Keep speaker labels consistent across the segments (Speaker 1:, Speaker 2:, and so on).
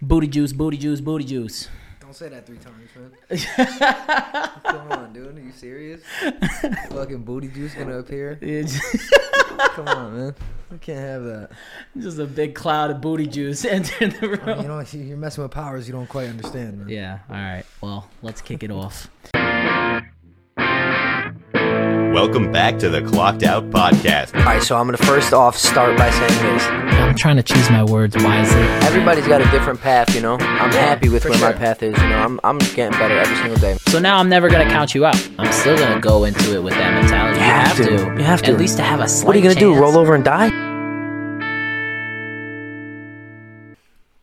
Speaker 1: Booty juice, booty juice, booty juice.
Speaker 2: Don't say that three times, man. Come on, dude. Are you serious? Fucking booty juice gonna appear?
Speaker 1: It's
Speaker 2: Come on, man. You can't have that.
Speaker 1: just a big cloud of booty juice entering the
Speaker 2: I mean,
Speaker 1: room.
Speaker 2: you know, you're messing with powers you don't quite understand, man.
Speaker 1: Yeah, all right. Well, let's kick it off.
Speaker 3: Welcome back to the Clocked Out Podcast.
Speaker 4: All right, so I'm gonna first off start by saying this:
Speaker 1: I'm trying to choose my words wisely.
Speaker 4: everybody's got a different path, you know. I'm happy with
Speaker 2: for
Speaker 4: where my
Speaker 2: sure.
Speaker 4: path is, you know. I'm I'm getting better every single day.
Speaker 1: So now I'm never going to count you out. I'm still going to go into it with that mentality. You,
Speaker 4: have to. You have to.
Speaker 1: At least to have a slight
Speaker 4: What are you gonna do?
Speaker 1: chance.
Speaker 4: Roll over and die?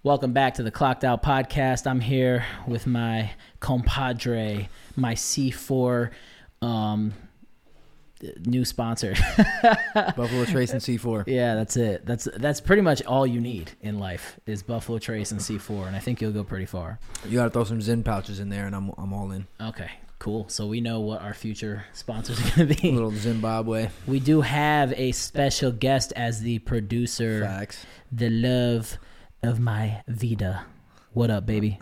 Speaker 1: Welcome back to the Clocked Out Podcast. I'm here with my compadre, my C4 um, new sponsor.
Speaker 2: Buffalo Trace and C4.
Speaker 1: yeah, that's it. That's that's pretty much all you need in life is Buffalo Trace and C4, and I think you'll go pretty far.
Speaker 2: You gotta throw some Zen pouches in there, and I'm I'm all in.
Speaker 1: Okay, cool. So we know what our future sponsors are going to be.
Speaker 2: A little Zimbabwe
Speaker 1: We do have a special guest as the producer,
Speaker 2: facts.
Speaker 1: the love of my vida. What up, baby?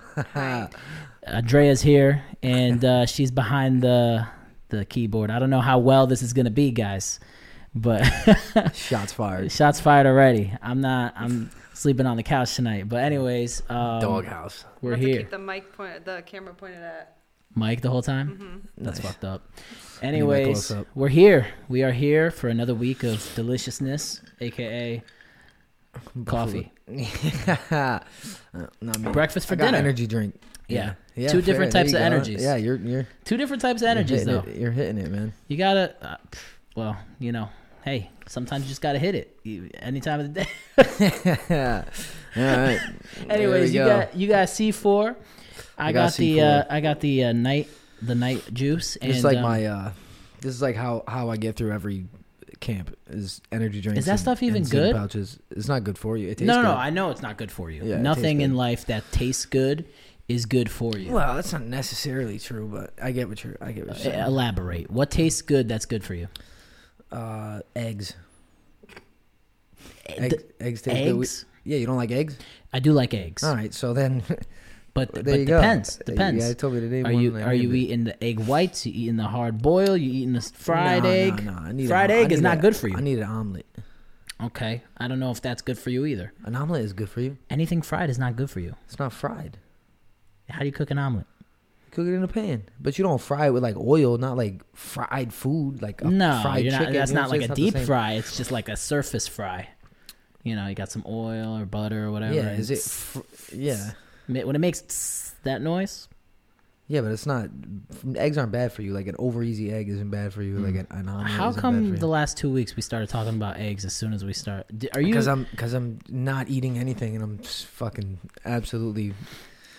Speaker 1: Andrea's here, and uh, she's behind the the keyboard. I don't know how well this is gonna be, guys, but
Speaker 2: Shots fired.
Speaker 1: shots fired already. I'm not. I'm sleeping on the couch tonight. But anyways, um,
Speaker 2: Doghouse.
Speaker 1: we're
Speaker 5: Have to
Speaker 1: here.
Speaker 5: Keep the mic point, the camera pointed at.
Speaker 1: Mike the whole time. That's fucked up.
Speaker 2: close
Speaker 1: Anyways,
Speaker 2: up.
Speaker 1: we're here. We are here for another week of deliciousness, aka coffee,
Speaker 2: Uh, not me.
Speaker 1: breakfast for
Speaker 2: I got
Speaker 1: dinner.
Speaker 2: energy drink.
Speaker 1: Yeah.
Speaker 2: Yeah,
Speaker 1: Two
Speaker 2: fair.
Speaker 1: different
Speaker 2: There
Speaker 1: types
Speaker 2: you
Speaker 1: of
Speaker 2: go.
Speaker 1: energies.
Speaker 2: Yeah, you're you're
Speaker 1: Two different types of energies,
Speaker 2: hitting
Speaker 1: though.
Speaker 2: it. You're hitting it, man.
Speaker 1: You gotta, uh, pff, well, you know, hey, sometimes you just gotta hit it you, any time of the day.
Speaker 2: yeah. All right.
Speaker 1: Anyways, you
Speaker 2: There we go.
Speaker 1: got you got C four. I,
Speaker 2: I got
Speaker 1: got, the uh,
Speaker 2: C4.
Speaker 1: I got the uh, night the night juice. And,
Speaker 2: It's like
Speaker 1: um,
Speaker 2: my uh this is like how how I get through every camp is energy drinks.
Speaker 1: Is that
Speaker 2: and-
Speaker 1: stuff even
Speaker 2: and Zyn
Speaker 1: good?
Speaker 2: Pouches. It's not good for you. It tastes
Speaker 1: no, no,
Speaker 2: good.
Speaker 1: no. I know it's not good for you.
Speaker 2: Yeah, it tastes
Speaker 1: Nothing in
Speaker 2: good.
Speaker 1: life that tastes good is good for you. Uh,
Speaker 2: well, that's not necessarily true, but I get what you're I get what you're saying.
Speaker 1: Elaborate. What tastes good that's good for you?
Speaker 2: Uh, eggs. Egg, eggs taste good. We-
Speaker 1: eggs.
Speaker 2: Yeah, you don't like eggs?
Speaker 1: I do like eggs,
Speaker 2: All right, so then
Speaker 1: but,
Speaker 2: there
Speaker 1: but
Speaker 2: you go.
Speaker 1: depends.
Speaker 2: Uh,
Speaker 1: Depends.
Speaker 2: Yeah, I told me to name
Speaker 1: Are
Speaker 2: one
Speaker 1: you
Speaker 2: and I
Speaker 1: are you
Speaker 2: named it.
Speaker 1: eating the egg whites? You eating the hard boil? You eating the fried
Speaker 2: No, no,
Speaker 1: egg?
Speaker 2: no, I need
Speaker 1: fried
Speaker 2: an- I
Speaker 1: egg is
Speaker 2: need
Speaker 1: not
Speaker 2: a-
Speaker 1: good for you.
Speaker 2: I need an omelet.
Speaker 1: okay, I don't know if that's good for you either.
Speaker 2: An omelet is good for you.
Speaker 1: Anything fried is not good for you.
Speaker 2: It's not fried.
Speaker 1: How do you cook an omelet?
Speaker 2: Cook it in a pan, but you don't fry it with like oil, not like fried food, like a
Speaker 1: no,
Speaker 2: fried
Speaker 1: you're not,
Speaker 2: chicken.
Speaker 1: that's
Speaker 2: you know
Speaker 1: not
Speaker 2: what I'm
Speaker 1: like a
Speaker 2: saying?
Speaker 1: deep
Speaker 2: It's not the same.
Speaker 1: fry. It's just like a surface fry. You know, you got some oil or butter or whatever.
Speaker 2: Yeah,
Speaker 1: and
Speaker 2: is it?
Speaker 1: tss-
Speaker 2: Fr- yeah,
Speaker 1: ma- when it makes tss that noise?
Speaker 2: yeah, but it's not. Eggs aren't bad for you. Like an over easy egg isn't bad for you. Like an, an omelet.
Speaker 1: Hmm. How
Speaker 2: isn't
Speaker 1: come
Speaker 2: bad
Speaker 1: the
Speaker 2: for you.
Speaker 1: last two weeks we started talking about eggs as soon as we start? D- Are you
Speaker 2: Because I'm because I'm not eating anything and I'm just fucking absolutely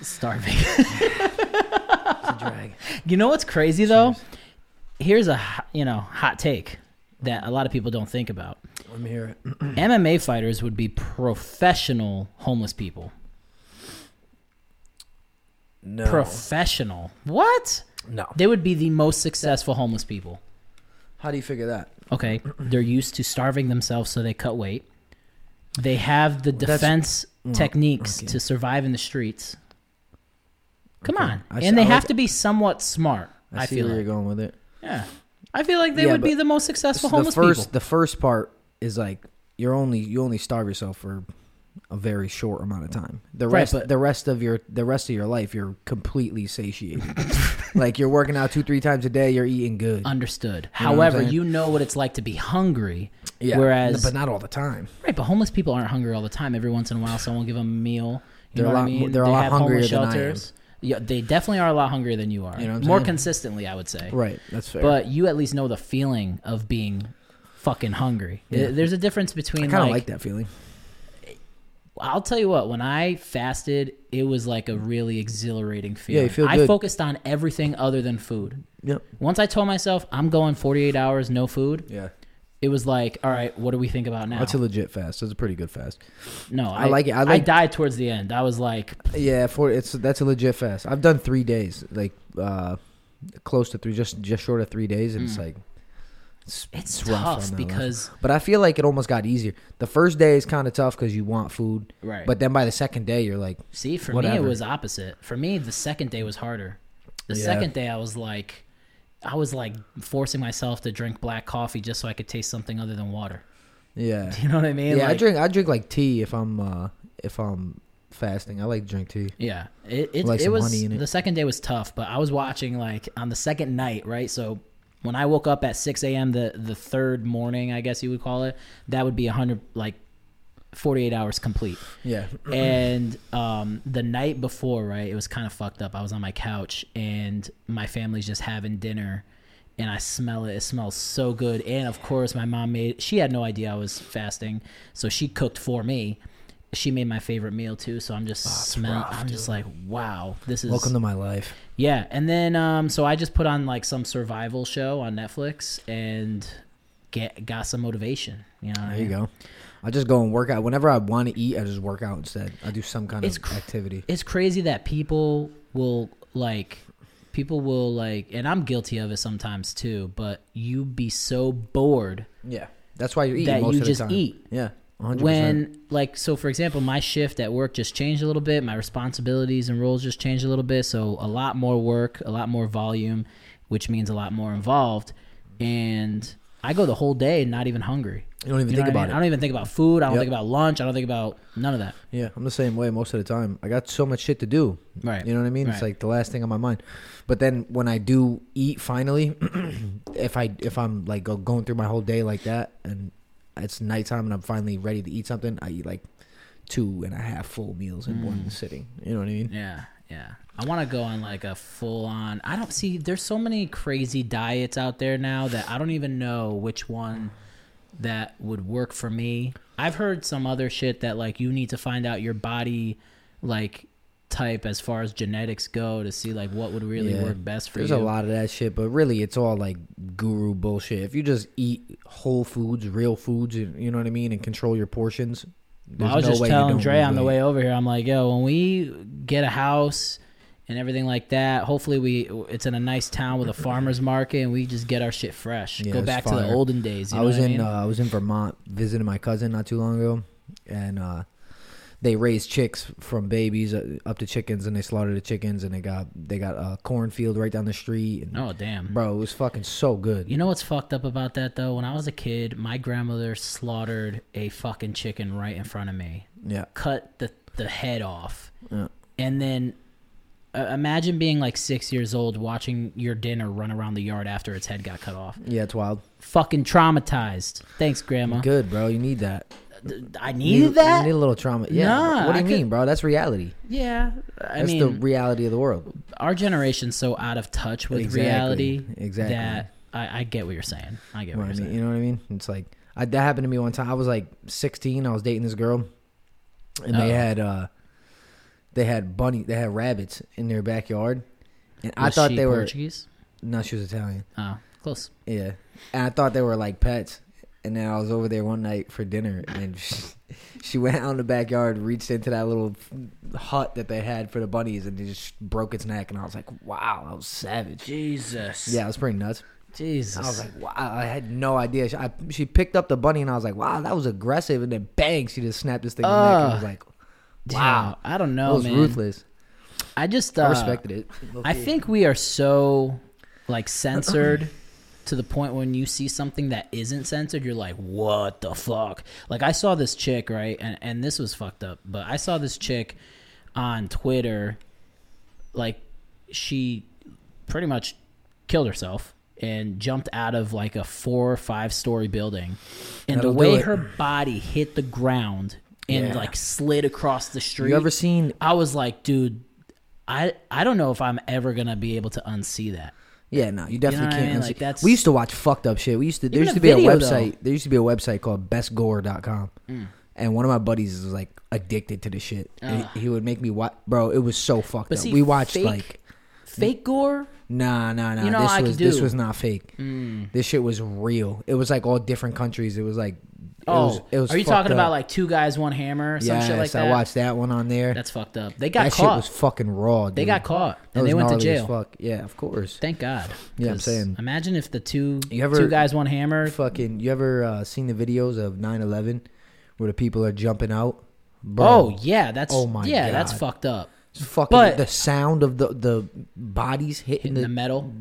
Speaker 1: starving?
Speaker 2: it's a drag.
Speaker 1: You know what's crazy though? Here's a ho- you know hot take that a lot of people don't think about.
Speaker 2: Let me hear it.
Speaker 1: MMA fighters would be professional homeless people.
Speaker 2: No,
Speaker 1: Professional. What?
Speaker 2: no.
Speaker 1: They would be the most successful homeless people.
Speaker 2: How do you figure that?
Speaker 1: Okay, they're used to starving themselves so they cut weight. They have the
Speaker 2: That's-
Speaker 1: defense techniques
Speaker 2: okay.
Speaker 1: to survive in the streets. Come
Speaker 2: Okay.
Speaker 1: on.
Speaker 2: I see-
Speaker 1: and they
Speaker 2: I
Speaker 1: have
Speaker 2: like-
Speaker 1: to be somewhat smart,
Speaker 2: I,
Speaker 1: I,
Speaker 2: see
Speaker 1: feel
Speaker 2: where
Speaker 1: like.
Speaker 2: you're going with it.
Speaker 1: Yeah. I feel like they
Speaker 2: Yeah,
Speaker 1: would be
Speaker 2: but
Speaker 1: the most successful
Speaker 2: So
Speaker 1: homeless
Speaker 2: the first
Speaker 1: people.
Speaker 2: the first part is like you're only you only starve yourself for a very short amount of time. The
Speaker 1: Right,
Speaker 2: rest
Speaker 1: but-
Speaker 2: the rest of your the rest of your life you're completely satiated. like you're working out two three times a day. You're eating good.
Speaker 1: Understood.
Speaker 2: know what I'm
Speaker 1: However,
Speaker 2: saying?
Speaker 1: you know what it's like to be hungry. Whereas,
Speaker 2: but not all the time.
Speaker 1: right, but homeless people aren't hungry all the time. Every once in a while, someone will give them a meal. You
Speaker 2: They're
Speaker 1: know
Speaker 2: a
Speaker 1: what I
Speaker 2: lot
Speaker 1: mean?
Speaker 2: mo- they're a lot
Speaker 1: have homeless
Speaker 2: hungrier than I am.
Speaker 1: Yeah, they definitely are a lot hungrier than you are.
Speaker 2: You know what I'm
Speaker 1: More
Speaker 2: saying?
Speaker 1: consistently, I would say.
Speaker 2: Right. That's fair.
Speaker 1: But you at least know the feeling of being fucking hungry. There- There's a difference
Speaker 2: I
Speaker 1: between
Speaker 2: kind of
Speaker 1: like,
Speaker 2: like, that feeling.
Speaker 1: I'll tell you what, when I fasted, it was like a really exhilarating feeling.
Speaker 2: Yeah, you feel
Speaker 1: I
Speaker 2: good.
Speaker 1: focused on everything other than food.
Speaker 2: Yep.
Speaker 1: Once I told myself I'm going 48 hours no food,
Speaker 2: Yeah.
Speaker 1: it was like, all right, what do we think about now?
Speaker 2: That's a legit fast. That's a pretty good fast.
Speaker 1: no,
Speaker 2: I like it. I like-
Speaker 1: died towards the end. I was like,
Speaker 2: Yeah, for it's that's a legit fast. I've done three days, like uh close to three, just just short of three days, and it's like It's,
Speaker 1: Hmm. It's
Speaker 2: rough on
Speaker 1: tough
Speaker 2: that
Speaker 1: because-
Speaker 2: level. but I feel like it almost got easier. The first day is kind of tough because you want food,
Speaker 1: Right.
Speaker 2: But then by the second day, you're like,
Speaker 1: See, for me,
Speaker 2: Whatever.
Speaker 1: it was opposite. For me, the second day was harder. The
Speaker 2: Yeah.
Speaker 1: second day, I was like, I was like forcing myself to drink black coffee just so I could taste something other than water.
Speaker 2: yeah,
Speaker 1: You know what I mean?
Speaker 2: yeah. I
Speaker 1: Like-
Speaker 2: drink, I drink like tea if I'm uh if I'm fasting. I like to drink tea.
Speaker 1: Yeah, it it,
Speaker 2: Like
Speaker 1: it
Speaker 2: some
Speaker 1: was
Speaker 2: honey in it.
Speaker 1: the second day was tough, but I was watching like on the second night, right? So when I woke up at six a.m. the the third morning, I guess you would call it, that would be a hundred like forty eight hours complete.
Speaker 2: Yeah,
Speaker 1: and um, the night before, right, it was kind of fucked up. I was on my couch and my family's just having dinner, and I smell it. It smells so good. And of course, my mom made. She had no idea I was fasting, so she cooked for me. She made my favorite meal too, so I'm just
Speaker 2: Ah,
Speaker 1: smell. I'm just like, wow, this is
Speaker 2: welcome to my life.
Speaker 1: yeah. And then um, so I just put on like some survival show on Netflix and get got some motivation. You know, what I
Speaker 2: There you
Speaker 1: mean?
Speaker 2: go. I just go and work out. Whenever I want to eat, I just work out instead. I do some kind
Speaker 1: It's
Speaker 2: of
Speaker 1: cr-
Speaker 2: activity.
Speaker 1: it's crazy that people will like people will like and I'm guilty of it sometimes too, but you be so bored
Speaker 2: Yeah, that's why you're eating
Speaker 1: That
Speaker 2: most
Speaker 1: you
Speaker 2: of the
Speaker 1: just
Speaker 2: time.
Speaker 1: eat.
Speaker 2: Yeah, 100%.
Speaker 1: when like so for example, my shift at work just changed a little bit, my responsibilities and roles just changed a little bit, so a lot more work, a lot more volume, which means a lot more involved and I go the whole day not even hungry.
Speaker 2: You don't even think
Speaker 1: what I
Speaker 2: about
Speaker 1: mean?
Speaker 2: it.
Speaker 1: I don't even think about food. I don't
Speaker 2: Yep.
Speaker 1: think about lunch. I don't think about none of that.
Speaker 2: Yeah, I'm the same way most of the time. I got so much shit to do.
Speaker 1: Right.
Speaker 2: You know what I mean? It's
Speaker 1: Right.
Speaker 2: like the last thing on my mind. But then when I do eat finally, if I if I'm like go, going through my whole day like that and it's nighttime and I'm finally ready to eat something, I eat like two and a half full meals
Speaker 1: Mm.
Speaker 2: in one sitting. You know what I mean?
Speaker 1: Yeah, yeah. I want to go on like a full on. I don't see. There's so many crazy diets out there now that I don't even know which one that would work for me. I've heard some other shit that like you need to find out your body like type as far as genetics go to see like what would really
Speaker 2: Yeah.
Speaker 1: work best for
Speaker 2: There's
Speaker 1: you.
Speaker 2: a lot of that shit, but really it's all like guru bullshit. If you just eat whole foods, real foods, and you know what I mean, and control your portions.
Speaker 1: Well, I was
Speaker 2: there's no
Speaker 1: just
Speaker 2: way you
Speaker 1: telling
Speaker 2: don't
Speaker 1: Dre
Speaker 2: lose
Speaker 1: on the
Speaker 2: weight.
Speaker 1: way over here. I'm like, yo, when we get a house and everything like that, hopefully we it's in a nice town with a farmers market, and we just get our shit fresh.
Speaker 2: Yeah,
Speaker 1: Go
Speaker 2: it's
Speaker 1: back to the
Speaker 2: fire.
Speaker 1: olden days. You
Speaker 2: I
Speaker 1: know
Speaker 2: was
Speaker 1: what
Speaker 2: in
Speaker 1: I mean?
Speaker 2: uh, I was in Vermont visiting my cousin not too long ago, and uh, they raised chicks from babies uh, up to chickens, and they slaughtered the chickens, and they got they got a cornfield right down the street. And,
Speaker 1: oh damn.
Speaker 2: bro, it was fucking so good.
Speaker 1: You know what's fucked up about that though? When I was a kid, my grandmother slaughtered a fucking chicken right in front of me.
Speaker 2: yeah,
Speaker 1: Cut the the head off.
Speaker 2: Yeah.
Speaker 1: And then uh, imagine being like 6 years old watching your dinner run around the yard after its head got cut off.
Speaker 2: yeah, it's wild.
Speaker 1: Fucking traumatized. Thanks, grandma.
Speaker 2: Good, bro. You need that.
Speaker 1: I
Speaker 2: You
Speaker 1: needed that.
Speaker 2: You need a little trauma. Yeah.
Speaker 1: Nah,
Speaker 2: what do
Speaker 1: I
Speaker 2: you
Speaker 1: could-
Speaker 2: mean, bro? That's reality.
Speaker 1: yeah, I
Speaker 2: That's
Speaker 1: mean,
Speaker 2: the reality of the world.
Speaker 1: our generation's so out of touch with
Speaker 2: Exactly,
Speaker 1: reality
Speaker 2: exactly.
Speaker 1: that I, I get what you're saying. I get what,
Speaker 2: Well,
Speaker 1: you're
Speaker 2: I mean,
Speaker 1: saying.
Speaker 2: you know what I mean? It's like I, that happened to me one time. I was like 16. I was dating this girl, and they
Speaker 1: Uh-oh.
Speaker 2: had uh, they had bunny, they had rabbits in their backyard, and I
Speaker 1: Was
Speaker 2: thought
Speaker 1: she
Speaker 2: they were
Speaker 1: Portuguese.
Speaker 2: no, she was Italian.
Speaker 1: Oh, close.
Speaker 2: Yeah, and I thought they were like pets. And then I was over there one night for dinner, and she, she went out in the backyard, reached into that little hut that they had for the bunnies, and they just broke its neck. And I was like, "Wow, I was savage."
Speaker 1: Jesus.
Speaker 2: Yeah, it was pretty nuts.
Speaker 1: Jesus.
Speaker 2: I was like, wow, I had no idea. She, I, she picked up the bunny and I was like, wow, that was aggressive. And then bang, she just snapped this thing in the neck and was like, wow.
Speaker 1: Damn, I don't
Speaker 2: That
Speaker 1: know,
Speaker 2: was
Speaker 1: man.
Speaker 2: ruthless.
Speaker 1: I just uh,
Speaker 2: I respected it.
Speaker 1: I think we are so like censored to the point when you see something that isn't censored, you're like, what the fuck? Like I saw this chick, right? And and this was fucked up, but I saw this chick on Twitter, like she pretty much killed herself and jumped out of like a four or five story building. And
Speaker 2: That'll
Speaker 1: the
Speaker 2: do
Speaker 1: way
Speaker 2: it.
Speaker 1: her body hit the ground and
Speaker 2: Yeah.
Speaker 1: like slid across the street.
Speaker 2: You ever seen?
Speaker 1: I was like, dude, I I don't know if I'm ever gonna be able to unsee that.
Speaker 2: Yeah, no, you definitely
Speaker 1: what I
Speaker 2: can't.
Speaker 1: mean?
Speaker 2: unsee-
Speaker 1: Like, that's-
Speaker 2: we used to watch fucked up shit. We used to. There
Speaker 1: Even
Speaker 2: used
Speaker 1: a
Speaker 2: to be
Speaker 1: video,
Speaker 2: a
Speaker 1: though. Mm.
Speaker 2: website. There used to be a website called bestgore.com. And one of my buddies was like addicted to this shit. And he, he would make me watch, bro. It was so fucked
Speaker 1: But
Speaker 2: up.
Speaker 1: see,
Speaker 2: we watched
Speaker 1: fake-
Speaker 2: like
Speaker 1: Fake gore?
Speaker 2: Nah, nah, nah.
Speaker 1: You know,
Speaker 2: this
Speaker 1: I could
Speaker 2: was this
Speaker 1: do. Mm.
Speaker 2: was not fake. This shit was real. It was like all different countries. It was like
Speaker 1: Oh,
Speaker 2: was- it was
Speaker 1: are you
Speaker 2: fucked
Speaker 1: talking about
Speaker 2: up.
Speaker 1: like two guys, one hammer, or some
Speaker 2: yes,
Speaker 1: shit like that?
Speaker 2: I watched that one on there.
Speaker 1: That's fucked up. They got
Speaker 2: that shit
Speaker 1: caught.
Speaker 2: was fucking raw. Dude.
Speaker 1: they got caught
Speaker 2: That
Speaker 1: and
Speaker 2: was
Speaker 1: they went to
Speaker 2: gnarly as
Speaker 1: jail.
Speaker 2: Fuck yeah, of course.
Speaker 1: Thank God.
Speaker 2: Yeah, I'm
Speaker 1: 'cause
Speaker 2: saying.
Speaker 1: Imagine if the two
Speaker 2: You ever-
Speaker 1: two guys, one hammer.
Speaker 2: Fucking, you ever uh, seen the videos of 9/11 where the people are jumping out? Bro,
Speaker 1: Oh yeah, that's
Speaker 2: Oh, my
Speaker 1: yeah, that's
Speaker 2: God.
Speaker 1: fucked up.
Speaker 2: it's fucking
Speaker 1: but-
Speaker 2: the sound of the the bodies hitting,
Speaker 1: Hitting the, metal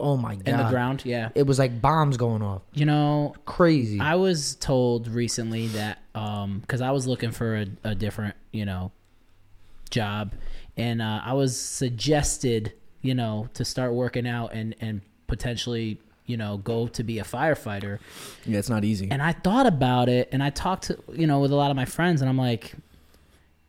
Speaker 2: oh my god
Speaker 1: in the ground. Yeah,
Speaker 2: It was like bombs going off.
Speaker 1: you know,
Speaker 2: Crazy.
Speaker 1: I was told recently that um because I was looking for a, a different you know job, and uh, I was suggested you know to start working out and and potentially you know go to be a firefighter.
Speaker 2: yeah, it's not easy.
Speaker 1: And I thought about it, and I talked to you know with a lot of my friends, and I'm like,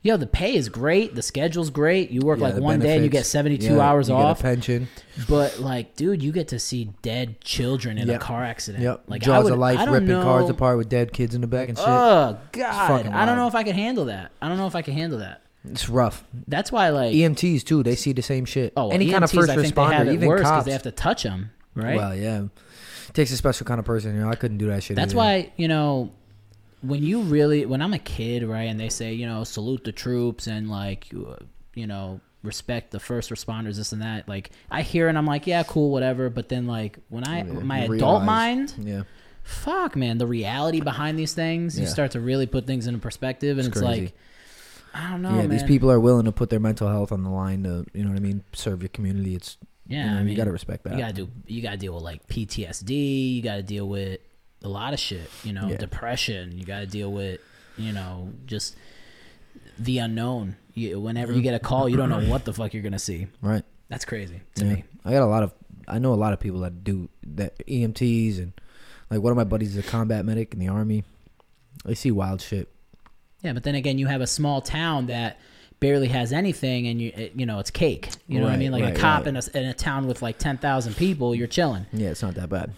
Speaker 1: yo, the pay is great, the schedule's great. You work like one day and you get 72 hours off,
Speaker 2: pension.
Speaker 1: but like, dude, you get to see dead children in
Speaker 2: Yep.
Speaker 1: a car accident.
Speaker 2: Yep.
Speaker 1: Like,
Speaker 2: Jaws
Speaker 1: I would,
Speaker 2: of life
Speaker 1: I don't
Speaker 2: ripping
Speaker 1: know,
Speaker 2: cars apart with dead kids in the back and shit.
Speaker 1: Oh God,
Speaker 2: fucking
Speaker 1: I don't know
Speaker 2: wild.
Speaker 1: if I could handle that. I don't know if I can handle that.
Speaker 2: it's rough.
Speaker 1: That's why, like,
Speaker 2: EMTs too. They see the same shit.
Speaker 1: oh,
Speaker 2: any kind of
Speaker 1: EMTs,
Speaker 2: first
Speaker 1: I think they have
Speaker 2: responder,
Speaker 1: it
Speaker 2: even
Speaker 1: worse
Speaker 2: cops.
Speaker 1: they have to touch them, right?
Speaker 2: Well, yeah. Takes a special kind of person. You know, I couldn't do that shit.
Speaker 1: That's
Speaker 2: either.
Speaker 1: why, you know, when you really, when I'm a kid, right, and they say, you know, salute the troops and like, you, uh, you know, respect the first responders, this and that. Like, I hear it and I'm like, yeah, cool, whatever. But then, like, when I,
Speaker 2: Yeah,
Speaker 1: my
Speaker 2: you
Speaker 1: adult
Speaker 2: realize-
Speaker 1: mind,
Speaker 2: Yeah.
Speaker 1: fuck, man, the reality behind these things, you
Speaker 2: Yeah.
Speaker 1: start to really put things into perspective. And it's,
Speaker 2: It's
Speaker 1: like,
Speaker 2: crazy.
Speaker 1: I don't know,
Speaker 2: yeah.
Speaker 1: Oh, man.
Speaker 2: These people are willing to put their mental health on the line to, you know what I mean, serve your community. It's,
Speaker 1: yeah,
Speaker 2: you, know,
Speaker 1: I
Speaker 2: you
Speaker 1: mean,
Speaker 2: got to respect that.
Speaker 1: you gotta do you gotta deal with like PTSD, you gotta deal with a lot of shit, you know,
Speaker 2: Yeah.
Speaker 1: depression, you gotta deal with, you know, just the unknown. You, whenever you get a call, you don't know what the fuck you're gonna see.
Speaker 2: Right.
Speaker 1: That's crazy to
Speaker 2: Yeah.
Speaker 1: me.
Speaker 2: I got a lot of I know a lot of people that do that EMTs and like one of my buddies is a combat medic in the army. They see wild shit.
Speaker 1: Yeah, but then again, you have a small town that barely has anything, and you it, you know it's cake. You know what I
Speaker 2: Right,
Speaker 1: mean? Like
Speaker 2: right,
Speaker 1: a cop
Speaker 2: right.
Speaker 1: in, a, in a town with like ten thousand people, you're chilling.
Speaker 2: Yeah, it's not that bad.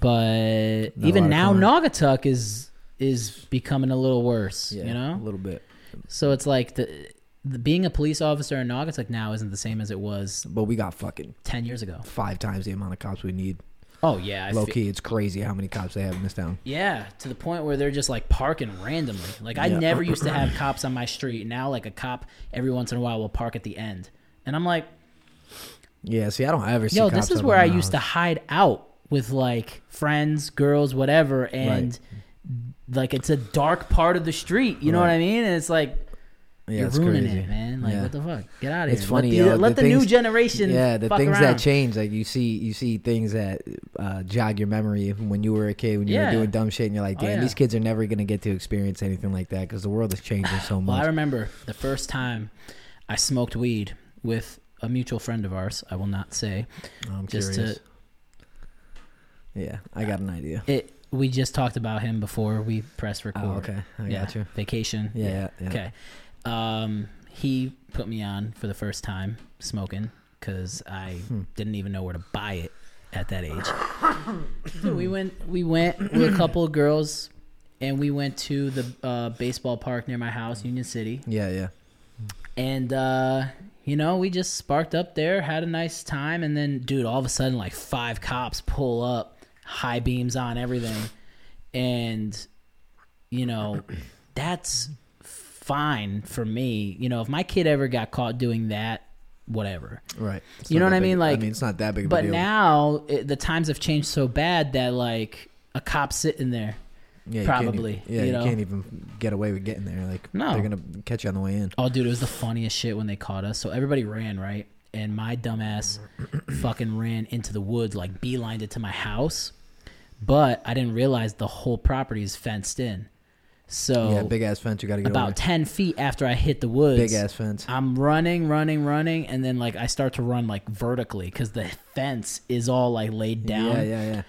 Speaker 1: But
Speaker 2: Not a
Speaker 1: even
Speaker 2: lot of
Speaker 1: now,
Speaker 2: crime.
Speaker 1: Naugatuck is is becoming a little worse.
Speaker 2: Yeah,
Speaker 1: you know,
Speaker 2: a little bit.
Speaker 1: So it's like the, the being a police officer in Naugatuck now isn't the same as it was
Speaker 2: But we got fucking
Speaker 1: ten years ago.
Speaker 2: five times the amount of cops we need.
Speaker 1: Oh yeah, I
Speaker 2: Low
Speaker 1: fe-
Speaker 2: key, it's crazy how many cops they have in this town.
Speaker 1: yeah, to the point where they're just like parking randomly. Like I
Speaker 2: Yeah.
Speaker 1: never used to have cops on my street. Now like a cop every once in a while will park at the end, and I'm like,
Speaker 2: Yeah, see, I don't ever see.
Speaker 1: yo,
Speaker 2: cops
Speaker 1: this is
Speaker 2: up
Speaker 1: where I
Speaker 2: in my
Speaker 1: used to
Speaker 2: house.
Speaker 1: hide out with like friends, girls, whatever, and. Like it's a dark part of the street, you know what
Speaker 2: Right.
Speaker 1: I mean? And it's like
Speaker 2: Yeah,
Speaker 1: you're
Speaker 2: it's
Speaker 1: ruining
Speaker 2: crazy.
Speaker 1: it, man. Like
Speaker 2: Yeah.
Speaker 1: what the fuck? Get out of here!
Speaker 2: It's funny,
Speaker 1: Let the,
Speaker 2: yo,
Speaker 1: let
Speaker 2: the
Speaker 1: the new
Speaker 2: things-
Speaker 1: generation.
Speaker 2: Yeah, the
Speaker 1: fuck
Speaker 2: things
Speaker 1: around.
Speaker 2: that change, like you see, you see things that uh, jog your memory from when you were a kid, when you
Speaker 1: Yeah.
Speaker 2: were doing dumb shit, and you're like,
Speaker 1: Oh,
Speaker 2: damn,
Speaker 1: yeah.
Speaker 2: these kids are never gonna get to experience anything like that because the world is changing so
Speaker 1: Well, I
Speaker 2: much.
Speaker 1: remember the first time I smoked weed with a mutual friend of ours. I will not say.
Speaker 2: I'm
Speaker 1: Just
Speaker 2: curious.
Speaker 1: to
Speaker 2: yeah, I got an idea.
Speaker 1: it, we just talked about him before we pressed record.
Speaker 2: Oh, okay, I
Speaker 1: yeah,
Speaker 2: got you.
Speaker 1: Vacation.
Speaker 2: Yeah, yeah, yeah.
Speaker 1: Okay. Um, he put me on for the first time smoking because I
Speaker 2: Hmm.
Speaker 1: didn't even know where to buy it at that age. so we went, we went with a couple of girls, and we went to the uh, baseball park near my house, Union City.
Speaker 2: Yeah, yeah.
Speaker 1: and uh you know we just sparked up there had a nice time and then dude all of a sudden like five cops pull up high beams on everything and you know that's fine for me you know if my kid ever got caught doing that whatever
Speaker 2: Right. It's
Speaker 1: You
Speaker 2: not
Speaker 1: know what
Speaker 2: that
Speaker 1: I
Speaker 2: big-
Speaker 1: mean? Like-
Speaker 2: I mean, it's not that big of a
Speaker 1: but
Speaker 2: deal.
Speaker 1: now it, the times have changed so bad that like a cop sitting there
Speaker 2: yeah, you can't even-
Speaker 1: probably,
Speaker 2: yeah,
Speaker 1: you
Speaker 2: you,
Speaker 1: know?
Speaker 2: can't even get away with getting there. Like,
Speaker 1: No.
Speaker 2: they're gonna catch you on the way in.
Speaker 1: Oh, dude, it was the funniest shit when they caught us. So everybody ran, right? And my dumbass fucking ran into the woods, like beelined it to my house. But I didn't realize the whole property is fenced in. So
Speaker 2: yeah, big ass fence. You gotta get
Speaker 1: about
Speaker 2: over.
Speaker 1: 10 feet after I hit the woods,
Speaker 2: Big ass fence.
Speaker 1: I'm running, running, running. And then, like, I start to run, like, vertically because the fence is all, like, laid down
Speaker 2: Yeah, yeah, yeah.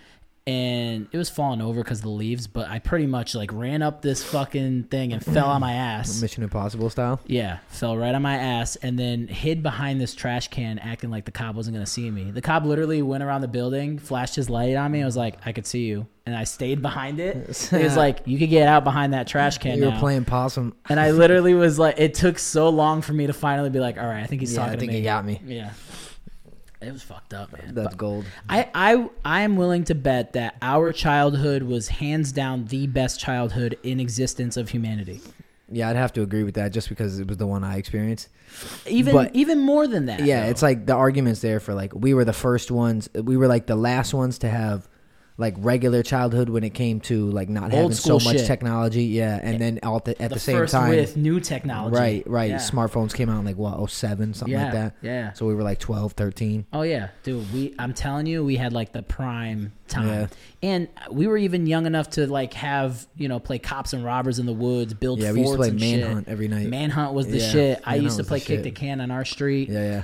Speaker 1: and it was falling over because of the leaves. But I pretty much like ran up this fucking thing and fell on my ass.
Speaker 2: Mission Impossible style.
Speaker 1: Yeah, fell right on my ass and then hid behind this trash can, acting like the cop wasn't gonna see me. The cop literally went around the building, flashed his light on me. I was like, I could see you, and I stayed behind it. He was like, you could get out behind that trash can
Speaker 2: You were
Speaker 1: now.
Speaker 2: playing possum.
Speaker 1: And I literally was like, it took so long for me to finally be like, all right, I think he's
Speaker 2: Yeah, I
Speaker 1: talking
Speaker 2: think
Speaker 1: to me.
Speaker 2: he got me.
Speaker 1: Yeah. It was fucked up, man.
Speaker 2: That's
Speaker 1: But
Speaker 2: gold.
Speaker 1: I, I I am willing to bet that our childhood was hands down the best childhood in existence of humanity.
Speaker 2: Yeah, I'd have to agree with that just because it was the one I experienced.
Speaker 1: Even
Speaker 2: But-
Speaker 1: even more than that.
Speaker 2: Yeah,
Speaker 1: though.
Speaker 2: it's like the arguments there for like we were the first ones, we were like the last ones to have like regular childhood when it came to like not having so
Speaker 1: school
Speaker 2: much
Speaker 1: shit.
Speaker 2: technology. Yeah, and then all at the, at the,
Speaker 1: the,
Speaker 2: same
Speaker 1: first
Speaker 2: time,
Speaker 1: with new technology.
Speaker 2: right, right,
Speaker 1: Yeah.
Speaker 2: smartphones came out in like what 07, something
Speaker 1: Yeah,
Speaker 2: like that.
Speaker 1: yeah.
Speaker 2: so we were like 12, 13.
Speaker 1: Oh yeah, dude. We I'm telling you, we had like the prime time,
Speaker 2: Yeah.
Speaker 1: and we were even young enough to like have you know play cops and robbers in the woods, build
Speaker 2: Yeah,
Speaker 1: forts
Speaker 2: we used to play
Speaker 1: and
Speaker 2: Manhunt
Speaker 1: shit.
Speaker 2: every night.
Speaker 1: Manhunt was the
Speaker 2: Yeah,
Speaker 1: shit. I
Speaker 2: Manhunt
Speaker 1: used to
Speaker 2: was the
Speaker 1: play kick
Speaker 2: shit.
Speaker 1: the can on our street.
Speaker 2: Yeah, yeah,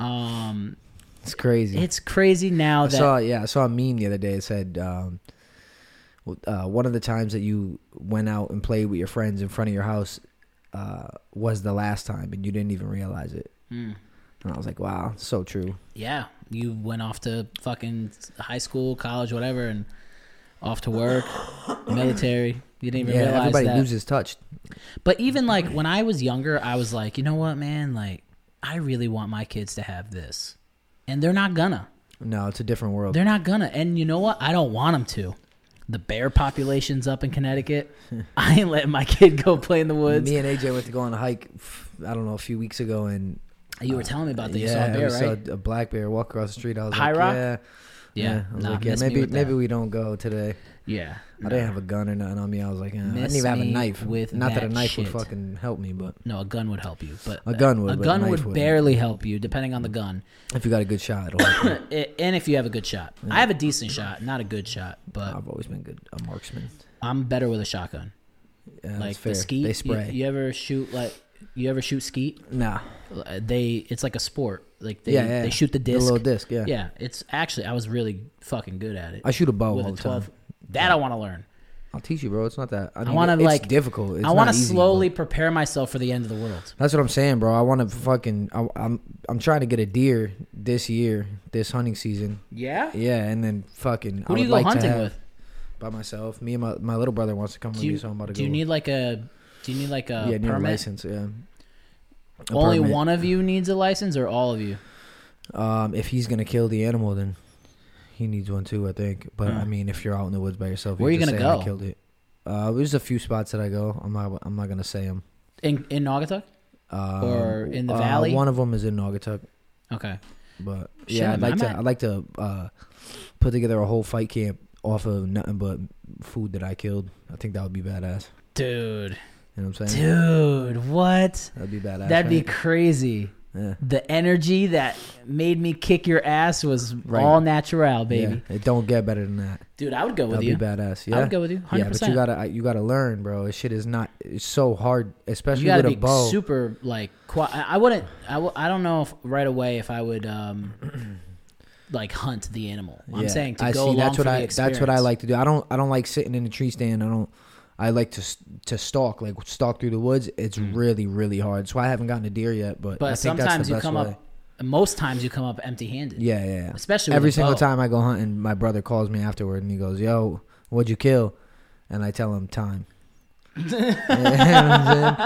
Speaker 1: Um,
Speaker 2: it's crazy.
Speaker 1: it's crazy now
Speaker 2: I
Speaker 1: that
Speaker 2: saw yeah, I saw a meme the other day. It said um, w- uh, one of the times that you went out and played with your friends in front of your house uh, was the last time, and you didn't even realize it.
Speaker 1: Hmm.
Speaker 2: And I was like, wow, so true.
Speaker 1: yeah, you went off to fucking high school, college, whatever, and off to work, military. You didn't even
Speaker 2: yeah,
Speaker 1: realize
Speaker 2: everybody
Speaker 1: that.
Speaker 2: loses touch.
Speaker 1: But even like when I was younger, I was like, you know what, man? Like, I really want my kids to have this, and they're not gonna.
Speaker 2: No, it's a different world.
Speaker 1: They're not gonna. And you know what? I don't want them to. The bear population's up in Connecticut. I ain't letting my kid go play in the woods.
Speaker 2: Me and AJ went to go on a hike. f- I don't know a few weeks ago, and
Speaker 1: you were telling me about that. You
Speaker 2: yeah,
Speaker 1: saw a bear,
Speaker 2: we
Speaker 1: right?
Speaker 2: saw a black bear walk across the street. I was
Speaker 1: High
Speaker 2: like,
Speaker 1: Rock?
Speaker 2: yeah,
Speaker 1: yeah.
Speaker 2: I was
Speaker 1: Nah,
Speaker 2: like, yeah,
Speaker 1: miss me
Speaker 2: maybe
Speaker 1: with
Speaker 2: maybe
Speaker 1: that.
Speaker 2: we don't go today.
Speaker 1: Yeah.
Speaker 2: I didn't have a gun or nothing on me. I was like, eh, I
Speaker 1: Miss
Speaker 2: didn't even have a
Speaker 1: me
Speaker 2: knife.
Speaker 1: with
Speaker 2: Not that,
Speaker 1: that
Speaker 2: a knife
Speaker 1: shit.
Speaker 2: would fucking help me, but
Speaker 1: No, a gun would help you, but
Speaker 2: A gun would,
Speaker 1: a
Speaker 2: but a
Speaker 1: gun
Speaker 2: knife
Speaker 1: would
Speaker 2: wouldn't.
Speaker 1: barely help you, depending on the gun,
Speaker 2: if you got a good shot, it'll help you.
Speaker 1: I- and if you have a good shot. I have a decent shot, not a good shot, but
Speaker 2: I've always been good a marksman.
Speaker 1: I'm better with a shotgun.
Speaker 2: Yeah, that's
Speaker 1: like
Speaker 2: fair.
Speaker 1: the skeet.
Speaker 2: they
Speaker 1: you-
Speaker 2: spray.
Speaker 1: You, ever shoot like you ever shoot skeet?
Speaker 2: Nah,
Speaker 1: Uh, They it's like a sport. Like they
Speaker 2: Yeah, yeah,
Speaker 1: they shoot the
Speaker 2: the
Speaker 1: disc.
Speaker 2: little disc, yeah.
Speaker 1: Yeah, it's actually I was really fucking good at it.
Speaker 2: I shoot a bow
Speaker 1: with
Speaker 2: all
Speaker 1: a
Speaker 2: the time.
Speaker 1: twelve. That I want to learn.
Speaker 2: I'll teach you, bro. It's not that. I, mean,
Speaker 1: I want to
Speaker 2: it's
Speaker 1: like
Speaker 2: difficult. It's
Speaker 1: I want
Speaker 2: not
Speaker 1: to
Speaker 2: easy,
Speaker 1: slowly
Speaker 2: but-
Speaker 1: prepare myself for the end of the world.
Speaker 2: That's what I'm saying, bro. I want to fucking. I, I'm I'm trying to get a deer this year, this hunting season.
Speaker 1: Yeah.
Speaker 2: Yeah, and then fucking. I
Speaker 1: Who do you
Speaker 2: would
Speaker 1: go
Speaker 2: like to
Speaker 1: hunting
Speaker 2: have-
Speaker 1: with?
Speaker 2: By myself. Me and my, my little brother wants to come with
Speaker 1: Do you,
Speaker 2: me, so I'm about to
Speaker 1: do
Speaker 2: go.
Speaker 1: you need like a do you need like a
Speaker 2: yeah, need a
Speaker 1: permit?
Speaker 2: license. Yeah. A
Speaker 1: Only
Speaker 2: permit.
Speaker 1: one of you needs a license, or all of you?
Speaker 2: Um, if he's gonna kill the animal, then he needs one too, I think. But I mean, if you're out in the woods by yourself,
Speaker 1: Hmm. Where
Speaker 2: you
Speaker 1: you
Speaker 2: can just
Speaker 1: gonna
Speaker 2: say, "I
Speaker 1: go?"
Speaker 2: killed it. Uh, there's a few spots that I go. I'm not. I'm not gonna say them.
Speaker 1: In in Naugatuck?
Speaker 2: Um,
Speaker 1: Or in the valley?
Speaker 2: One of them is in Naugatuck,
Speaker 1: Okay.
Speaker 2: but
Speaker 1: Shit,
Speaker 2: yeah, I'd like
Speaker 1: I
Speaker 2: to.
Speaker 1: might-
Speaker 2: I'd like to uh, put together a whole fight camp off of nothing but food that I killed. I think that would be badass.
Speaker 1: Dude.
Speaker 2: You know what I'm saying?
Speaker 1: Dude, what?
Speaker 2: That'd be badass.
Speaker 1: That'd be
Speaker 2: right?
Speaker 1: crazy.
Speaker 2: Yeah.
Speaker 1: The energy that made me kick your ass was
Speaker 2: Right.
Speaker 1: all natural, baby.
Speaker 2: Yeah, it don't get better than that.
Speaker 1: Dude, I would go with
Speaker 2: That'd
Speaker 1: you.
Speaker 2: be badass. Yeah,
Speaker 1: I would go with you,
Speaker 2: Yeah, but
Speaker 1: 100%.
Speaker 2: you gotta I- you gotta learn, bro. This shit is not. It's so hard, especially
Speaker 1: You gotta
Speaker 2: with
Speaker 1: be
Speaker 2: a bow.
Speaker 1: super like. Qui- I I wouldn't. I, w- I don't know if right away if I would um like hunt the animal. I'm
Speaker 2: Yeah,
Speaker 1: saying to
Speaker 2: I
Speaker 1: go along
Speaker 2: That's
Speaker 1: for the
Speaker 2: what I. That's what I
Speaker 1: experience.
Speaker 2: like to do. I don't. I don't like sitting in a tree stand. I don't. I like to s- to stalk, like stalk through the woods. It's really really hard. That's why I haven't gotten a deer yet. But I
Speaker 1: Mm. But
Speaker 2: think that's
Speaker 1: sometimes
Speaker 2: the
Speaker 1: you
Speaker 2: best
Speaker 1: come
Speaker 2: way.
Speaker 1: up. Most times you come up empty-handed.
Speaker 2: Yeah, yeah. yeah.
Speaker 1: Especially with
Speaker 2: every
Speaker 1: a
Speaker 2: single
Speaker 1: bow.
Speaker 2: time I go hunting, my brother calls me afterward and he goes, "Yo, what'd you kill?" And I tell him time. You know what I'm saying?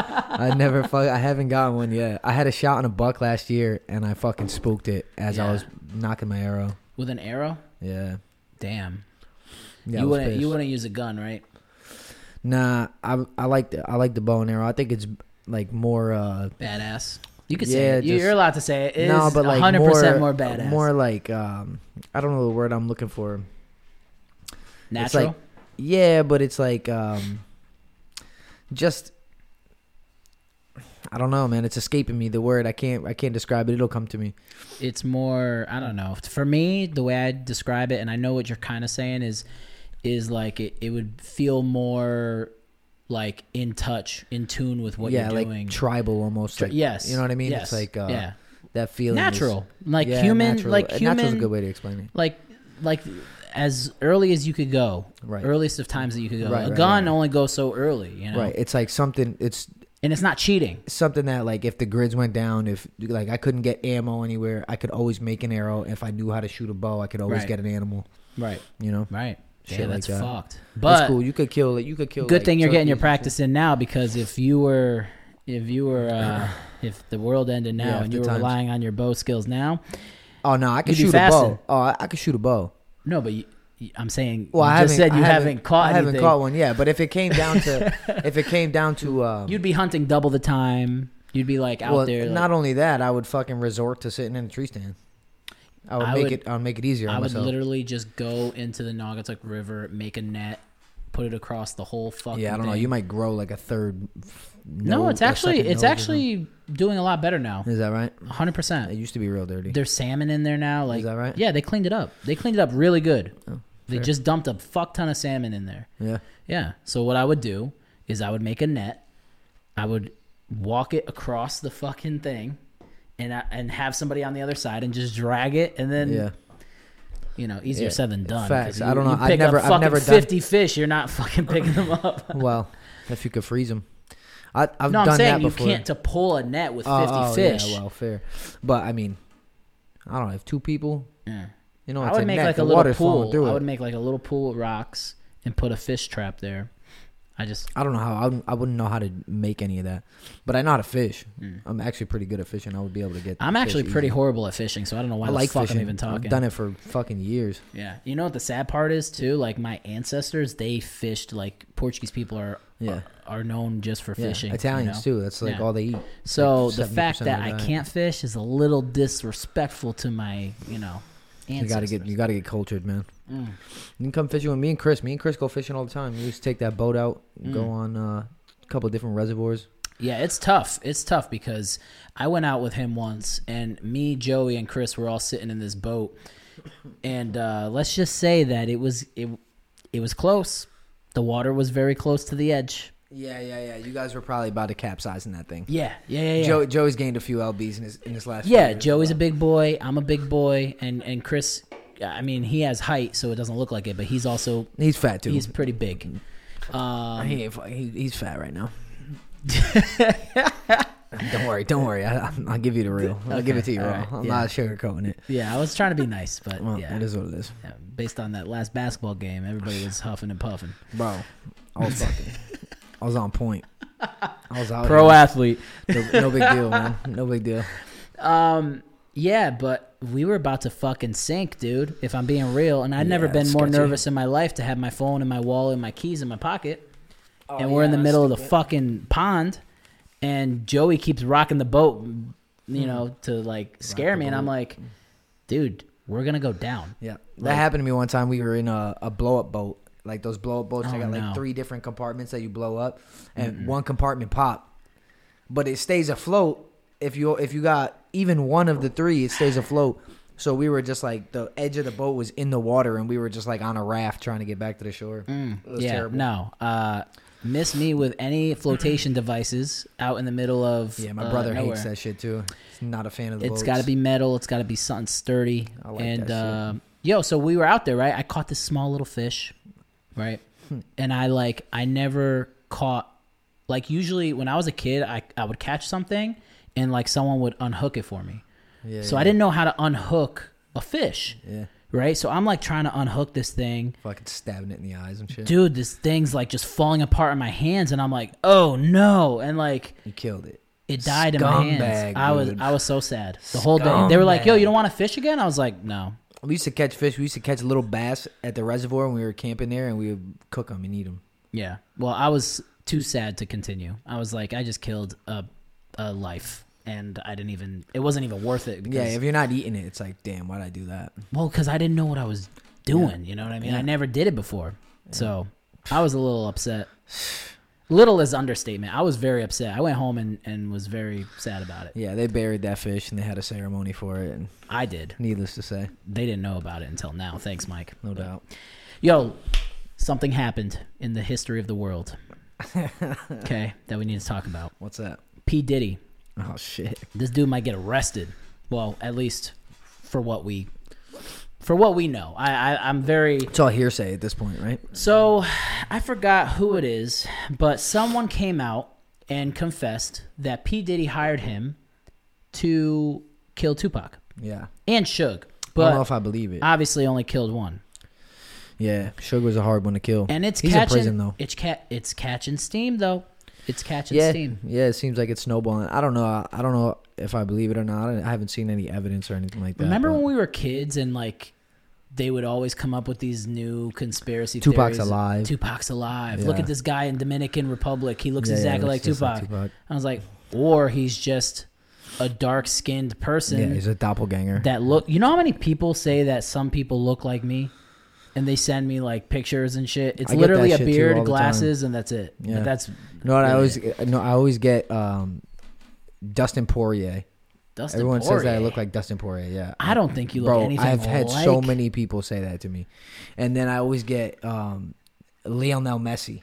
Speaker 2: I never fuck. I haven't gotten one yet. I had a shot on a buck last year, and I fucking spooked it as I
Speaker 1: Yeah.
Speaker 2: was knocking my arrow.
Speaker 1: with an arrow.
Speaker 2: Yeah,
Speaker 1: Damn.
Speaker 2: yeah I
Speaker 1: you
Speaker 2: was
Speaker 1: wouldn't.
Speaker 2: pissed.
Speaker 1: You wouldn't use a gun, right?
Speaker 2: Nah, I I like the I like the bow and arrow. I think it's like more. uh
Speaker 1: Badass. You could say
Speaker 2: Yeah,
Speaker 1: it. You-
Speaker 2: just-
Speaker 1: you're allowed to say it. It's
Speaker 2: No, but like
Speaker 1: 100%
Speaker 2: more
Speaker 1: more, badass.
Speaker 2: More like um, I don't know the word I'm looking for. It's
Speaker 1: natural.
Speaker 2: like, yeah, but it's like um, just I don't know, man. It's escaping me. The word I can't I can't describe it. It'll come to me.
Speaker 1: it's more i don't know for me the way i describe it and i know what you're kind of saying is is like it, it would feel more like in touch in tune with what
Speaker 2: yeah,
Speaker 1: you're
Speaker 2: like
Speaker 1: doing
Speaker 2: tribal almost. Like,
Speaker 1: yes
Speaker 2: you know what I mean.
Speaker 1: yes,
Speaker 2: It's like uh,
Speaker 1: yeah.
Speaker 2: that feeling is-
Speaker 1: natural like
Speaker 2: Yeah,
Speaker 1: human
Speaker 2: natural.
Speaker 1: like
Speaker 2: Uh,
Speaker 1: human
Speaker 2: Natural's a good way to explain it.
Speaker 1: like like as early as you could go
Speaker 2: Right.
Speaker 1: earliest of times that you could go
Speaker 2: Right,
Speaker 1: a
Speaker 2: right,
Speaker 1: gun
Speaker 2: right.
Speaker 1: only goes so early you know
Speaker 2: Right. It's like something. It's
Speaker 1: and it's not cheating
Speaker 2: something that like if the grids went down if like i couldn't get ammo anywhere i could always make an arrow if i knew how to shoot a bow i could always
Speaker 1: Right.
Speaker 2: get an animal
Speaker 1: right
Speaker 2: you know
Speaker 1: right
Speaker 2: Shit
Speaker 1: yeah
Speaker 2: like
Speaker 1: that's
Speaker 2: that.
Speaker 1: fucked
Speaker 2: That's
Speaker 1: but
Speaker 2: cool you could kill it you could kill
Speaker 1: good
Speaker 2: like,
Speaker 1: thing you're getting your
Speaker 2: turkeys and shit.
Speaker 1: practice in now because if you were if you were uh, if the world ended now
Speaker 2: Yeah, if
Speaker 1: and
Speaker 2: the
Speaker 1: you were
Speaker 2: times-
Speaker 1: relying on your bow skills now
Speaker 2: Oh no, I can
Speaker 1: You'd be
Speaker 2: shoot a
Speaker 1: faster.
Speaker 2: bow. Oh, I, I can shoot a bow.
Speaker 1: No, but you, you- I'm saying.
Speaker 2: Well,
Speaker 1: you
Speaker 2: I
Speaker 1: just
Speaker 2: haven't-
Speaker 1: said you
Speaker 2: I
Speaker 1: haven't, caught
Speaker 2: I haven't
Speaker 1: anything.
Speaker 2: caught one. Yeah, but if it came down to, if it came down to, um,
Speaker 1: You'd be hunting double the time. You'd be like out
Speaker 2: well,
Speaker 1: there. like-
Speaker 2: not only that, I would fucking resort to sitting in a tree stand. I would
Speaker 1: I
Speaker 2: make
Speaker 1: would-
Speaker 2: it. I would make it easier.
Speaker 1: I
Speaker 2: on
Speaker 1: would
Speaker 2: myself.
Speaker 1: literally just go into the Naugatuck River, make a net, put it across the whole fucking.
Speaker 2: Yeah, I don't know.
Speaker 1: thing.
Speaker 2: You might grow like a third. f-
Speaker 1: No,
Speaker 2: nose-
Speaker 1: it's
Speaker 2: a
Speaker 1: actually
Speaker 2: second
Speaker 1: it's
Speaker 2: nose or
Speaker 1: actually doing a lot better now.
Speaker 2: something. Is that right?
Speaker 1: 100.
Speaker 2: It
Speaker 1: percent
Speaker 2: used to be real dirty.
Speaker 1: There's salmon in there now. Like,
Speaker 2: that right? Oh,
Speaker 1: Yeah, they cleaned it up. They cleaned it up really good. they
Speaker 2: fair.
Speaker 1: just dumped a fuck ton of salmon in there.
Speaker 2: Yeah.
Speaker 1: Yeah. So what I would do is I would make a net. I would walk it across the fucking thing, and I, and have somebody on the other side and just drag it, and then
Speaker 2: Yeah.
Speaker 1: you know easier
Speaker 2: Yeah.
Speaker 1: said than done. 'cause
Speaker 2: Facts. I don't know. I've never- I've
Speaker 1: fucking
Speaker 2: never done-
Speaker 1: fifty fish. You're not fucking picking them up.
Speaker 2: Well, if you could freeze them, I, I've
Speaker 1: no,
Speaker 2: done
Speaker 1: I'm saying
Speaker 2: that
Speaker 1: you
Speaker 2: before.
Speaker 1: can't to pull a net with
Speaker 2: Oh,
Speaker 1: fifty
Speaker 2: oh,
Speaker 1: fish.
Speaker 2: Yeah, well, fair. But I mean, I don't know. If two people,
Speaker 1: Yeah.
Speaker 2: you know,
Speaker 1: I
Speaker 2: it's
Speaker 1: would make
Speaker 2: net,
Speaker 1: like a
Speaker 2: the
Speaker 1: little
Speaker 2: water's flowing
Speaker 1: pool.
Speaker 2: Through
Speaker 1: I
Speaker 2: it.
Speaker 1: would make like a little pool with rocks and put a fish trap there. I just
Speaker 2: I don't know how I wouldn't, I wouldn't know how to make any of that, but I know how to fish. I'm actually pretty good at fishing. I would be able to get.
Speaker 1: Hmm. I'm
Speaker 2: fish
Speaker 1: actually pretty
Speaker 2: easy.
Speaker 1: horrible at fishing, so I don't know why
Speaker 2: I
Speaker 1: the
Speaker 2: like
Speaker 1: fuck
Speaker 2: fishing.
Speaker 1: I'm even talking.
Speaker 2: I've done it for fucking years.
Speaker 1: Yeah. You know what the sad part is too? Like my ancestors, they fished like Portuguese people are
Speaker 2: Yeah.
Speaker 1: are, are known just for
Speaker 2: Yeah.
Speaker 1: fishing.
Speaker 2: Italians too. That's like
Speaker 1: Yeah.
Speaker 2: all they eat.
Speaker 1: So
Speaker 2: Like
Speaker 1: the
Speaker 2: 70%
Speaker 1: fact
Speaker 2: of
Speaker 1: that
Speaker 2: the
Speaker 1: I
Speaker 2: diet.
Speaker 1: can't fish is a little disrespectful to my, you know,
Speaker 2: You gotta
Speaker 1: ancestors.
Speaker 2: get you gotta get cultured, man.
Speaker 1: Mm.
Speaker 2: You can come fishing with me and Chris. Me and Chris go fishing all the time. We used to take that boat out, go
Speaker 1: Mm.
Speaker 2: on uh, a couple of different reservoirs.
Speaker 1: Yeah, it's tough. It's tough because I went out with him once, and me, Joey, and Chris were all sitting in this boat, and uh, let's just say that it was it it was close. The water was very close to the edge.
Speaker 2: Yeah, yeah, yeah. You guys were probably about to capsize in that thing.
Speaker 1: Yeah, yeah, yeah. yeah.
Speaker 2: Joe, Joey's gained a few lbs in his in his last.
Speaker 1: Yeah, Joey's a big boy. I'm a big boy, and and Chris, I mean, he has height, so it doesn't look like it, but he's also
Speaker 2: He's fat too.
Speaker 1: he's pretty big. Um,
Speaker 2: he ain't, fu- he, he's fat right now. don't worry, don't worry. I, I'll give you the real. I'll give it to you
Speaker 1: all
Speaker 2: raw.
Speaker 1: right,
Speaker 2: I'm
Speaker 1: yeah.
Speaker 2: not sugarcoating it.
Speaker 1: yeah, I was trying to be nice, but
Speaker 2: Well,
Speaker 1: yeah,
Speaker 2: it is what it is,
Speaker 1: yeah, based on that last basketball game, everybody was huffing and puffing.
Speaker 2: bro. I was fucking. I was on point. I was out
Speaker 1: Pro
Speaker 2: here.
Speaker 1: athlete.
Speaker 2: No, no big deal, man. No big deal.
Speaker 1: Um, yeah, but we were about to fucking sink, dude. If I'm being real, and I'd never
Speaker 2: Yeah,
Speaker 1: been
Speaker 2: it's
Speaker 1: more
Speaker 2: sketchy.
Speaker 1: nervous in my life to have my phone and my wallet and my keys in my pocket.
Speaker 2: Oh,
Speaker 1: and we're in the middle of the fucking pond, and Joey keeps rocking the boat,
Speaker 2: Hmm.
Speaker 1: you know, to like scare me, and I'm like, dude, we're gonna go down.
Speaker 2: Yeah, that happened to me one time. We were in a, a blow up boat, like those blow up boats.
Speaker 1: Oh,
Speaker 2: they got like
Speaker 1: no.
Speaker 2: three different compartments that you blow up, and one compartment popped, but it stays afloat. If you if you got even one of the three, it stays afloat. So we were just like the edge of the boat was in the water, and we were just like on a raft trying to get back to the shore. it was
Speaker 1: Mm. yeah,
Speaker 2: terrible.
Speaker 1: no, uh, miss me with any flotation devices out in the middle of
Speaker 2: Yeah, my
Speaker 1: uh,
Speaker 2: brother hates
Speaker 1: nowhere.
Speaker 2: that shit too. He's not a fan of the
Speaker 1: It's
Speaker 2: boats.
Speaker 1: got to be metal. It's got to be something sturdy.
Speaker 2: I like
Speaker 1: and uh,
Speaker 2: that shit.
Speaker 1: yo, so we were out there, right? I caught this small little fish, right?
Speaker 2: Hmm.
Speaker 1: and I like I never caught like usually when I was a kid, I I would catch something and like someone would unhook it for me.
Speaker 2: Yeah,
Speaker 1: so
Speaker 2: yeah.
Speaker 1: I didn't know how to unhook a fish.
Speaker 2: Yeah.
Speaker 1: Right? So I'm like trying to unhook this thing
Speaker 2: fucking stabbing it in the eyes and shit.
Speaker 1: dude, this thing's like just falling apart in my hands, and I'm like, oh no, and like
Speaker 2: He killed it.
Speaker 1: it died in my hands.
Speaker 2: Scumbag,
Speaker 1: I was
Speaker 2: dude.
Speaker 1: I was so sad the whole day. They were like, yo, you don't want to fish again? I was like, no.
Speaker 2: We used to catch fish. We used to catch little bass at the reservoir when we were camping there, and we would cook them and eat them.
Speaker 1: Yeah. Well, I was too sad to continue. I was like, I just killed a a life. And I didn't even. It wasn't even worth it. Because,
Speaker 2: Yeah, if you're not eating it, it's like, damn, why'd I do that?
Speaker 1: well, because I didn't know what I was doing. You know what I mean? I never did it before, so I was a little upset. Little is understatement. I was very upset. I went home and, and was very sad about it.
Speaker 2: Yeah, they buried that fish and they had a ceremony for it. And
Speaker 1: I did.
Speaker 2: needless to say,
Speaker 1: they didn't know about it until now. Thanks, Mike.
Speaker 2: no doubt.
Speaker 1: Yo, something happened in the history of the world. okay, that we need to talk about.
Speaker 2: What's that?
Speaker 1: P. Diddy.
Speaker 2: Oh shit.
Speaker 1: This dude might get arrested. Well, at least for what we for what we know. I, I I'm very
Speaker 2: It's all hearsay at this point, right?
Speaker 1: so I forgot who it is, but someone came out and confessed that P. Diddy hired him to kill Tupac
Speaker 2: Yeah.
Speaker 1: and Suge.
Speaker 2: I don't know
Speaker 1: But
Speaker 2: if I believe it.
Speaker 1: obviously only killed one.
Speaker 2: yeah, sugar was a hard one to kill.
Speaker 1: and it's
Speaker 2: he's
Speaker 1: catching
Speaker 2: in prison though.
Speaker 1: It's ca- it's catching steam though. it's catching
Speaker 2: yeah,
Speaker 1: steam.
Speaker 2: yeah. It seems like it's snowballing. I don't know. I, I don't know if I believe it or not. I, don't- I haven't seen any evidence or anything like that.
Speaker 1: Remember
Speaker 2: but-
Speaker 1: when we were kids and like they would always come up with these new conspiracy
Speaker 2: Tupac's
Speaker 1: theories.
Speaker 2: alive.
Speaker 1: Tupac's alive. Look
Speaker 2: Yeah.
Speaker 1: at this guy in Dominican Republic. He looks
Speaker 2: Yeah, yeah,
Speaker 1: exactly like,
Speaker 2: looks just
Speaker 1: Tupac.
Speaker 2: like Tupac.
Speaker 1: I was like, or he's just a dark skinned person
Speaker 2: Yeah, he's a doppelganger.
Speaker 1: that look you know how many people say that some people look like me? And they send me like pictures and shit. It's
Speaker 2: I get that
Speaker 1: literally a
Speaker 2: shit, too, all
Speaker 1: beard,
Speaker 2: the time.
Speaker 1: glasses, and that's it.
Speaker 2: Yeah.
Speaker 1: That's
Speaker 2: you know what? I
Speaker 1: Yeah.
Speaker 2: always uh, no. I always get um, Dustin Poirier.
Speaker 1: Dustin
Speaker 2: Everyone says that I
Speaker 1: Poirier.
Speaker 2: look like Dustin Poirier. Yeah.
Speaker 1: I don't think you look
Speaker 2: Bro,
Speaker 1: anything
Speaker 2: I've had so
Speaker 1: like-
Speaker 2: many people say that to me, and then I always get um, Lionel Messi.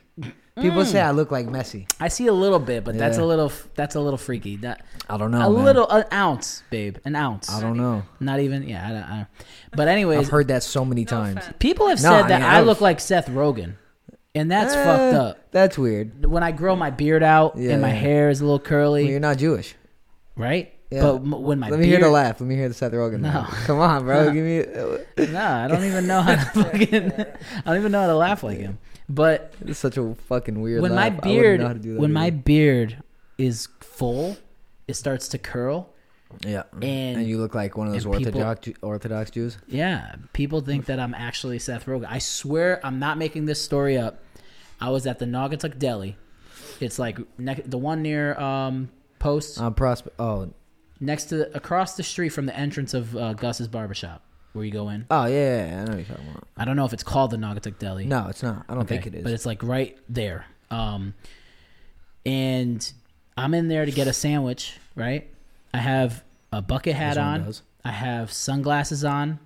Speaker 2: People
Speaker 1: Mm.
Speaker 2: say I look like Messi.
Speaker 1: I see a little bit, but that's
Speaker 2: Yeah.
Speaker 1: a little that's a little freaky. That
Speaker 2: I don't know.
Speaker 1: a
Speaker 2: man.
Speaker 1: little an ounce, babe, an ounce.
Speaker 2: I don't know.
Speaker 1: Not even, yeah. I don't, I don't. But
Speaker 2: I've
Speaker 1: anyways,
Speaker 2: heard that so many
Speaker 5: No
Speaker 2: times.
Speaker 5: offense.
Speaker 1: people have
Speaker 2: No,
Speaker 1: said
Speaker 2: I
Speaker 1: that
Speaker 2: mean,
Speaker 1: I
Speaker 2: I've-
Speaker 1: look like Seth Rogen, and that's
Speaker 2: Eh,
Speaker 1: fucked up.
Speaker 2: That's weird.
Speaker 1: When I grow my beard out
Speaker 2: Yeah,
Speaker 1: and my
Speaker 2: yeah.
Speaker 1: hair is a little curly,
Speaker 2: Well, you're not Jewish.
Speaker 1: right?
Speaker 2: Yeah.
Speaker 1: But m- when my
Speaker 2: Let
Speaker 1: beard,
Speaker 2: me hear the laugh. Let me hear the Seth Rogen.
Speaker 1: No.
Speaker 2: laugh. come on, bro. Give me. uh,
Speaker 1: No, I don't even know how to fucking. I don't even know how to laugh like him. But
Speaker 2: It's such a fucking weird.
Speaker 1: when my
Speaker 2: laugh. I wouldn't
Speaker 1: beard,
Speaker 2: know how to do that
Speaker 1: when my
Speaker 2: either.
Speaker 1: beard is full, it starts to curl.
Speaker 2: yeah,
Speaker 1: and-
Speaker 2: and, you look like one of those
Speaker 1: and people-
Speaker 2: Orthodox Orthodox Jews.
Speaker 1: Yeah, people think that I'm actually Seth Rogen. I swear I'm not making this story up. I was at the Naugatuck Deli. It's like ne- the one near um, Post,
Speaker 2: On prospect. Oh,
Speaker 1: next to across the street from the entrance of uh, Gus's barbershop, where you go in.
Speaker 2: oh yeah, yeah, yeah, I know what you're talking about.
Speaker 1: I don't know if it's called the Naugatuck Deli.
Speaker 2: No, it's not. I don't think it is.
Speaker 1: But it's like right there. Um, and I'm in there to get a sandwich, right? I have a bucket hat
Speaker 2: Everyone
Speaker 1: on.
Speaker 2: does.
Speaker 1: I have sunglasses on.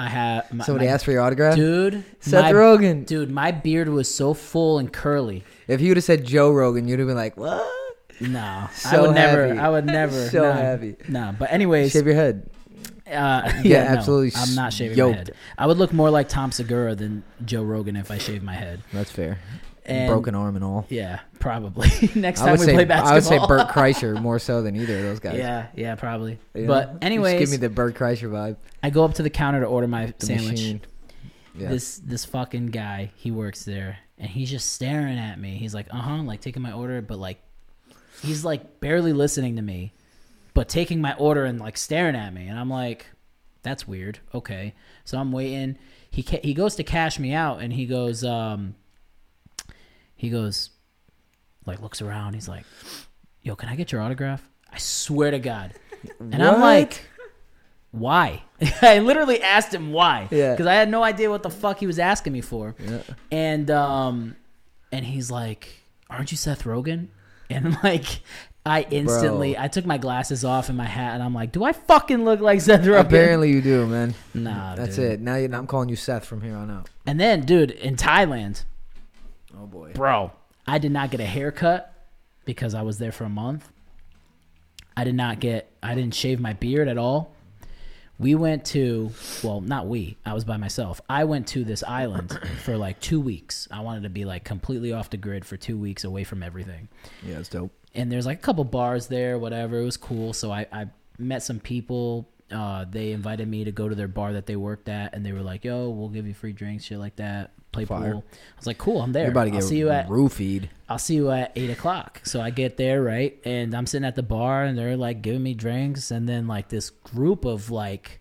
Speaker 1: I have my,
Speaker 2: Somebody
Speaker 1: my-
Speaker 2: asked for your autograph.
Speaker 1: dude.
Speaker 2: Seth
Speaker 1: my-
Speaker 2: Rogen.
Speaker 1: Dude, my beard was so full and curly.
Speaker 2: If you would have said Joe Rogan, you'd have been like, "What?"
Speaker 1: No, I
Speaker 2: So
Speaker 1: would never.
Speaker 2: heavy.
Speaker 1: I would never.
Speaker 2: So
Speaker 1: nah,
Speaker 2: heavy.
Speaker 1: Nah, but anyways,
Speaker 2: Shave your head.
Speaker 1: uh, yeah,
Speaker 2: Yeah,
Speaker 1: absolutely.
Speaker 2: absolutely
Speaker 1: I'm not shaving my
Speaker 2: yoked.
Speaker 1: head. I would look more like Tom Segura than Joe Rogan if I shaved my head.
Speaker 2: That's fair.
Speaker 1: And-
Speaker 2: Broken arm and all.
Speaker 1: Yeah, probably. Next
Speaker 2: I
Speaker 1: time
Speaker 2: would
Speaker 1: we
Speaker 2: say
Speaker 1: play basketball,
Speaker 2: I would say Burt Kreischer more so than either of those guys.
Speaker 1: Yeah, yeah, probably.
Speaker 2: You know?
Speaker 1: But anyways,
Speaker 2: just give me the Bert Kreischer vibe.
Speaker 1: I go up to the counter to order my
Speaker 2: The
Speaker 1: sandwich.
Speaker 2: machine. Yeah.
Speaker 1: This this fucking guy, he works there, and he's just staring at me. He's like, uh huh, like taking my order, but like, he's like barely listening to me, but taking my order and like staring at me, and I'm like, that's weird. Okay, so I'm waiting. He ca- he goes to cash me out, and he goes, um, he goes, like looks around. He's like, yo, can I get your autograph? I swear to God. And I'm
Speaker 2: What?
Speaker 1: like, why? I literally asked him why.
Speaker 2: Yeah.
Speaker 1: Because I had no idea what the fuck he was asking me for.
Speaker 2: Yeah.
Speaker 1: And um and he's like, Aren't you Seth Rogen? And like I instantly
Speaker 2: Bro.
Speaker 1: I took my glasses off and my hat and I'm like, Do I fucking look like Seth Rogen?
Speaker 2: Apparently you do, man.
Speaker 1: Nah,
Speaker 2: That's
Speaker 1: dude.
Speaker 2: it. Now, you, now I'm calling you Seth from here on out.
Speaker 1: And then, dude, in Thailand,
Speaker 2: Oh boy.
Speaker 1: bro, I did not get a haircut because I was there for a month. I did not get I didn't shave my beard at all. We went to well, not we. I was by myself. I went to this island for like 2 weeks. I wanted to be like completely off the grid for 2 weeks away from everything
Speaker 2: Yeah, that's dope.
Speaker 1: and there's like a couple bars there, whatever. It was cool. So I, I met some people. Uh, they invited me to go to their bar that they worked at, and they were like, "Yo, we'll give you free drinks, shit like that. Play
Speaker 2: Fire.
Speaker 1: pool." I was like, "Cool, I'm there.
Speaker 2: You're about to
Speaker 1: I'll
Speaker 2: get
Speaker 1: see you at
Speaker 2: roofied.
Speaker 1: I'll see you at eight o'clock." So I get there right, and I'm sitting at the bar, and they're like giving me drinks, and then like this group of like.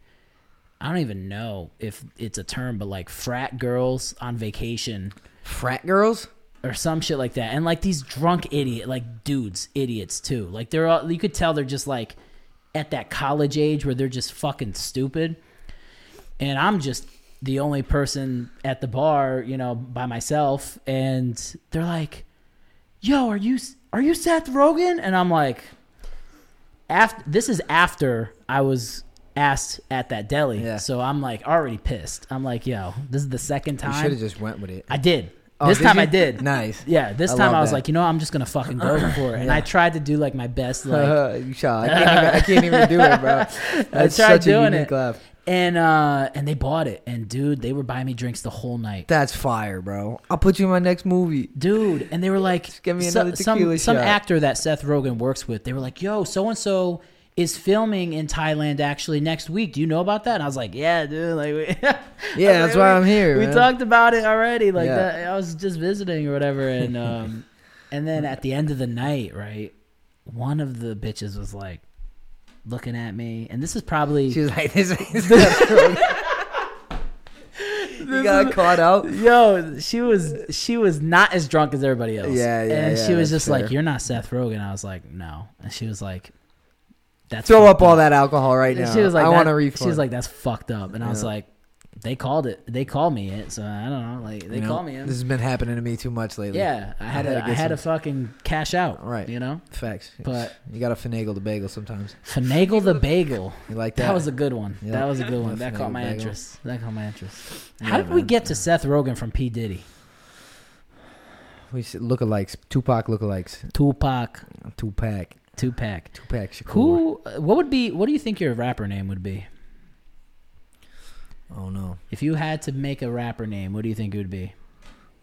Speaker 1: I don't even know if it's a term, but like frat girls on vacation
Speaker 2: Frat girls?
Speaker 1: or some shit like that. And like these drunk idiot, like dudes, idiots too. Like they're all, you could tell they're just like at that college age where they're just fucking stupid. And I'm just the only person at the bar, you know, by myself. And they're like, yo, are you, are you Seth Rogen? And I'm like, after, this is after I was asked at that deli.
Speaker 2: Yeah.
Speaker 1: So I'm like already pissed. I'm like, yo, this is the second
Speaker 2: You should have
Speaker 1: time.
Speaker 2: just went with it.
Speaker 1: I did.
Speaker 2: Oh,
Speaker 1: this time
Speaker 2: you?
Speaker 1: I did.
Speaker 2: Nice.
Speaker 1: Yeah, this
Speaker 2: I
Speaker 1: time
Speaker 2: love
Speaker 1: I was
Speaker 2: that.
Speaker 1: like, you know, I'm just gonna fucking go for it, and I tried to do like my best, like,
Speaker 2: Uh, you shot. I can't, even, I can't even do it, bro. That's
Speaker 1: tried
Speaker 2: such
Speaker 1: doing
Speaker 2: a unique
Speaker 1: it.
Speaker 2: laugh.
Speaker 1: and uh, and they bought it, and dude, they were buying me drinks the whole night,
Speaker 2: That's fire, bro. I'll put you in my next movie.
Speaker 1: dude, and they were like,
Speaker 2: Just give me
Speaker 1: so-
Speaker 2: another
Speaker 1: some
Speaker 2: tequila
Speaker 1: some
Speaker 2: shot.
Speaker 1: actor that Seth Rogen works with, they were like, yo, so and so is filming in Thailand actually next week. Do you know about that? And I was like, yeah, dude, like, we,
Speaker 2: Yeah, that's why I'm here,
Speaker 1: We
Speaker 2: man.
Speaker 1: talked about it already. Like,
Speaker 2: Yeah.
Speaker 1: that, I was just visiting or whatever, and um, And then at the end of the night, right, one of the bitches was like looking at me, and this is probably
Speaker 2: She was like, "This is you got caught out."
Speaker 1: yo. She was she was not as drunk as everybody else.
Speaker 2: Yeah, yeah,
Speaker 1: And
Speaker 2: yeah,
Speaker 1: she was
Speaker 2: that's
Speaker 1: just like,
Speaker 2: fair.
Speaker 1: "You're not Seth Rogen." I was like, "No," and she was like, "That's
Speaker 2: Throw
Speaker 1: fucked
Speaker 2: up all that alcohol right
Speaker 1: And
Speaker 2: now.
Speaker 1: She was like,
Speaker 2: "I want
Speaker 1: that-
Speaker 2: a refund."
Speaker 1: She was like, "That's fucked up," and I was
Speaker 2: Yeah.
Speaker 1: like, "They called it. They called me it. So I don't know. Like they
Speaker 2: You know,
Speaker 1: called me it.
Speaker 2: This has been happening to me too much lately.
Speaker 1: Yeah, I had
Speaker 2: I
Speaker 1: to
Speaker 2: gotta
Speaker 1: I
Speaker 2: get
Speaker 1: had
Speaker 2: some-
Speaker 1: to fucking cash out.
Speaker 2: Right.
Speaker 1: You know,
Speaker 2: facts.
Speaker 1: But-
Speaker 2: you got to finagle the bagel sometimes.
Speaker 1: finagle the bagel.
Speaker 2: You like that?
Speaker 1: That was a good one.
Speaker 2: Yeah.
Speaker 1: That was a good one.
Speaker 2: Finagle's
Speaker 1: That caught my
Speaker 2: bagel.
Speaker 1: interest. That caught my interest.
Speaker 2: Yeah,
Speaker 1: How did we
Speaker 2: man.
Speaker 1: get to Seth Rogen from P Diddy?
Speaker 2: we said lookalikes, Tupac lookalikes,
Speaker 1: Tupac,
Speaker 2: Tupac,
Speaker 1: Tupac.
Speaker 2: Tupac Shakur.
Speaker 1: Who? uh, What would be? What do you think your rapper name would be?
Speaker 2: Oh no,
Speaker 1: If you had to make a rapper name, what do you think it would be?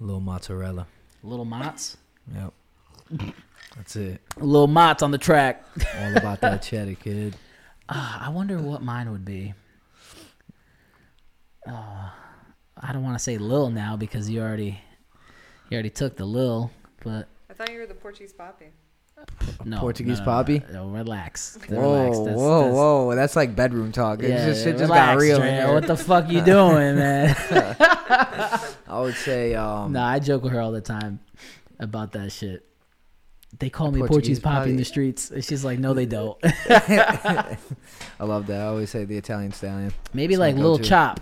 Speaker 2: Lil Mozzarella.
Speaker 1: Little Mott's.
Speaker 2: Yep, that's it.
Speaker 1: Little Mott's on the track.
Speaker 2: All about that cheddar, kid.
Speaker 1: Ah, I wonder what mine would be. Uh, I don't want to say Lil now because you already, you already took the Lil, but
Speaker 5: I thought you were the Portuguese poppy.
Speaker 1: no,
Speaker 2: Portuguese
Speaker 1: no, no,
Speaker 2: Poppy?
Speaker 1: No, no, relax.
Speaker 2: Whoa,
Speaker 1: relax. That's-
Speaker 2: whoa,
Speaker 1: that's-
Speaker 2: whoa! That's like bedroom talk. It
Speaker 1: Yeah,
Speaker 2: just, shit
Speaker 1: yeah,
Speaker 2: just got
Speaker 1: relax,
Speaker 2: real.
Speaker 1: Dre.
Speaker 2: in here.
Speaker 1: What the fuck you doing, man?
Speaker 2: I would say, um,
Speaker 1: no, I joke with her all the time about that shit. They call me Portuguese
Speaker 2: Portuguese
Speaker 1: Poppy in
Speaker 2: Poppy.
Speaker 1: the streets. And she's like, no, they don't.
Speaker 2: I love that. I always say the Italian stallion,
Speaker 1: Maybe
Speaker 2: That's my
Speaker 1: like Lil
Speaker 2: go-to. Oh,
Speaker 1: Chop.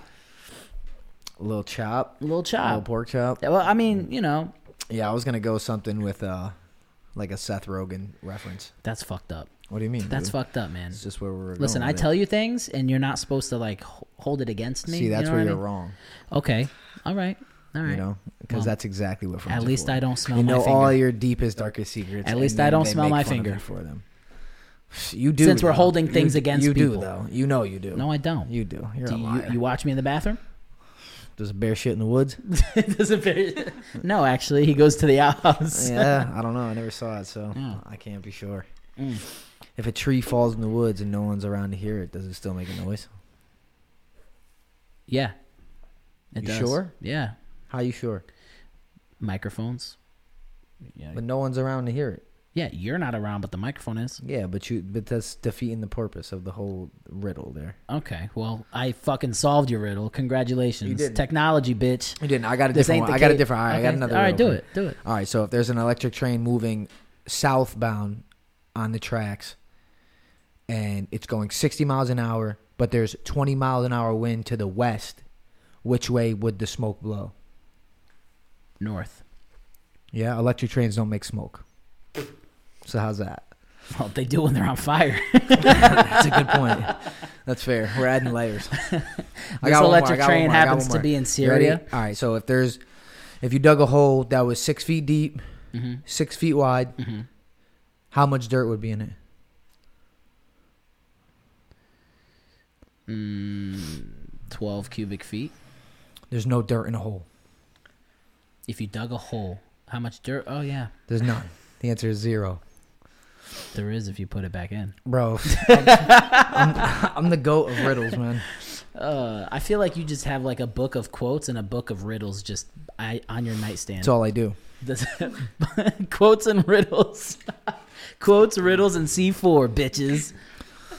Speaker 2: little chop,
Speaker 1: Lil
Speaker 2: little
Speaker 1: Chop.
Speaker 2: pork chop.
Speaker 1: Well, I mean, you know,
Speaker 2: Yeah, I was gonna go something with uh, like a Seth Rogen reference.
Speaker 1: that's fucked up.
Speaker 2: What do you mean?
Speaker 1: That's
Speaker 2: dude?
Speaker 1: fucked up, man.
Speaker 2: It's just where we're.
Speaker 1: Listen,
Speaker 2: going
Speaker 1: I
Speaker 2: with
Speaker 1: tell
Speaker 2: it.
Speaker 1: you things, and you're not supposed to like h- hold it against me.
Speaker 2: See, that's
Speaker 1: you know
Speaker 2: where
Speaker 1: what
Speaker 2: you're
Speaker 1: I mean?
Speaker 2: wrong.
Speaker 1: Okay, all right, all right.
Speaker 2: You know, because
Speaker 1: Well,
Speaker 2: that's exactly what. friends
Speaker 1: At
Speaker 2: are
Speaker 1: least
Speaker 2: for.
Speaker 1: I don't smell
Speaker 2: You
Speaker 1: my
Speaker 2: know
Speaker 1: finger.
Speaker 2: all your deepest, darkest secrets.
Speaker 1: At
Speaker 2: and
Speaker 1: least I
Speaker 2: then
Speaker 1: don't
Speaker 2: they
Speaker 1: smell
Speaker 2: make
Speaker 1: my
Speaker 2: fun of
Speaker 1: finger.
Speaker 2: you for them. You do
Speaker 1: Since we're
Speaker 2: though.
Speaker 1: holding
Speaker 2: You-
Speaker 1: things against
Speaker 2: you
Speaker 1: people.
Speaker 2: do though. You know you do.
Speaker 1: no, I don't.
Speaker 2: you do. You're
Speaker 1: Do
Speaker 2: a
Speaker 1: you,
Speaker 2: liar.
Speaker 1: you watch me in the bathroom?
Speaker 2: There's a bear shit in the woods.
Speaker 1: Doesn't fit. no, actually, he goes to the outhouse.
Speaker 2: yeah, I don't know. I never saw it, so
Speaker 1: Yeah.
Speaker 2: I can't be sure.
Speaker 1: Mm.
Speaker 2: If a tree falls in the woods and no one's around to hear it, does it still make a noise?
Speaker 1: Yeah, it
Speaker 2: You
Speaker 1: does.
Speaker 2: sure?
Speaker 1: Yeah,
Speaker 2: How you sure?
Speaker 1: microphones. Yeah.
Speaker 2: But no one's around to hear it.
Speaker 1: yeah, you're not around, but the microphone is.
Speaker 2: Yeah, but you but that's defeating the purpose of the whole riddle there.
Speaker 1: Okay, well, I fucking solved your riddle. Congratulations,
Speaker 2: didn't.
Speaker 1: technology, bitch.
Speaker 2: You didn't. I got a
Speaker 1: This
Speaker 2: different
Speaker 1: ain't
Speaker 2: one.
Speaker 1: the
Speaker 2: I got a
Speaker 1: ca-
Speaker 2: different. All right, I got
Speaker 1: Okay,
Speaker 2: another.
Speaker 1: All right,
Speaker 2: riddle
Speaker 1: do
Speaker 2: for you.
Speaker 1: it, do it.
Speaker 2: All right, so if there's an electric train moving southbound on the tracks and it's going 60 miles an hour, but there's 20 miles an hour wind to the west, which way would the smoke blow?
Speaker 1: North.
Speaker 2: Yeah, electric trains don't make smoke. So how's that?
Speaker 1: Well, they do when they're on fire.
Speaker 2: That's a good point. That's fair. We're adding layers. I
Speaker 1: this
Speaker 2: got one more, I
Speaker 1: electric
Speaker 2: got one
Speaker 1: train
Speaker 2: more, I got
Speaker 1: happens
Speaker 2: one
Speaker 1: to
Speaker 2: more.
Speaker 1: be in
Speaker 2: You ready?
Speaker 1: Syria.
Speaker 2: All right, so if there's if you dug a hole that was six feet deep,
Speaker 1: Mhm.
Speaker 2: six feet wide,
Speaker 1: Mhm.
Speaker 2: how much dirt would be in it?
Speaker 1: Mm, 12 cubic feet.
Speaker 2: There's no dirt in a hole.
Speaker 1: If you dug a hole, how much dirt? Oh, yeah,
Speaker 2: There's none. The answer is zero,
Speaker 1: there is if you put it back in.
Speaker 2: bro. I'm, I'm- I'm the goat of riddles, man.
Speaker 1: Uh, I feel like you just have like a book of quotes and a book of riddles just I, on your nightstand.
Speaker 2: That's all I do.
Speaker 1: Does- quotes and riddles. quotes, riddles, and C4, bitches.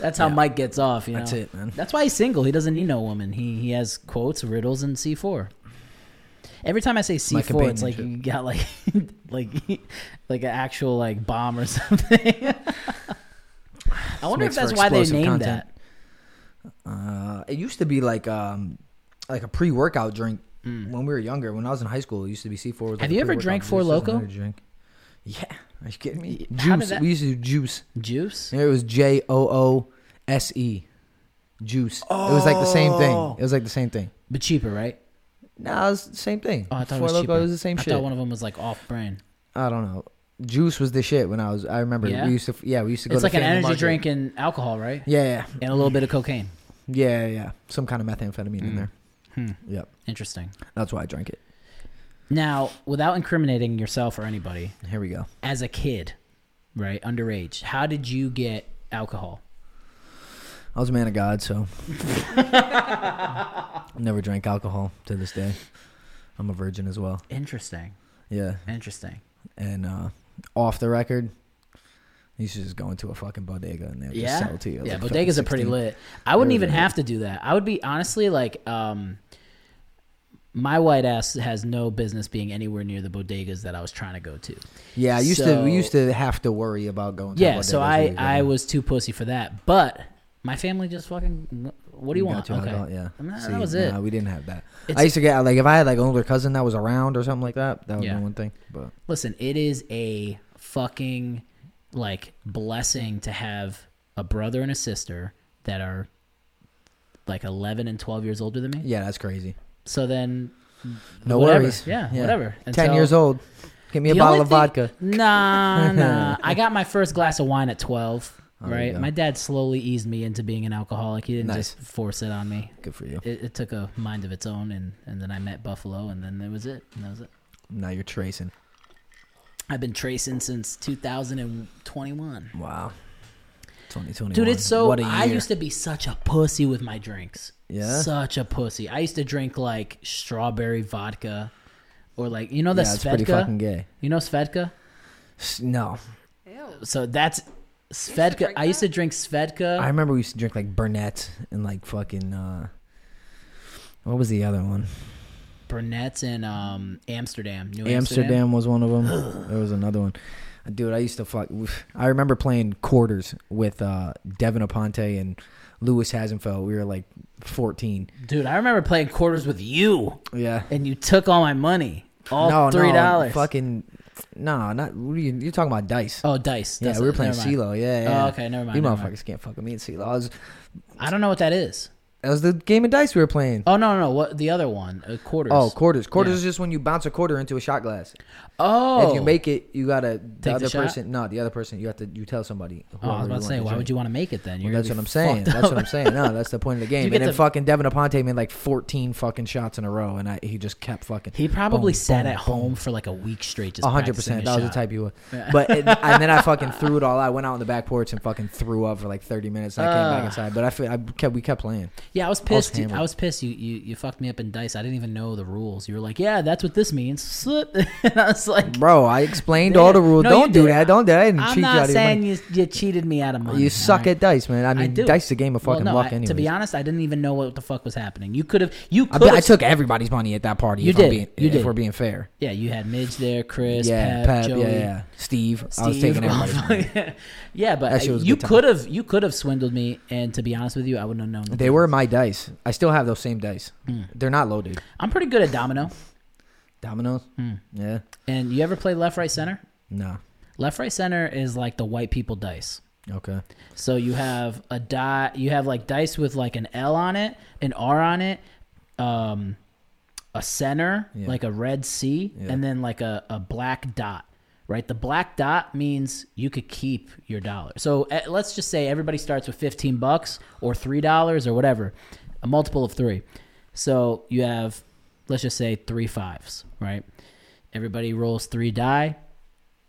Speaker 1: That's how
Speaker 2: Yeah.
Speaker 1: Mike gets off, you know.
Speaker 2: That's it, man.
Speaker 1: That's why he's single. He doesn't need no woman. He he has quotes, riddles, and C four. Every time I say C four, it's like you
Speaker 2: companionship.
Speaker 1: got like like like an actual like bomb or something. I wonder if
Speaker 2: makes for
Speaker 1: that's why they
Speaker 2: explosive
Speaker 1: named
Speaker 2: content. Uh, it used to be like um like a pre-workout drink when we were younger. When I was in high school, it used to be C4. Was like
Speaker 1: Mm. Have
Speaker 2: a
Speaker 1: you ever
Speaker 2: pre-workout
Speaker 1: drank
Speaker 2: juice.
Speaker 1: Four
Speaker 2: It was
Speaker 1: Loko?
Speaker 2: another Drink. Yeah. Are you kidding me?
Speaker 1: Y- how did
Speaker 2: Juice.
Speaker 1: that-
Speaker 2: We used to do juice.
Speaker 1: that. Juice.
Speaker 2: And it was J O O S E. Juice. It was like the same thing. It was like the same thing.
Speaker 1: But cheaper, right?
Speaker 2: No, it was the same thing.
Speaker 1: Oh, I thought
Speaker 2: Four
Speaker 1: it was cheaper.
Speaker 2: Loko was the same
Speaker 1: I
Speaker 2: shit.
Speaker 1: thought one of them was like off brand.
Speaker 2: I don't know. Juice was the shit when I was. I remember
Speaker 1: Yeah?
Speaker 2: we used to. Yeah, we used to go.
Speaker 1: It's
Speaker 2: to
Speaker 1: like an
Speaker 2: Family
Speaker 1: energy
Speaker 2: Market.
Speaker 1: drink and alcohol, right?
Speaker 2: Yeah, yeah,
Speaker 1: And a little bit of cocaine.
Speaker 2: yeah, yeah, yeah. Some kind of methamphetamine
Speaker 1: Mm.
Speaker 2: in there.
Speaker 1: Hmm.
Speaker 2: Yep,
Speaker 1: Interesting.
Speaker 2: that's why I drank it.
Speaker 1: Now, without incriminating yourself or anybody,
Speaker 2: Here we go.
Speaker 1: as a kid, right, underage, how did you get alcohol?
Speaker 2: I was a man of God, so never drank alcohol to this day. I'm a virgin as well.
Speaker 1: Interesting.
Speaker 2: Yeah,
Speaker 1: Interesting.
Speaker 2: and uh, off the record. You should just go into a fucking bodega and they'll just
Speaker 1: Yeah,
Speaker 2: sell it to you.
Speaker 1: yeah.
Speaker 2: Like
Speaker 1: bodegas are
Speaker 2: fucking
Speaker 1: pretty
Speaker 2: 16.
Speaker 1: lit. I wouldn't
Speaker 2: They're
Speaker 1: even
Speaker 2: really
Speaker 1: have to do that. I would be honestly like, um, my white ass has no business being anywhere near the bodegas that I was trying to go to.
Speaker 2: Yeah, I used to
Speaker 1: So-
Speaker 2: we used to have to worry about going. to
Speaker 1: yeah,
Speaker 2: bodegas
Speaker 1: so
Speaker 2: when
Speaker 1: I
Speaker 2: we
Speaker 1: I
Speaker 2: were
Speaker 1: was too pussy for that. But my family just fucking. What do you want?
Speaker 2: got you
Speaker 1: okay,
Speaker 2: adult, yeah.
Speaker 1: And that,
Speaker 2: See,
Speaker 1: that was
Speaker 2: nah,
Speaker 1: it.
Speaker 2: we didn't have that.
Speaker 1: It's-
Speaker 2: I used to get like if I had like an older cousin that was around or something like that, that would
Speaker 1: Yeah.
Speaker 2: be one thing. But
Speaker 1: Listen, it is a fucking like blessing to have a brother and a sister that are like 11 and 12 years older than me.
Speaker 2: yeah, that's crazy.
Speaker 1: So then
Speaker 2: No
Speaker 1: whatever.
Speaker 2: worries.
Speaker 1: Yeah, whatever. And
Speaker 2: Ten
Speaker 1: so-
Speaker 2: years old. Give me a
Speaker 1: The
Speaker 2: bottle
Speaker 1: only
Speaker 2: of
Speaker 1: thing-
Speaker 2: vodka.
Speaker 1: Nah, nah. I got my first glass of wine at 12,
Speaker 2: Oh, there you
Speaker 1: right?
Speaker 2: go.
Speaker 1: My dad slowly eased me into being an alcoholic. He didn't
Speaker 2: Nice.
Speaker 1: just force it on me.
Speaker 2: Good for you.
Speaker 1: It, it took a mind of its own, and, and then I met Buffalo, and then that was it. And that was it.
Speaker 2: Now you're tracing.
Speaker 1: I've been tracing since 2021.
Speaker 2: Wow. 2021.
Speaker 1: Dude, it's so.
Speaker 2: What a year.
Speaker 1: I used to be such a pussy with my drinks.
Speaker 2: Yeah?
Speaker 1: Such a pussy. I used to drink like strawberry vodka or like, you know, the
Speaker 2: yeah, it's pretty
Speaker 1: Svedka?
Speaker 2: fucking gay.
Speaker 1: you know Svedka?
Speaker 2: S- No,
Speaker 5: Ew.
Speaker 1: So that's Svedka.
Speaker 5: drink
Speaker 1: I used
Speaker 5: that?
Speaker 1: to drink Svedka.
Speaker 2: I remember we used to drink like Burnett and like fucking. uh What was the other one?
Speaker 1: Burnett's in um, Amsterdam, New
Speaker 2: Amsterdam,
Speaker 1: Amsterdam.
Speaker 2: was one of them. there was another one. Dude, I used to fuck. I remember playing quarters with uh, Devin Aponte and Lewis Hasenfeld. We were like 14.
Speaker 1: Dude, I remember playing quarters with you,
Speaker 2: Yeah.
Speaker 1: and you took all my money, all
Speaker 2: no,
Speaker 1: three
Speaker 2: no,
Speaker 1: dollars.
Speaker 2: fucking. No, not. what are you, you're talking about dice.
Speaker 1: oh, dice.
Speaker 2: yeah,
Speaker 1: That's
Speaker 2: we were
Speaker 1: it.
Speaker 2: playing
Speaker 1: Never mind.
Speaker 2: CeeLo. Yeah, yeah.
Speaker 1: Oh, okay, never mind,
Speaker 2: You
Speaker 1: never
Speaker 2: motherfuckers
Speaker 1: mind.
Speaker 2: can't fuck with me and CeeLo. I was,
Speaker 1: I don't know what that is.
Speaker 2: that was the game of dice we were playing.
Speaker 1: Oh no, no, no. What the other one? Uh, quarters.
Speaker 2: Oh, quarters. Quarters is just when you bounce a quarter into a shot glass.
Speaker 1: oh.
Speaker 2: If you make it, you gotta the
Speaker 1: the
Speaker 2: other
Speaker 1: shot?
Speaker 2: person. No, the other person. You have to. You tell somebody.
Speaker 1: Oh, I was about
Speaker 2: whoever
Speaker 1: to
Speaker 2: want
Speaker 1: say, why
Speaker 2: drink.
Speaker 1: would you want to make it then? You're
Speaker 2: Well, that's what
Speaker 1: gonna
Speaker 2: I'm
Speaker 1: be fucked
Speaker 2: saying. That's what
Speaker 1: up.
Speaker 2: I'm saying. No, that's the point of the game.
Speaker 1: You
Speaker 2: And
Speaker 1: get
Speaker 2: then
Speaker 1: to-
Speaker 2: fucking Devin Aponte made like 14 fucking shots in a row, and I, he just kept fucking.
Speaker 1: He probably
Speaker 2: boom,
Speaker 1: sat
Speaker 2: boom,
Speaker 1: at home for like a week straight, just
Speaker 2: boom. 100.
Speaker 1: practicing
Speaker 2: percent
Speaker 1: his
Speaker 2: That was the
Speaker 1: shot.
Speaker 2: type you were. But it, and then I fucking threw it all. out. I went out on the back porch and fucking threw up for like 30 minutes. And I came back
Speaker 1: Ah.
Speaker 2: inside, but I, feel, I kept we kept playing.
Speaker 1: Yeah, I was pissed.
Speaker 2: hammered.
Speaker 1: I was pissed. You, you you fucked me up in dice. I didn't even know the rules. You were like, yeah, that's what this means. Slip. and I was like,
Speaker 2: Bro, I explained all the rules.
Speaker 1: No, you
Speaker 2: don't do
Speaker 1: did.
Speaker 2: that. Don't do that. I didn't
Speaker 1: I'm
Speaker 2: cheat you out
Speaker 1: not
Speaker 2: of your money.
Speaker 1: saying you you cheated me out of money.
Speaker 2: You suck
Speaker 1: I-
Speaker 2: at dice, man. I
Speaker 1: I
Speaker 2: mean,
Speaker 1: do.
Speaker 2: dice is a game of
Speaker 1: Well,
Speaker 2: fucking
Speaker 1: no,
Speaker 2: luck.
Speaker 1: I-
Speaker 2: anyway.
Speaker 1: to be honest, I didn't even know what the fuck was happening. You could have. You
Speaker 2: I,
Speaker 1: could.
Speaker 2: bet I
Speaker 1: have
Speaker 2: took everybody's money at that party.
Speaker 1: You
Speaker 2: if I'm
Speaker 1: did.
Speaker 2: being-
Speaker 1: You
Speaker 2: If
Speaker 1: did.
Speaker 2: we're being fair.
Speaker 1: Yeah, you had Midge there, Chris,
Speaker 2: Yeah,
Speaker 1: Pep,
Speaker 2: Pep,
Speaker 1: Joey,
Speaker 2: yeah, yeah. Steve. I was
Speaker 1: Steve.
Speaker 2: taking everybody's money.
Speaker 1: yeah, but
Speaker 2: That shit
Speaker 1: I-
Speaker 2: was a
Speaker 1: you
Speaker 2: good time.
Speaker 1: could have you could have swindled me, and to be honest with you, I wouldn't have known. the
Speaker 2: They
Speaker 1: difference.
Speaker 2: were my dice. I still have those same dice.
Speaker 1: Hmm.
Speaker 2: They're not loaded.
Speaker 1: I'm pretty good at domino.
Speaker 2: Dominoes.
Speaker 1: Hmm.
Speaker 2: Yeah.
Speaker 1: And you ever play left, right, center?
Speaker 2: No.
Speaker 1: Left, right, center is like the white people dice.
Speaker 2: Okay.
Speaker 1: So you have a dot. You have like dice with like an L on it, an R on it, um, a center,
Speaker 2: Yeah.
Speaker 1: like a red C,
Speaker 2: Yeah.
Speaker 1: and then like a, a black dot. Right. The black dot means you could keep your dollar. So eh, let's just say everybody starts with fifteen bucks or three dollars or whatever, a multiple of three. So you have, let's just say three fives. Right. Everybody rolls three die.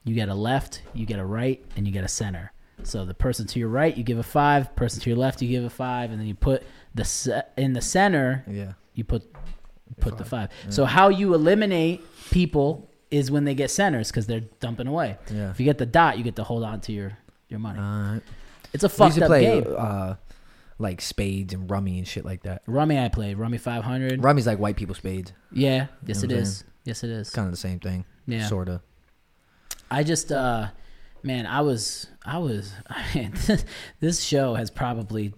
Speaker 1: You get a left, you get a right, and you get a center. So the person to your right, you give a five. Person to your left, you give a five, and then you put the ce- in the center.
Speaker 2: Yeah.
Speaker 1: You put put the five. So how you eliminate people is when they get centers because they're dumping away.
Speaker 2: Yeah.
Speaker 1: If you get the dot, you get to hold on to your your money.
Speaker 2: Uh,
Speaker 1: it's a
Speaker 2: we used
Speaker 1: fucked
Speaker 2: to
Speaker 1: up
Speaker 2: play
Speaker 1: game.
Speaker 2: uh, like spades and rummy and shit like that.
Speaker 1: Rummy, I played Rummy five hundred.
Speaker 2: Rummy's like white people spades.
Speaker 1: yeah, yes
Speaker 2: You
Speaker 1: it
Speaker 2: know what I'm
Speaker 1: is. Yes it is.
Speaker 2: Kind of the same thing.
Speaker 1: Yeah.
Speaker 2: Sorta.
Speaker 1: I just, uh, man, I was, I was, man, this show has probably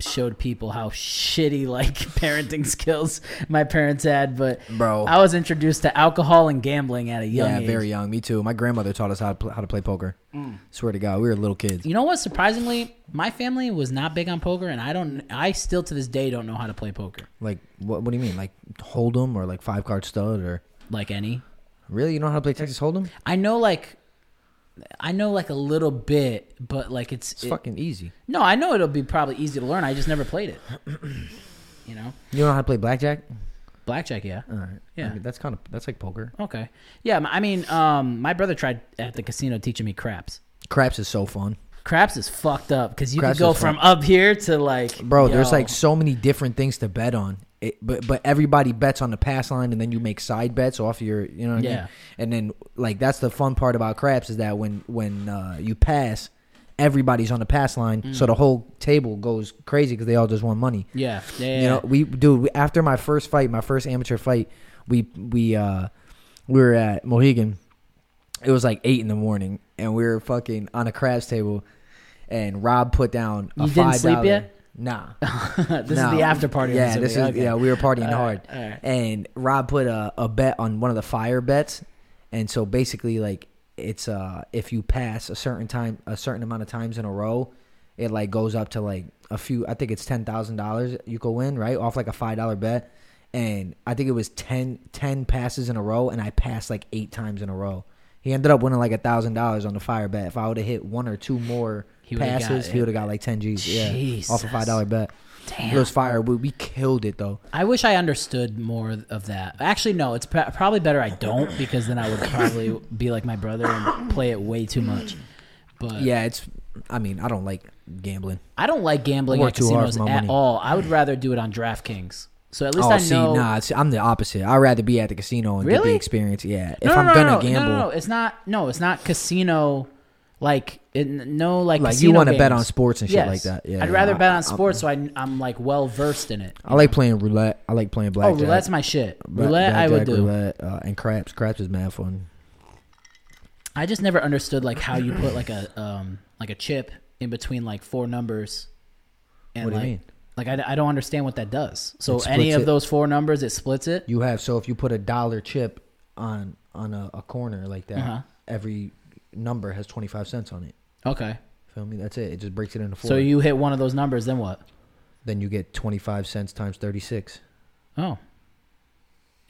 Speaker 1: showed people how shitty like parenting skills my parents had, but
Speaker 2: Bro.
Speaker 1: I was introduced to alcohol and gambling at a young
Speaker 2: yeah,
Speaker 1: age. Hmm.
Speaker 2: very young. Me too. My grandmother taught us how to pl- how to play poker. Swear to God, we were little kids.
Speaker 1: You know what? Surprisingly, my family was not big on poker, and I don't, I still to this day don't know how to play poker,
Speaker 2: Like, what? What do you mean? Like hold'em or like five card stud or
Speaker 1: like any.
Speaker 2: really? You know how to play Texas hold'em?
Speaker 1: I know like, I know like a little bit, but like it's,
Speaker 2: It's
Speaker 1: it-
Speaker 2: fucking easy.
Speaker 1: no, I know it'll be probably easy to learn. I just never played it. You know,
Speaker 2: You know how to play blackjack?
Speaker 1: blackjack, yeah.
Speaker 2: All right.
Speaker 1: Yeah.
Speaker 2: I mean, that's kind of that's like poker.
Speaker 1: Okay. Yeah, m- I mean, um, my brother tried at the casino teaching me craps.
Speaker 2: Craps is so fun.
Speaker 1: Craps is fucked up because you
Speaker 2: Craps
Speaker 1: can go
Speaker 2: is
Speaker 1: from
Speaker 2: fun.
Speaker 1: up here to like,
Speaker 2: Bro, there's
Speaker 1: yo.
Speaker 2: like so many different things to bet on. it, but but everybody bets on the pass line, and then you make side bets off your, you know, what I
Speaker 1: Yeah.
Speaker 2: mean? And then like that's the fun part about craps is that when when uh, you pass, everybody's on the pass line,
Speaker 1: Mm.
Speaker 2: so the whole table goes crazy because they all just want money.
Speaker 1: Yeah, yeah, yeah.
Speaker 2: You know, we dude. We, after my first fight, my first amateur fight, we we uh we were at Mohegan. It was like eight in the morning, and we were fucking on a crabs table, and Rob put down. A
Speaker 1: You didn't sleep
Speaker 2: $5
Speaker 1: yet?
Speaker 2: Nah,
Speaker 1: this
Speaker 2: no.
Speaker 1: is the after party.
Speaker 2: Yeah, this is
Speaker 1: okay.
Speaker 2: yeah. We were partying
Speaker 1: All
Speaker 2: hard,
Speaker 1: right, all right.
Speaker 2: and Rob put a, a bet on one of the fire bets, and so basically like it's uh if you pass a certain time a certain amount of times in a row, it like goes up to like a few. I think it's ten thousand dollars you could win right off like a five dollar bet, and I think it was 10, 10 passes in a row, and I passed like eight times in a row. He ended up winning like a thousand dollars on the fire bet. If I would have hit one or two more
Speaker 1: He would've got
Speaker 2: passes,
Speaker 1: it.
Speaker 2: he would have got like ten G's. Yeah, off a
Speaker 1: Jesus.
Speaker 2: five dollar bet.
Speaker 1: Damn.
Speaker 2: It was fire. We, we killed it though.
Speaker 1: I wish I understood more of that. Actually, no, it's pr- probably better I don't because then I would probably be like my brother and play it way too much. But
Speaker 2: Yeah, it's. I mean, I don't like gambling.
Speaker 1: I don't like gambling
Speaker 2: I
Speaker 1: at
Speaker 2: work too hard
Speaker 1: casinos
Speaker 2: for
Speaker 1: at
Speaker 2: my money.
Speaker 1: all. I would rather do it on DraftKings. So at least
Speaker 2: oh,
Speaker 1: I know.
Speaker 2: see, nah, see, I'm the opposite. I'd rather be at the casino and get
Speaker 1: Really?
Speaker 2: the experience. Yeah,
Speaker 1: No,
Speaker 2: if
Speaker 1: no,
Speaker 2: I'm
Speaker 1: no,
Speaker 2: gonna
Speaker 1: no, no,
Speaker 2: gamble,
Speaker 1: no, no, it's not. No, it's not casino. Like it, no, like
Speaker 2: Like, you
Speaker 1: casino
Speaker 2: wanna bet
Speaker 1: games.
Speaker 2: on sports and shit like that. Yeah,
Speaker 1: I'd
Speaker 2: yeah,
Speaker 1: rather
Speaker 2: I-
Speaker 1: bet on
Speaker 2: I-
Speaker 1: sports, so I, I'm like well versed in it.
Speaker 2: I like playing roulette. I like playing
Speaker 1: Oh,
Speaker 2: blackjack.
Speaker 1: roulette's my shit.
Speaker 2: Bla-
Speaker 1: Roulette, I would
Speaker 2: blackjack,
Speaker 1: do.
Speaker 2: Roulette, uh, and craps. Craps is mad fun.
Speaker 1: I just never understood like how you put like a um like a chip in between like four numbers. And
Speaker 2: What do you
Speaker 1: like,
Speaker 2: mean?
Speaker 1: Like I, I don't understand what that does. So
Speaker 2: It
Speaker 1: any
Speaker 2: splits
Speaker 1: of
Speaker 2: it.
Speaker 1: those four numbers, it splits it.
Speaker 2: You have so if you put a dollar chip on on a, a corner like that,
Speaker 1: Uh-huh.
Speaker 2: every number has 25 cents on it.
Speaker 1: Okay.
Speaker 2: Feel me? That's it. It just breaks it into four.
Speaker 1: So you hit one of those numbers, then what?
Speaker 2: then you get 25 cents times 36.
Speaker 1: Oh.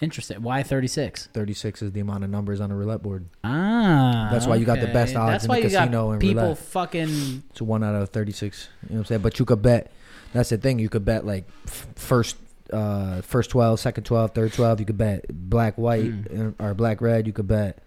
Speaker 1: Interesting. Why thirty six?
Speaker 2: 36 is the amount of numbers on a roulette board.
Speaker 1: Ah.
Speaker 2: That's why you got the
Speaker 1: okay.
Speaker 2: best odds
Speaker 1: That's
Speaker 2: in
Speaker 1: why
Speaker 2: the
Speaker 1: you got
Speaker 2: casino and
Speaker 1: people
Speaker 2: roulette.
Speaker 1: fucking
Speaker 2: It's a one out of 36. You know what I'm saying? But you could bet. That's the thing. You could bet like f- first, uh, first 12, second 12, third 12. You could bet black, white, and- or black, red. You could bet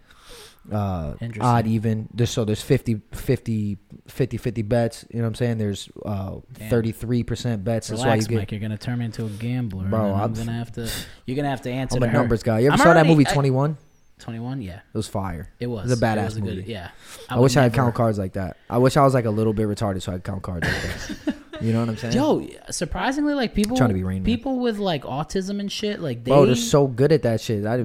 Speaker 2: uh,
Speaker 1: Mm. Interesting.
Speaker 2: odd, even. There's, so there's 50, 50, 50, 50 bets. You know what I'm saying? There's uh,
Speaker 1: Damn.
Speaker 2: 33% bets. That's why you
Speaker 1: relax,
Speaker 2: get.
Speaker 1: Mike. You're gonna turn me into a gambler.
Speaker 2: Bro,
Speaker 1: Bro, I'm,
Speaker 2: I'm-
Speaker 1: gonna have to. You're gonna have to answer.
Speaker 2: I'm
Speaker 1: to
Speaker 2: a
Speaker 1: her.
Speaker 2: numbers guy. You ever
Speaker 1: I'm
Speaker 2: saw that
Speaker 1: already-
Speaker 2: movie
Speaker 1: I-
Speaker 2: 21? It
Speaker 1: 21? Yeah,
Speaker 2: was fire.
Speaker 1: it was.
Speaker 2: It was a badass
Speaker 1: good-
Speaker 2: movie.
Speaker 1: yeah.
Speaker 2: I,
Speaker 1: would
Speaker 2: wish I had
Speaker 1: never-
Speaker 2: count cards like that. I wish I was like a little bit retarded so I could count cards like that. you know what I'm saying?
Speaker 1: Yo, surprisingly, like people
Speaker 2: Trying to be Rain Man.
Speaker 1: people with like autism and shit, like they.
Speaker 2: Bro, they're so good at that shit. I,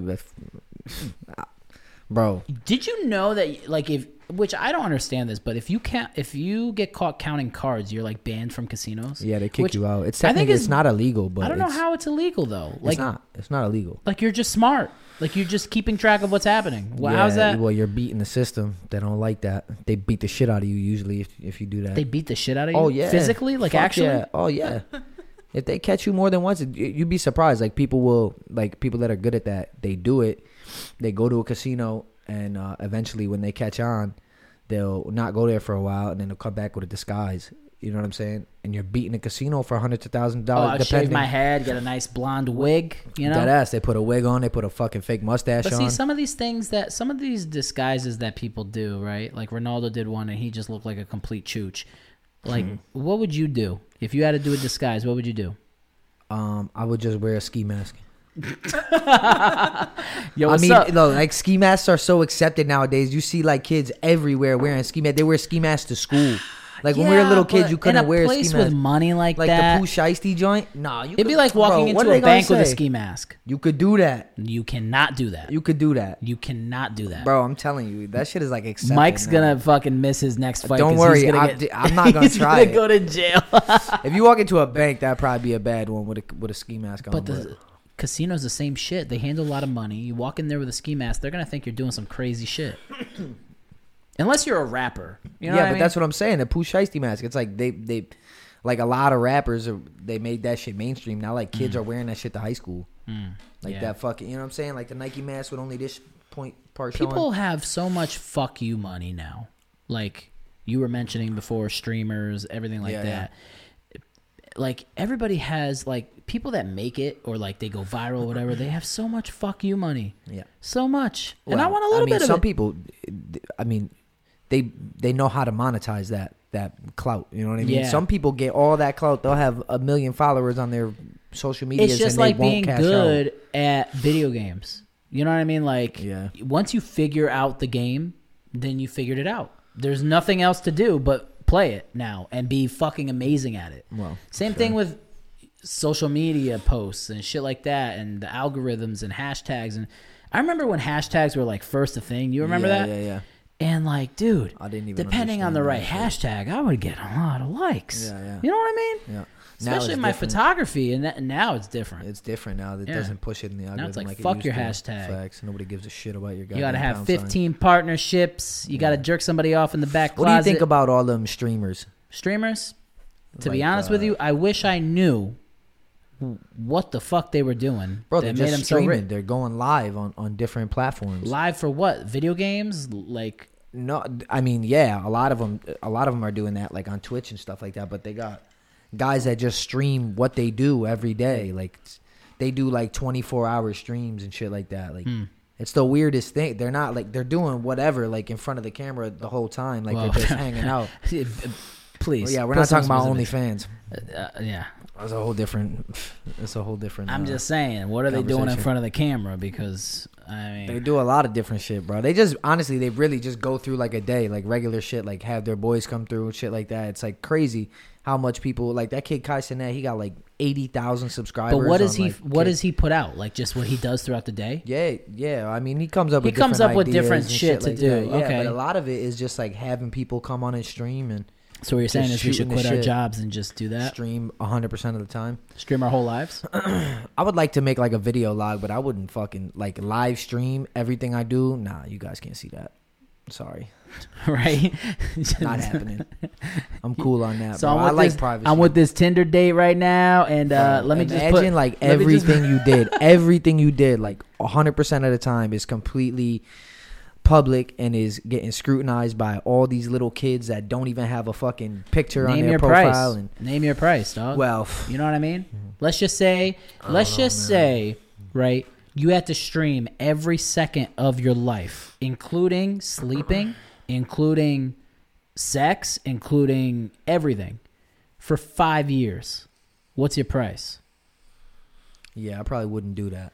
Speaker 2: bro,
Speaker 1: did you know that like if which I don't understand this, but if you can't if you get caught counting cards, you're like banned from casinos.
Speaker 2: yeah, they kick
Speaker 1: Which
Speaker 2: you out. It's
Speaker 1: I think
Speaker 2: technically it's, not illegal, but
Speaker 1: I don't know
Speaker 2: it's,
Speaker 1: how it's illegal though. Like
Speaker 2: it's not. It's not illegal.
Speaker 1: like you're just smart. Like you're just keeping track of what's happening. Well, how's
Speaker 2: Yeah,
Speaker 1: that?
Speaker 2: Well, you're beating the system. They don't like that. They beat the shit out of you usually if, if you do that.
Speaker 1: they beat the shit out of you.
Speaker 2: oh yeah,
Speaker 1: physically, like
Speaker 2: Fuck
Speaker 1: actually.
Speaker 2: yeah. Oh yeah. if they catch you more than once, it- you'd be surprised. Like people will, like people that are good at that, they do it. They go to a casino, and uh, eventually, when they catch on, they'll not go there for a while, and then they'll come back with a disguise. You know what I'm saying? And you're beating a casino for hundreds of thousands of
Speaker 1: Oh,
Speaker 2: dollars.
Speaker 1: I shave
Speaker 2: Uh, depending.
Speaker 1: my head, get a nice blonde wig. You know,
Speaker 2: That ass. They put a wig on. They put a fucking fake mustache
Speaker 1: But
Speaker 2: on.
Speaker 1: see, some of these things that some of these disguises that people do, right? Like Ronaldo did one, and he just looked like a complete chooch. Like, what would you do if you had to do a disguise? What would you do?
Speaker 2: um, I would just wear a ski mask.
Speaker 1: Yo,
Speaker 2: I
Speaker 1: what's
Speaker 2: mean,
Speaker 1: up?
Speaker 2: no, like ski masks are so accepted nowadays. You see, like kids everywhere wearing ski masks. They wear ski masks to school. Like when we were
Speaker 1: Yeah,
Speaker 2: little kids,
Speaker 1: but
Speaker 2: you
Speaker 1: in
Speaker 2: couldn't
Speaker 1: a
Speaker 2: wear a ski
Speaker 1: place
Speaker 2: mask.
Speaker 1: with money like,
Speaker 2: like
Speaker 1: that.
Speaker 2: the Pooh Shiesty joint. Nah, you
Speaker 1: it'd be like walking into a bank with a ski mask.
Speaker 2: You could do that.
Speaker 1: You cannot do that. You,
Speaker 2: You could do that,
Speaker 1: cannot do that.
Speaker 2: bro. I'm telling you, that shit is like accepted.
Speaker 1: Mike's
Speaker 2: now.
Speaker 1: gonna fucking miss his next fight.
Speaker 2: Don't
Speaker 1: 'cause
Speaker 2: worry,
Speaker 1: he's gonna
Speaker 2: I'm
Speaker 1: get-
Speaker 2: d- I'm not gonna
Speaker 1: he's
Speaker 2: try
Speaker 1: Gonna go to jail.
Speaker 2: If you walk into a bank, that'd probably be a bad one with a with a ski mask on.
Speaker 1: But the casino's the same shit. They handle a lot of money. You walk in there with a ski mask, they're gonna think you're doing some crazy shit. Unless you're a rapper, you know.
Speaker 2: yeah,
Speaker 1: what I
Speaker 2: but
Speaker 1: mean?
Speaker 2: that's what I'm saying. The Pooh Shiesty mask. It's like they they like a lot of rappers are, they made that shit mainstream. Now like kids are wearing that shit to high school. Like
Speaker 1: Mm. yeah.
Speaker 2: that fucking you know what I'm saying? Like the Nike mask with only this point part
Speaker 1: people
Speaker 2: showing.
Speaker 1: have so much fuck you money now. Like you were mentioning before, streamers, everything like
Speaker 2: Yeah,
Speaker 1: that. Like everybody has like people that make it or like they go viral, whatever. They have so much fuck you money,
Speaker 2: Yeah.
Speaker 1: so much, and I
Speaker 2: Well,
Speaker 1: want a little
Speaker 2: mean,
Speaker 1: bit of
Speaker 2: some
Speaker 1: it.
Speaker 2: people I mean they they know how to monetize that that clout, you know what I mean?
Speaker 1: Yeah.
Speaker 2: Some people get all that clout. They'll have a million followers on their social medias
Speaker 1: it's just
Speaker 2: and
Speaker 1: like
Speaker 2: they won't
Speaker 1: being
Speaker 2: cash
Speaker 1: good
Speaker 2: out.
Speaker 1: at video games. You know what I mean? Like,
Speaker 2: Yeah.
Speaker 1: once you figure out the game, then you figured it out. There's nothing else to do but play it now and be fucking amazing at it.
Speaker 2: Well,
Speaker 1: Same thing with social media posts and shit like that, and the algorithms and hashtags. And I remember when hashtags were like first a thing. You remember
Speaker 2: yeah,
Speaker 1: that?
Speaker 2: Yeah, yeah.
Speaker 1: And like, dude,
Speaker 2: I didn't even
Speaker 1: depending on the right
Speaker 2: understand
Speaker 1: hashtag, I would get a lot of likes.
Speaker 2: Yeah, yeah.
Speaker 1: You know what I mean?
Speaker 2: Yeah. Now
Speaker 1: Especially
Speaker 2: it's
Speaker 1: my
Speaker 2: different.
Speaker 1: photography, and that, now it's different.
Speaker 2: It's different now. That
Speaker 1: Yeah.
Speaker 2: doesn't push it in the algorithm.
Speaker 1: it's like,
Speaker 2: it
Speaker 1: fuck
Speaker 2: used
Speaker 1: your
Speaker 2: to.
Speaker 1: hashtag.
Speaker 2: Facts. Nobody gives a shit about your.
Speaker 1: you got to
Speaker 2: goddamn
Speaker 1: have
Speaker 2: pound sign.
Speaker 1: 15 partnerships. You got to jerk somebody off in the back
Speaker 2: What
Speaker 1: closet.
Speaker 2: do you think about all them streamers?
Speaker 1: streamers? To be
Speaker 2: Like,
Speaker 1: honest with
Speaker 2: uh,
Speaker 1: you, I wish I knew what the fuck they were doing.
Speaker 2: Bro,
Speaker 1: that
Speaker 2: they're
Speaker 1: made
Speaker 2: just
Speaker 1: them so
Speaker 2: streaming.
Speaker 1: rich.
Speaker 2: they're going live on, on different platforms.
Speaker 1: live for what? Video games? Like
Speaker 2: No, I mean, yeah, a lot of them, a lot of them are doing that, like on Twitch and stuff like that. But they got guys that just stream what they do every day. Like they do like twenty four hour streams and shit like that. Like
Speaker 1: Hmm.
Speaker 2: it's the weirdest thing. They're not like they're doing whatever like in front of the camera the whole time. Like
Speaker 1: Well,
Speaker 2: they're just hanging out.
Speaker 1: please.
Speaker 2: Well, yeah, we're
Speaker 1: put
Speaker 2: not
Speaker 1: some
Speaker 2: talking about
Speaker 1: specifics.
Speaker 2: OnlyFans.
Speaker 1: Uh, yeah.
Speaker 2: That's a whole different. It's a whole different.
Speaker 1: I'm
Speaker 2: uh,
Speaker 1: just saying, what are they doing in
Speaker 2: conversation.
Speaker 1: front of the camera? Because I mean,
Speaker 2: They do a lot of different shit, bro. They just honestly, they really just go through like a day, like regular shit, like have their boys come through and shit like that. It's like crazy how much people like that kid Kai Sinet, he got like eighty thousand subscribers.
Speaker 1: but what
Speaker 2: on,
Speaker 1: does he?
Speaker 2: like,
Speaker 1: what
Speaker 2: kid-
Speaker 1: does he put out? Like just what he does throughout the day?
Speaker 2: Yeah, yeah. I mean, he comes up.
Speaker 1: He
Speaker 2: with
Speaker 1: comes
Speaker 2: different
Speaker 1: up with
Speaker 2: ideas
Speaker 1: different
Speaker 2: and
Speaker 1: shit to
Speaker 2: like
Speaker 1: do,
Speaker 2: that. Yeah,
Speaker 1: okay.
Speaker 2: but a lot of it is just like having people come on and stream and
Speaker 1: So what you're saying is
Speaker 2: Just
Speaker 1: we should
Speaker 2: shooting the
Speaker 1: quit our
Speaker 2: shit.
Speaker 1: jobs and just do that?
Speaker 2: stream hundred percent of the time.
Speaker 1: Stream our whole lives?
Speaker 2: I would like to make like a video log, but I wouldn't fucking like live stream everything I do. Nah, you guys can't see that. Sorry,
Speaker 1: right?
Speaker 2: not happening. I'm cool on that.
Speaker 1: So I'm
Speaker 2: bro. I
Speaker 1: with
Speaker 2: like
Speaker 1: this,
Speaker 2: privacy.
Speaker 1: I'm with this Tinder date right now, and uh, let me
Speaker 2: imagine
Speaker 1: just put
Speaker 2: like
Speaker 1: let me just-
Speaker 2: everything you did, everything you did, like hundred percent of the time is completely public and is getting scrutinized by all these little kids that don't even have a fucking picture on
Speaker 1: name
Speaker 2: their
Speaker 1: your
Speaker 2: profile.
Speaker 1: price.
Speaker 2: And
Speaker 1: Name your price, dog.
Speaker 2: well, mm-hmm. pff,
Speaker 1: You know what I mean? Let's just say, let's just say, right? You had to stream every second of your life, including sleeping, including sex, including everything, for five years. What's your price?
Speaker 2: yeah, I probably wouldn't do that.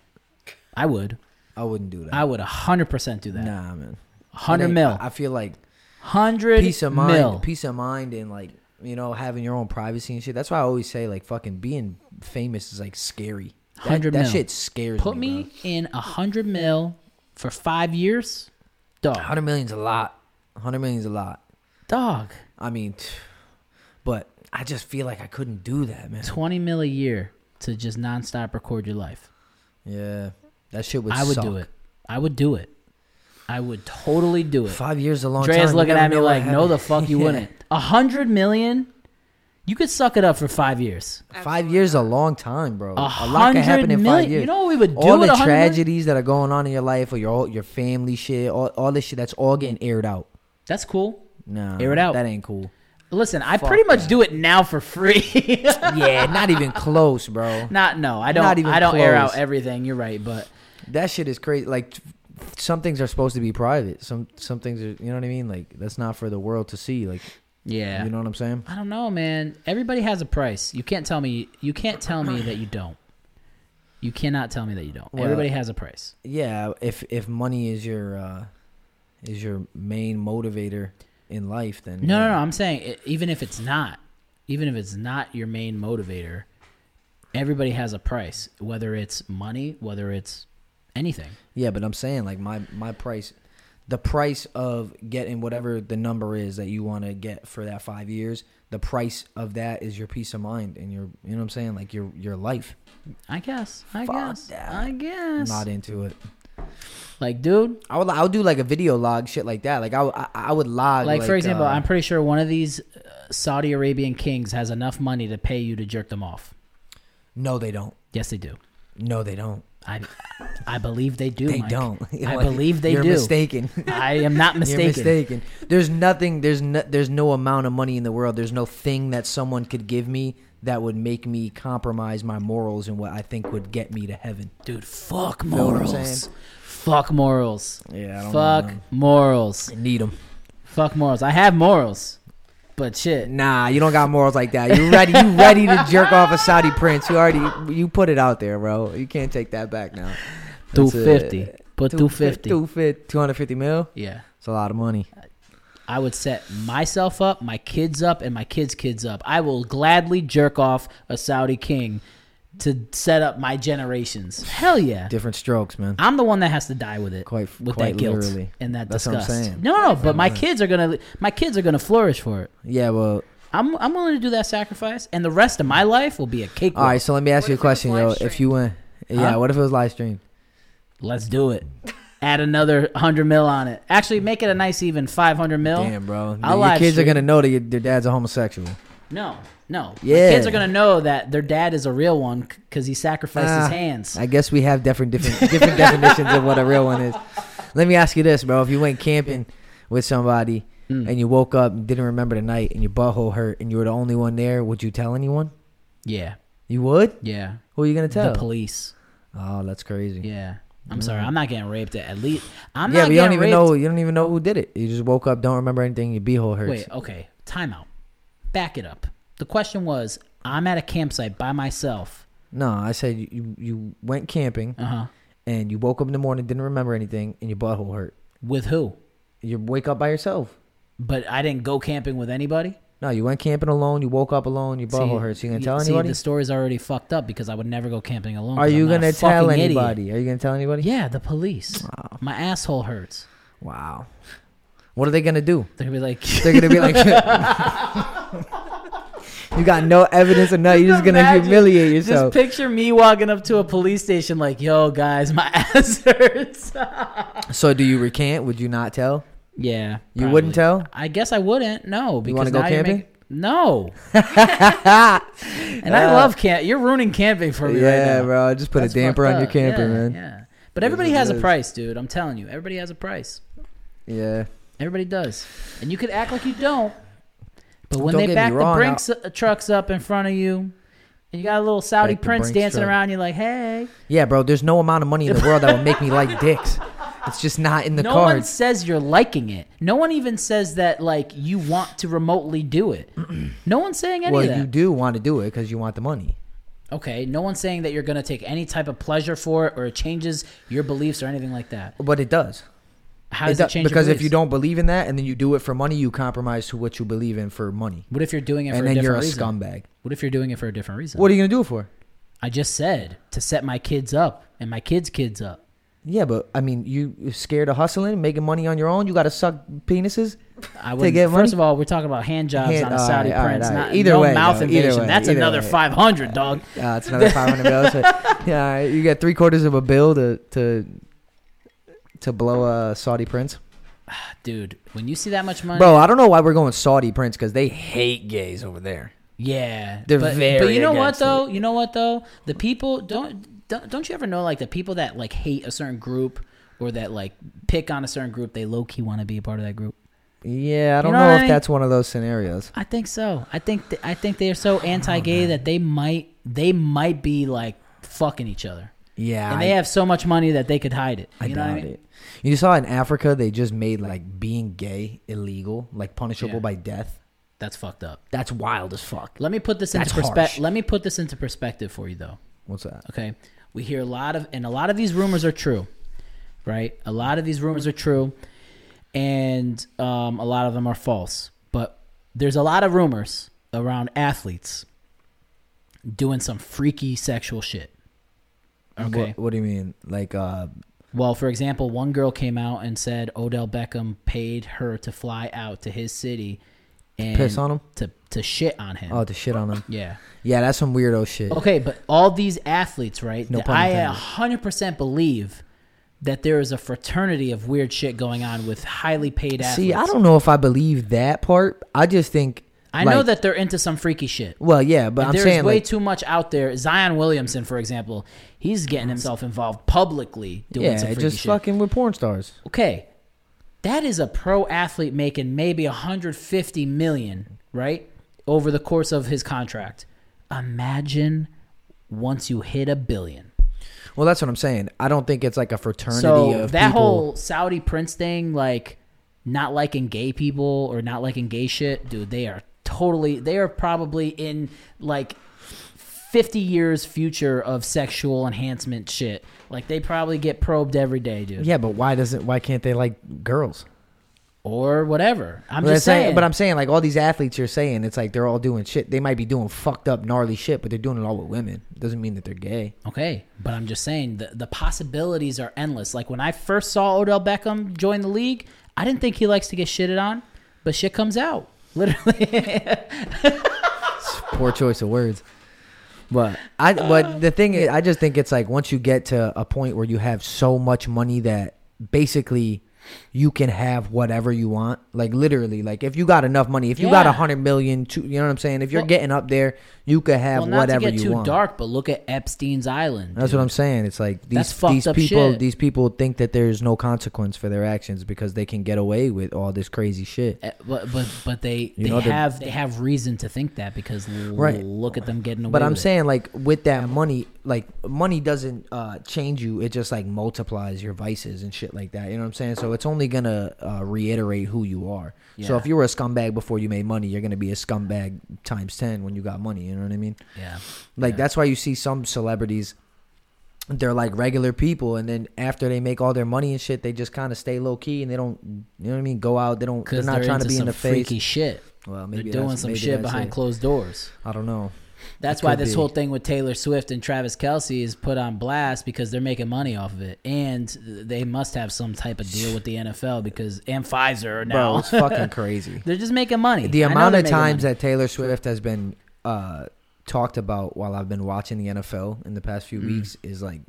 Speaker 1: I would.
Speaker 2: I wouldn't do that.
Speaker 1: I would 100% do that.
Speaker 2: nah, man. It
Speaker 1: 100
Speaker 2: ain't-
Speaker 1: mil.
Speaker 2: I feel like
Speaker 1: 100
Speaker 2: peace of mind,
Speaker 1: mil.
Speaker 2: peace of mind, and like you know having your own privacy and shit. That's why I always say like fucking being famous is like scary. That,
Speaker 1: 100
Speaker 2: that
Speaker 1: mil.
Speaker 2: shit scares
Speaker 1: Put
Speaker 2: me.
Speaker 1: me in 100 mil for five years? Dog.
Speaker 2: Hundred million's a lot. Hundred million's a lot.
Speaker 1: Dog.
Speaker 2: I mean, t- but I just feel like I couldn't do that, man.
Speaker 1: 20 mil a year to just nonstop record your life.
Speaker 2: Yeah, that shit would.
Speaker 1: I would
Speaker 2: suck.
Speaker 1: do it. I would do it. I would totally do it.
Speaker 2: Five years is a long time.
Speaker 1: Dre's
Speaker 2: You
Speaker 1: looking
Speaker 2: never
Speaker 1: at me
Speaker 2: know what
Speaker 1: like, no, the
Speaker 2: happened."
Speaker 1: fuck you
Speaker 2: Yeah.
Speaker 1: wouldn't. A hundred million, you could suck it up for five years.
Speaker 2: Five years is a long time, bro. A, lot can
Speaker 1: hundred
Speaker 2: happen in
Speaker 1: million-
Speaker 2: five years.
Speaker 1: you know what we would do
Speaker 2: All
Speaker 1: with
Speaker 2: the
Speaker 1: 100 million?
Speaker 2: tragedies that are going on in your life, or your whole- your family shit, all, all this shit, that's all getting aired out.
Speaker 1: That's cool.
Speaker 2: Nah,
Speaker 1: Air it out.
Speaker 2: That ain't cool.
Speaker 1: Listen, I pretty much do it now for free.
Speaker 2: Yeah, not even close, bro.
Speaker 1: Not no, I don't.
Speaker 2: Not even
Speaker 1: I don't air
Speaker 2: close.
Speaker 1: out everything. You're right, but
Speaker 2: That shit is crazy. Like, t- some things are supposed to be private. Some some things are, you know what I mean? Like, that's not for the world to see. Like,
Speaker 1: yeah,
Speaker 2: you know what I'm saying?
Speaker 1: I don't know, man. Everybody has a price. You can't tell me. You can't tell me that you don't. You cannot tell me that you don't.
Speaker 2: Well-
Speaker 1: Everybody has a price.
Speaker 2: yeah if if money is your uh is your main motivator in life then
Speaker 1: No,
Speaker 2: yeah.
Speaker 1: no, no. I'm saying i even if it's not, even if it's not your main motivator, everybody has a price. Whether it's money, whether it's anything.
Speaker 2: yeah but i'm saying like my my price the price of getting whatever the number is that you want to get for that five years the price of that is your peace of mind and your you know what i'm saying like your your life
Speaker 1: I guess. I
Speaker 2: Fuck
Speaker 1: guess.
Speaker 2: that.
Speaker 1: I guess.
Speaker 2: not into it
Speaker 1: like, dude.
Speaker 2: i would i would do like a video log shit like that like i would- i, I would log
Speaker 1: Like, for example,
Speaker 2: uh,
Speaker 1: I'm pretty sure one of these uh, Saudi Arabian kings has enough money to pay you to jerk them off.
Speaker 2: no they don't
Speaker 1: Yes, they do.
Speaker 2: no they don't
Speaker 1: I, I believe they do.
Speaker 2: they
Speaker 1: Mike.
Speaker 2: don't
Speaker 1: Oh I
Speaker 2: Like,
Speaker 1: believe they
Speaker 2: you're
Speaker 1: do.
Speaker 2: mistaken
Speaker 1: I am not mistaken.
Speaker 2: You're mistaken. There's nothing. There's no, there's no amount of money in the world. There's no thing that someone could give me that would make me compromise my morals and what I think would get me to heaven.
Speaker 1: Dude, fuck
Speaker 2: Feel what I'm
Speaker 1: morals.
Speaker 2: saying?
Speaker 1: Fuck morals.
Speaker 2: Yeah,
Speaker 1: Fuck morals.
Speaker 2: Need them.
Speaker 1: Fuck morals. I have morals. But shit,
Speaker 2: Nah, you don't got morals like that. You ready? You ready to jerk off a Saudi prince? You already you put it out there, bro. You can't take that back now.
Speaker 1: through
Speaker 2: That's it.
Speaker 1: fifty, put through fifty.
Speaker 2: Two fifty. Two hundred fifty mil.
Speaker 1: Yeah,
Speaker 2: It's a lot of money.
Speaker 1: I would set myself up, my kids up, and my kids' kids up. I will gladly jerk off a Saudi king to set up my generations. Hell yeah.
Speaker 2: Different strokes, man.
Speaker 1: I'm the one that has to die with it,
Speaker 2: Quite-
Speaker 1: with
Speaker 2: quite
Speaker 1: that guilt
Speaker 2: literally.
Speaker 1: and that
Speaker 2: That's what I'm
Speaker 1: disgust.
Speaker 2: saying.
Speaker 1: No, no, but my kids are gonna, my kids are gonna flourish for it.
Speaker 2: Yeah. Well.
Speaker 1: I'm, I'm willing to do that sacrifice, and the rest of my life will be a cake.
Speaker 2: All right. So let me ask
Speaker 5: What
Speaker 2: you a
Speaker 5: if it was
Speaker 2: question, yo.
Speaker 5: live
Speaker 2: If you went, yeah.
Speaker 1: Huh?
Speaker 2: What if it was live stream?
Speaker 1: Let's do it. Add another hundred mil on it. Actually, make it a nice even five hundred mil.
Speaker 2: Damn, bro.
Speaker 1: I'll
Speaker 2: Your
Speaker 1: live
Speaker 2: kids are
Speaker 1: stream.
Speaker 2: gonna know that your, their dad's a homosexual.
Speaker 1: No, no.
Speaker 2: Yeah.
Speaker 1: The kids are gonna know that their dad is a real one because he sacrificed
Speaker 2: Ah,
Speaker 1: his hands.
Speaker 2: I guess we have different different different definitions of what a real one is. Let me ask you this, bro. If you went camping with somebody and you woke up and didn't remember the night and your butthole hurt and you were the only one there, would you tell anyone?
Speaker 1: yeah,
Speaker 2: You would?
Speaker 1: yeah.
Speaker 2: Who are you gonna tell?
Speaker 1: The police.
Speaker 2: oh, that's crazy. Yeah,
Speaker 1: Yeah. I'm sorry. I'm not getting raped. At least I'm
Speaker 2: but
Speaker 1: not getting
Speaker 2: you Mm-hmm. don't even
Speaker 1: raped.
Speaker 2: know you don't even know who did it. You just woke up, don't remember anything, your beehole hurts.
Speaker 1: Wait. Okay. Timeout. Back it up. The question was: I'm at a campsite by myself.
Speaker 2: No, I said you- you you went camping
Speaker 1: Uh huh.
Speaker 2: and you woke up in the morning, didn't remember anything, and your butthole hurt.
Speaker 1: With who?
Speaker 2: You wake up by yourself.
Speaker 1: But I didn't go camping with anybody.
Speaker 2: No, you went camping alone. You woke up alone. Your butthole
Speaker 1: See,
Speaker 2: hurts. You
Speaker 1: y-
Speaker 2: gonna tell
Speaker 1: see,
Speaker 2: anybody?
Speaker 1: The story's already fucked up because I would never go camping alone.
Speaker 2: Are
Speaker 1: 'cause
Speaker 2: you
Speaker 1: I'm not a
Speaker 2: gonna tell
Speaker 1: fucking idiot.
Speaker 2: anybody? Are you gonna tell anybody?
Speaker 1: Yeah, the police. My asshole hurts.
Speaker 2: Wow. What are they gonna do?
Speaker 1: They're gonna be like,
Speaker 2: They're gonna be like, you got no evidence or nothing. You're just gonna
Speaker 1: Imagine-
Speaker 2: humiliate
Speaker 1: Just
Speaker 2: yourself.
Speaker 1: picture me walking up to a police station like, "Yo, guys, my ass hurts."
Speaker 2: so do you recant? Would you not tell?
Speaker 1: yeah,
Speaker 2: You wouldn't
Speaker 1: probably.
Speaker 2: tell?
Speaker 1: I guess I wouldn't. No, because
Speaker 2: wanna go
Speaker 1: now you're
Speaker 2: camping?
Speaker 1: making- no. and I
Speaker 2: Uh,
Speaker 1: love camp. You're ruining camping for me right
Speaker 2: yeah,
Speaker 1: now.
Speaker 2: bro. Just put
Speaker 1: That's
Speaker 2: a damper
Speaker 1: fucked
Speaker 2: on your
Speaker 1: up.
Speaker 2: camper,
Speaker 1: Yeah,
Speaker 2: man.
Speaker 1: Yeah, but everybody
Speaker 2: what
Speaker 1: has
Speaker 2: it
Speaker 1: a
Speaker 2: is.
Speaker 1: price, dude. I'm telling you, everybody has a price.
Speaker 2: Yeah.
Speaker 1: Everybody does, and you could act like you don't. But when
Speaker 2: Don't get
Speaker 1: they
Speaker 2: me
Speaker 1: back the
Speaker 2: wrong,
Speaker 1: brinks, uh, trucks up in front of you, and you got a little Saudi
Speaker 2: Like the
Speaker 1: prince
Speaker 2: Brinks
Speaker 1: dancing
Speaker 2: truck.
Speaker 1: around, you're like, "Hey."
Speaker 2: Yeah, bro. There's no amount of money in the world that would make me like dicks. It's just not in the
Speaker 1: no one
Speaker 2: cards.
Speaker 1: says you're liking it. No one even says that like you want to remotely do it. No one's saying any
Speaker 2: Well,
Speaker 1: of that.
Speaker 2: you do want to do it because you want the money.
Speaker 1: okay, no one's saying that you're going to take any type of pleasure for it or it changes your beliefs or anything like that.
Speaker 2: But it does.
Speaker 1: How
Speaker 2: It
Speaker 1: does it,
Speaker 2: do-
Speaker 1: change? your
Speaker 2: because if you
Speaker 1: beliefs?
Speaker 2: don't believe in that and then you do it for money, you compromise to what you believe in for money.
Speaker 1: what if you're doing it for
Speaker 2: and
Speaker 1: a
Speaker 2: then
Speaker 1: different
Speaker 2: you're a
Speaker 1: reason?
Speaker 2: scumbag.
Speaker 1: What if you're doing it for a different reason?
Speaker 2: What are you gonna do it for?
Speaker 1: I just said to set my kids up and my kids' kids up.
Speaker 2: Yeah, but I mean, you you're scared of hustling, making money on your own. You got to suck penises.
Speaker 1: I would.
Speaker 2: get
Speaker 1: First
Speaker 2: money?
Speaker 1: of all, we're talking about hand jobs
Speaker 2: Hand-
Speaker 1: on a
Speaker 2: all
Speaker 1: Saudi
Speaker 2: right, all right,
Speaker 1: prince.
Speaker 2: all right.
Speaker 1: Not,
Speaker 2: Either
Speaker 1: no
Speaker 2: way,
Speaker 1: mouth
Speaker 2: though. Either
Speaker 1: invasion.
Speaker 2: way,
Speaker 1: That's
Speaker 2: either
Speaker 1: another
Speaker 2: way.
Speaker 1: five hundred, dog.
Speaker 2: Uh, it's another five hundred bills. yeah, all right, you get three quarters of a bill to to to blow a Saudi prince,
Speaker 1: Dude, when you see that much money,
Speaker 2: bro. I don't know why we're going Saudi prince because they hate gays over there.
Speaker 1: Yeah,
Speaker 2: They're
Speaker 1: but, But
Speaker 2: very
Speaker 1: you know what
Speaker 2: against
Speaker 1: though? You know what though? The people don't don't don't you ever know like the people that like hate a certain group or that like pick on a certain group, they low key want to be a part of that group.
Speaker 2: Yeah, I don't
Speaker 1: know
Speaker 2: know,
Speaker 1: what I
Speaker 2: if
Speaker 1: mean?
Speaker 2: that's one of those scenarios.
Speaker 1: I think so. I think th- I think they're so anti-gay that they might they might be like fucking each other,
Speaker 2: Yeah,
Speaker 1: and
Speaker 2: I-
Speaker 1: they have so much money that they could hide it.
Speaker 2: I
Speaker 1: You know
Speaker 2: doubt
Speaker 1: what I mean?
Speaker 2: it. You saw in Africa they just made like being gay illegal, like punishable
Speaker 1: Yeah.
Speaker 2: by death.
Speaker 1: That's fucked up.
Speaker 2: That's wild as fuck.
Speaker 1: Let me put this into
Speaker 2: That's harsh.
Speaker 1: perspective. Let me put this into perspective for you though.
Speaker 2: What's that?
Speaker 1: Okay. We hear a lot of, and a lot of these rumors are true, right? A lot of these rumors are true, and um, a lot of them are false. But there's a lot of rumors around athletes doing some freaky sexual shit. Okay.
Speaker 2: What, what do you mean? Like, uh,
Speaker 1: Well, for example, one girl came out and said Odell Beckham paid her to fly out to his city and
Speaker 2: piss on him?
Speaker 1: to to shit on him.
Speaker 2: oh, to shit on them.
Speaker 1: yeah.
Speaker 2: Yeah, that's some weirdo shit.
Speaker 1: Okay, but all these athletes, right?
Speaker 2: No
Speaker 1: that
Speaker 2: pun
Speaker 1: I
Speaker 2: intended.
Speaker 1: 100% believe that there is a fraternity of weird shit going on with highly paid athletes.
Speaker 2: See, I don't know if I believe that part. I just think
Speaker 1: I know
Speaker 2: like-
Speaker 1: that they're into some freaky shit.
Speaker 2: Well, yeah, but I'm
Speaker 1: There's
Speaker 2: saying
Speaker 1: way
Speaker 2: like,
Speaker 1: too much out there. Zion Williamson, for example, he's getting himself involved publicly doing some
Speaker 2: yeah,
Speaker 1: freaky
Speaker 2: just
Speaker 1: shit.
Speaker 2: fucking with porn stars.
Speaker 1: okay, that is a pro athlete making maybe 150 million, right? Over the course of his contract. Imagine once you hit a billion.
Speaker 2: Well, that's what I'm saying. I don't think it's like a fraternity
Speaker 1: so
Speaker 2: of
Speaker 1: that
Speaker 2: people.
Speaker 1: whole Saudi prince thing, like not liking gay people or not liking gay shit, dude, they are totally they are probably in like 50 years future of sexual enhancement shit. Like they probably get probed every day, dude.
Speaker 2: Yeah, but why doesn't why can't they like girls?
Speaker 1: Or whatever. I'm
Speaker 2: But,
Speaker 1: just
Speaker 2: that's not-
Speaker 1: saying.
Speaker 2: but I'm saying like all these athletes you're saying it's like they're all doing shit. They might be doing fucked up gnarly shit, but they're doing it all with women. Doesn't mean that they're gay.
Speaker 1: Okay, but I'm just saying the the possibilities are endless. Like when I first saw Odell Beckham join the league, I didn't think he likes to get shitted on, but shit comes out. Literally,
Speaker 2: poor choice of words. But I but the thing is, I just think it's like once you get to a point where you have so much money that basically you can have whatever you want. Like literally, like if you got enough money, if you got
Speaker 1: Yeah.
Speaker 2: a hundred million, two, you know what I'm saying. If you're
Speaker 1: Well-
Speaker 2: getting up there, you could have
Speaker 1: well, not
Speaker 2: whatever
Speaker 1: to get
Speaker 2: you
Speaker 1: too
Speaker 2: want.
Speaker 1: dark, but look at Epstein's Island.
Speaker 2: That's
Speaker 1: dude.
Speaker 2: what I'm saying. It's like
Speaker 1: That's
Speaker 2: these
Speaker 1: fucked
Speaker 2: these
Speaker 1: up
Speaker 2: people
Speaker 1: shit.
Speaker 2: these people think that there's no consequence for their actions because they can get away with all this crazy shit.
Speaker 1: Eh, But but but they
Speaker 2: You
Speaker 1: they
Speaker 2: know, the-
Speaker 1: have they have reason to think that because l-
Speaker 2: Right.
Speaker 1: look at them getting away.
Speaker 2: But I'm
Speaker 1: with it.
Speaker 2: saying like with that money, like money doesn't uh, change you. It just like multiplies your vices and shit like that. You know what I'm saying? So it's only gonna uh, reiterate who you are. So
Speaker 1: Yeah.
Speaker 2: if you were a scumbag before you made money, you're gonna be a scumbag times ten when you got money. You know what I mean?
Speaker 1: yeah,
Speaker 2: Like that's why you see some celebrities. They're like regular people, and then after they make all their money and shit, they just kind of stay low key and they don't, you know what I mean? Go out. They don't. They're
Speaker 1: because
Speaker 2: not
Speaker 1: they're,
Speaker 2: trying
Speaker 1: into
Speaker 2: to be
Speaker 1: some
Speaker 2: in the face.
Speaker 1: freaky shit.
Speaker 2: Well,
Speaker 1: They're
Speaker 2: maybe
Speaker 1: doing
Speaker 2: that's-
Speaker 1: some
Speaker 2: maybe
Speaker 1: shit
Speaker 2: that's
Speaker 1: behind
Speaker 2: it.
Speaker 1: closed doors.
Speaker 2: I don't know.
Speaker 1: That's
Speaker 2: It
Speaker 1: why
Speaker 2: could
Speaker 1: this
Speaker 2: be.
Speaker 1: whole thing with Taylor Swift and Travis Kelsey is put on blast because they're making money off of it, and they must have some type of deal with the NFL because and Pfizer
Speaker 2: Bro,
Speaker 1: now
Speaker 2: it's fucking crazy.
Speaker 1: they're just making money.
Speaker 2: The
Speaker 1: I know
Speaker 2: amount
Speaker 1: they're
Speaker 2: of
Speaker 1: making
Speaker 2: times
Speaker 1: money.
Speaker 2: that Taylor Swift has been uh, talked about while I've been watching the NFL in the past few weeks is like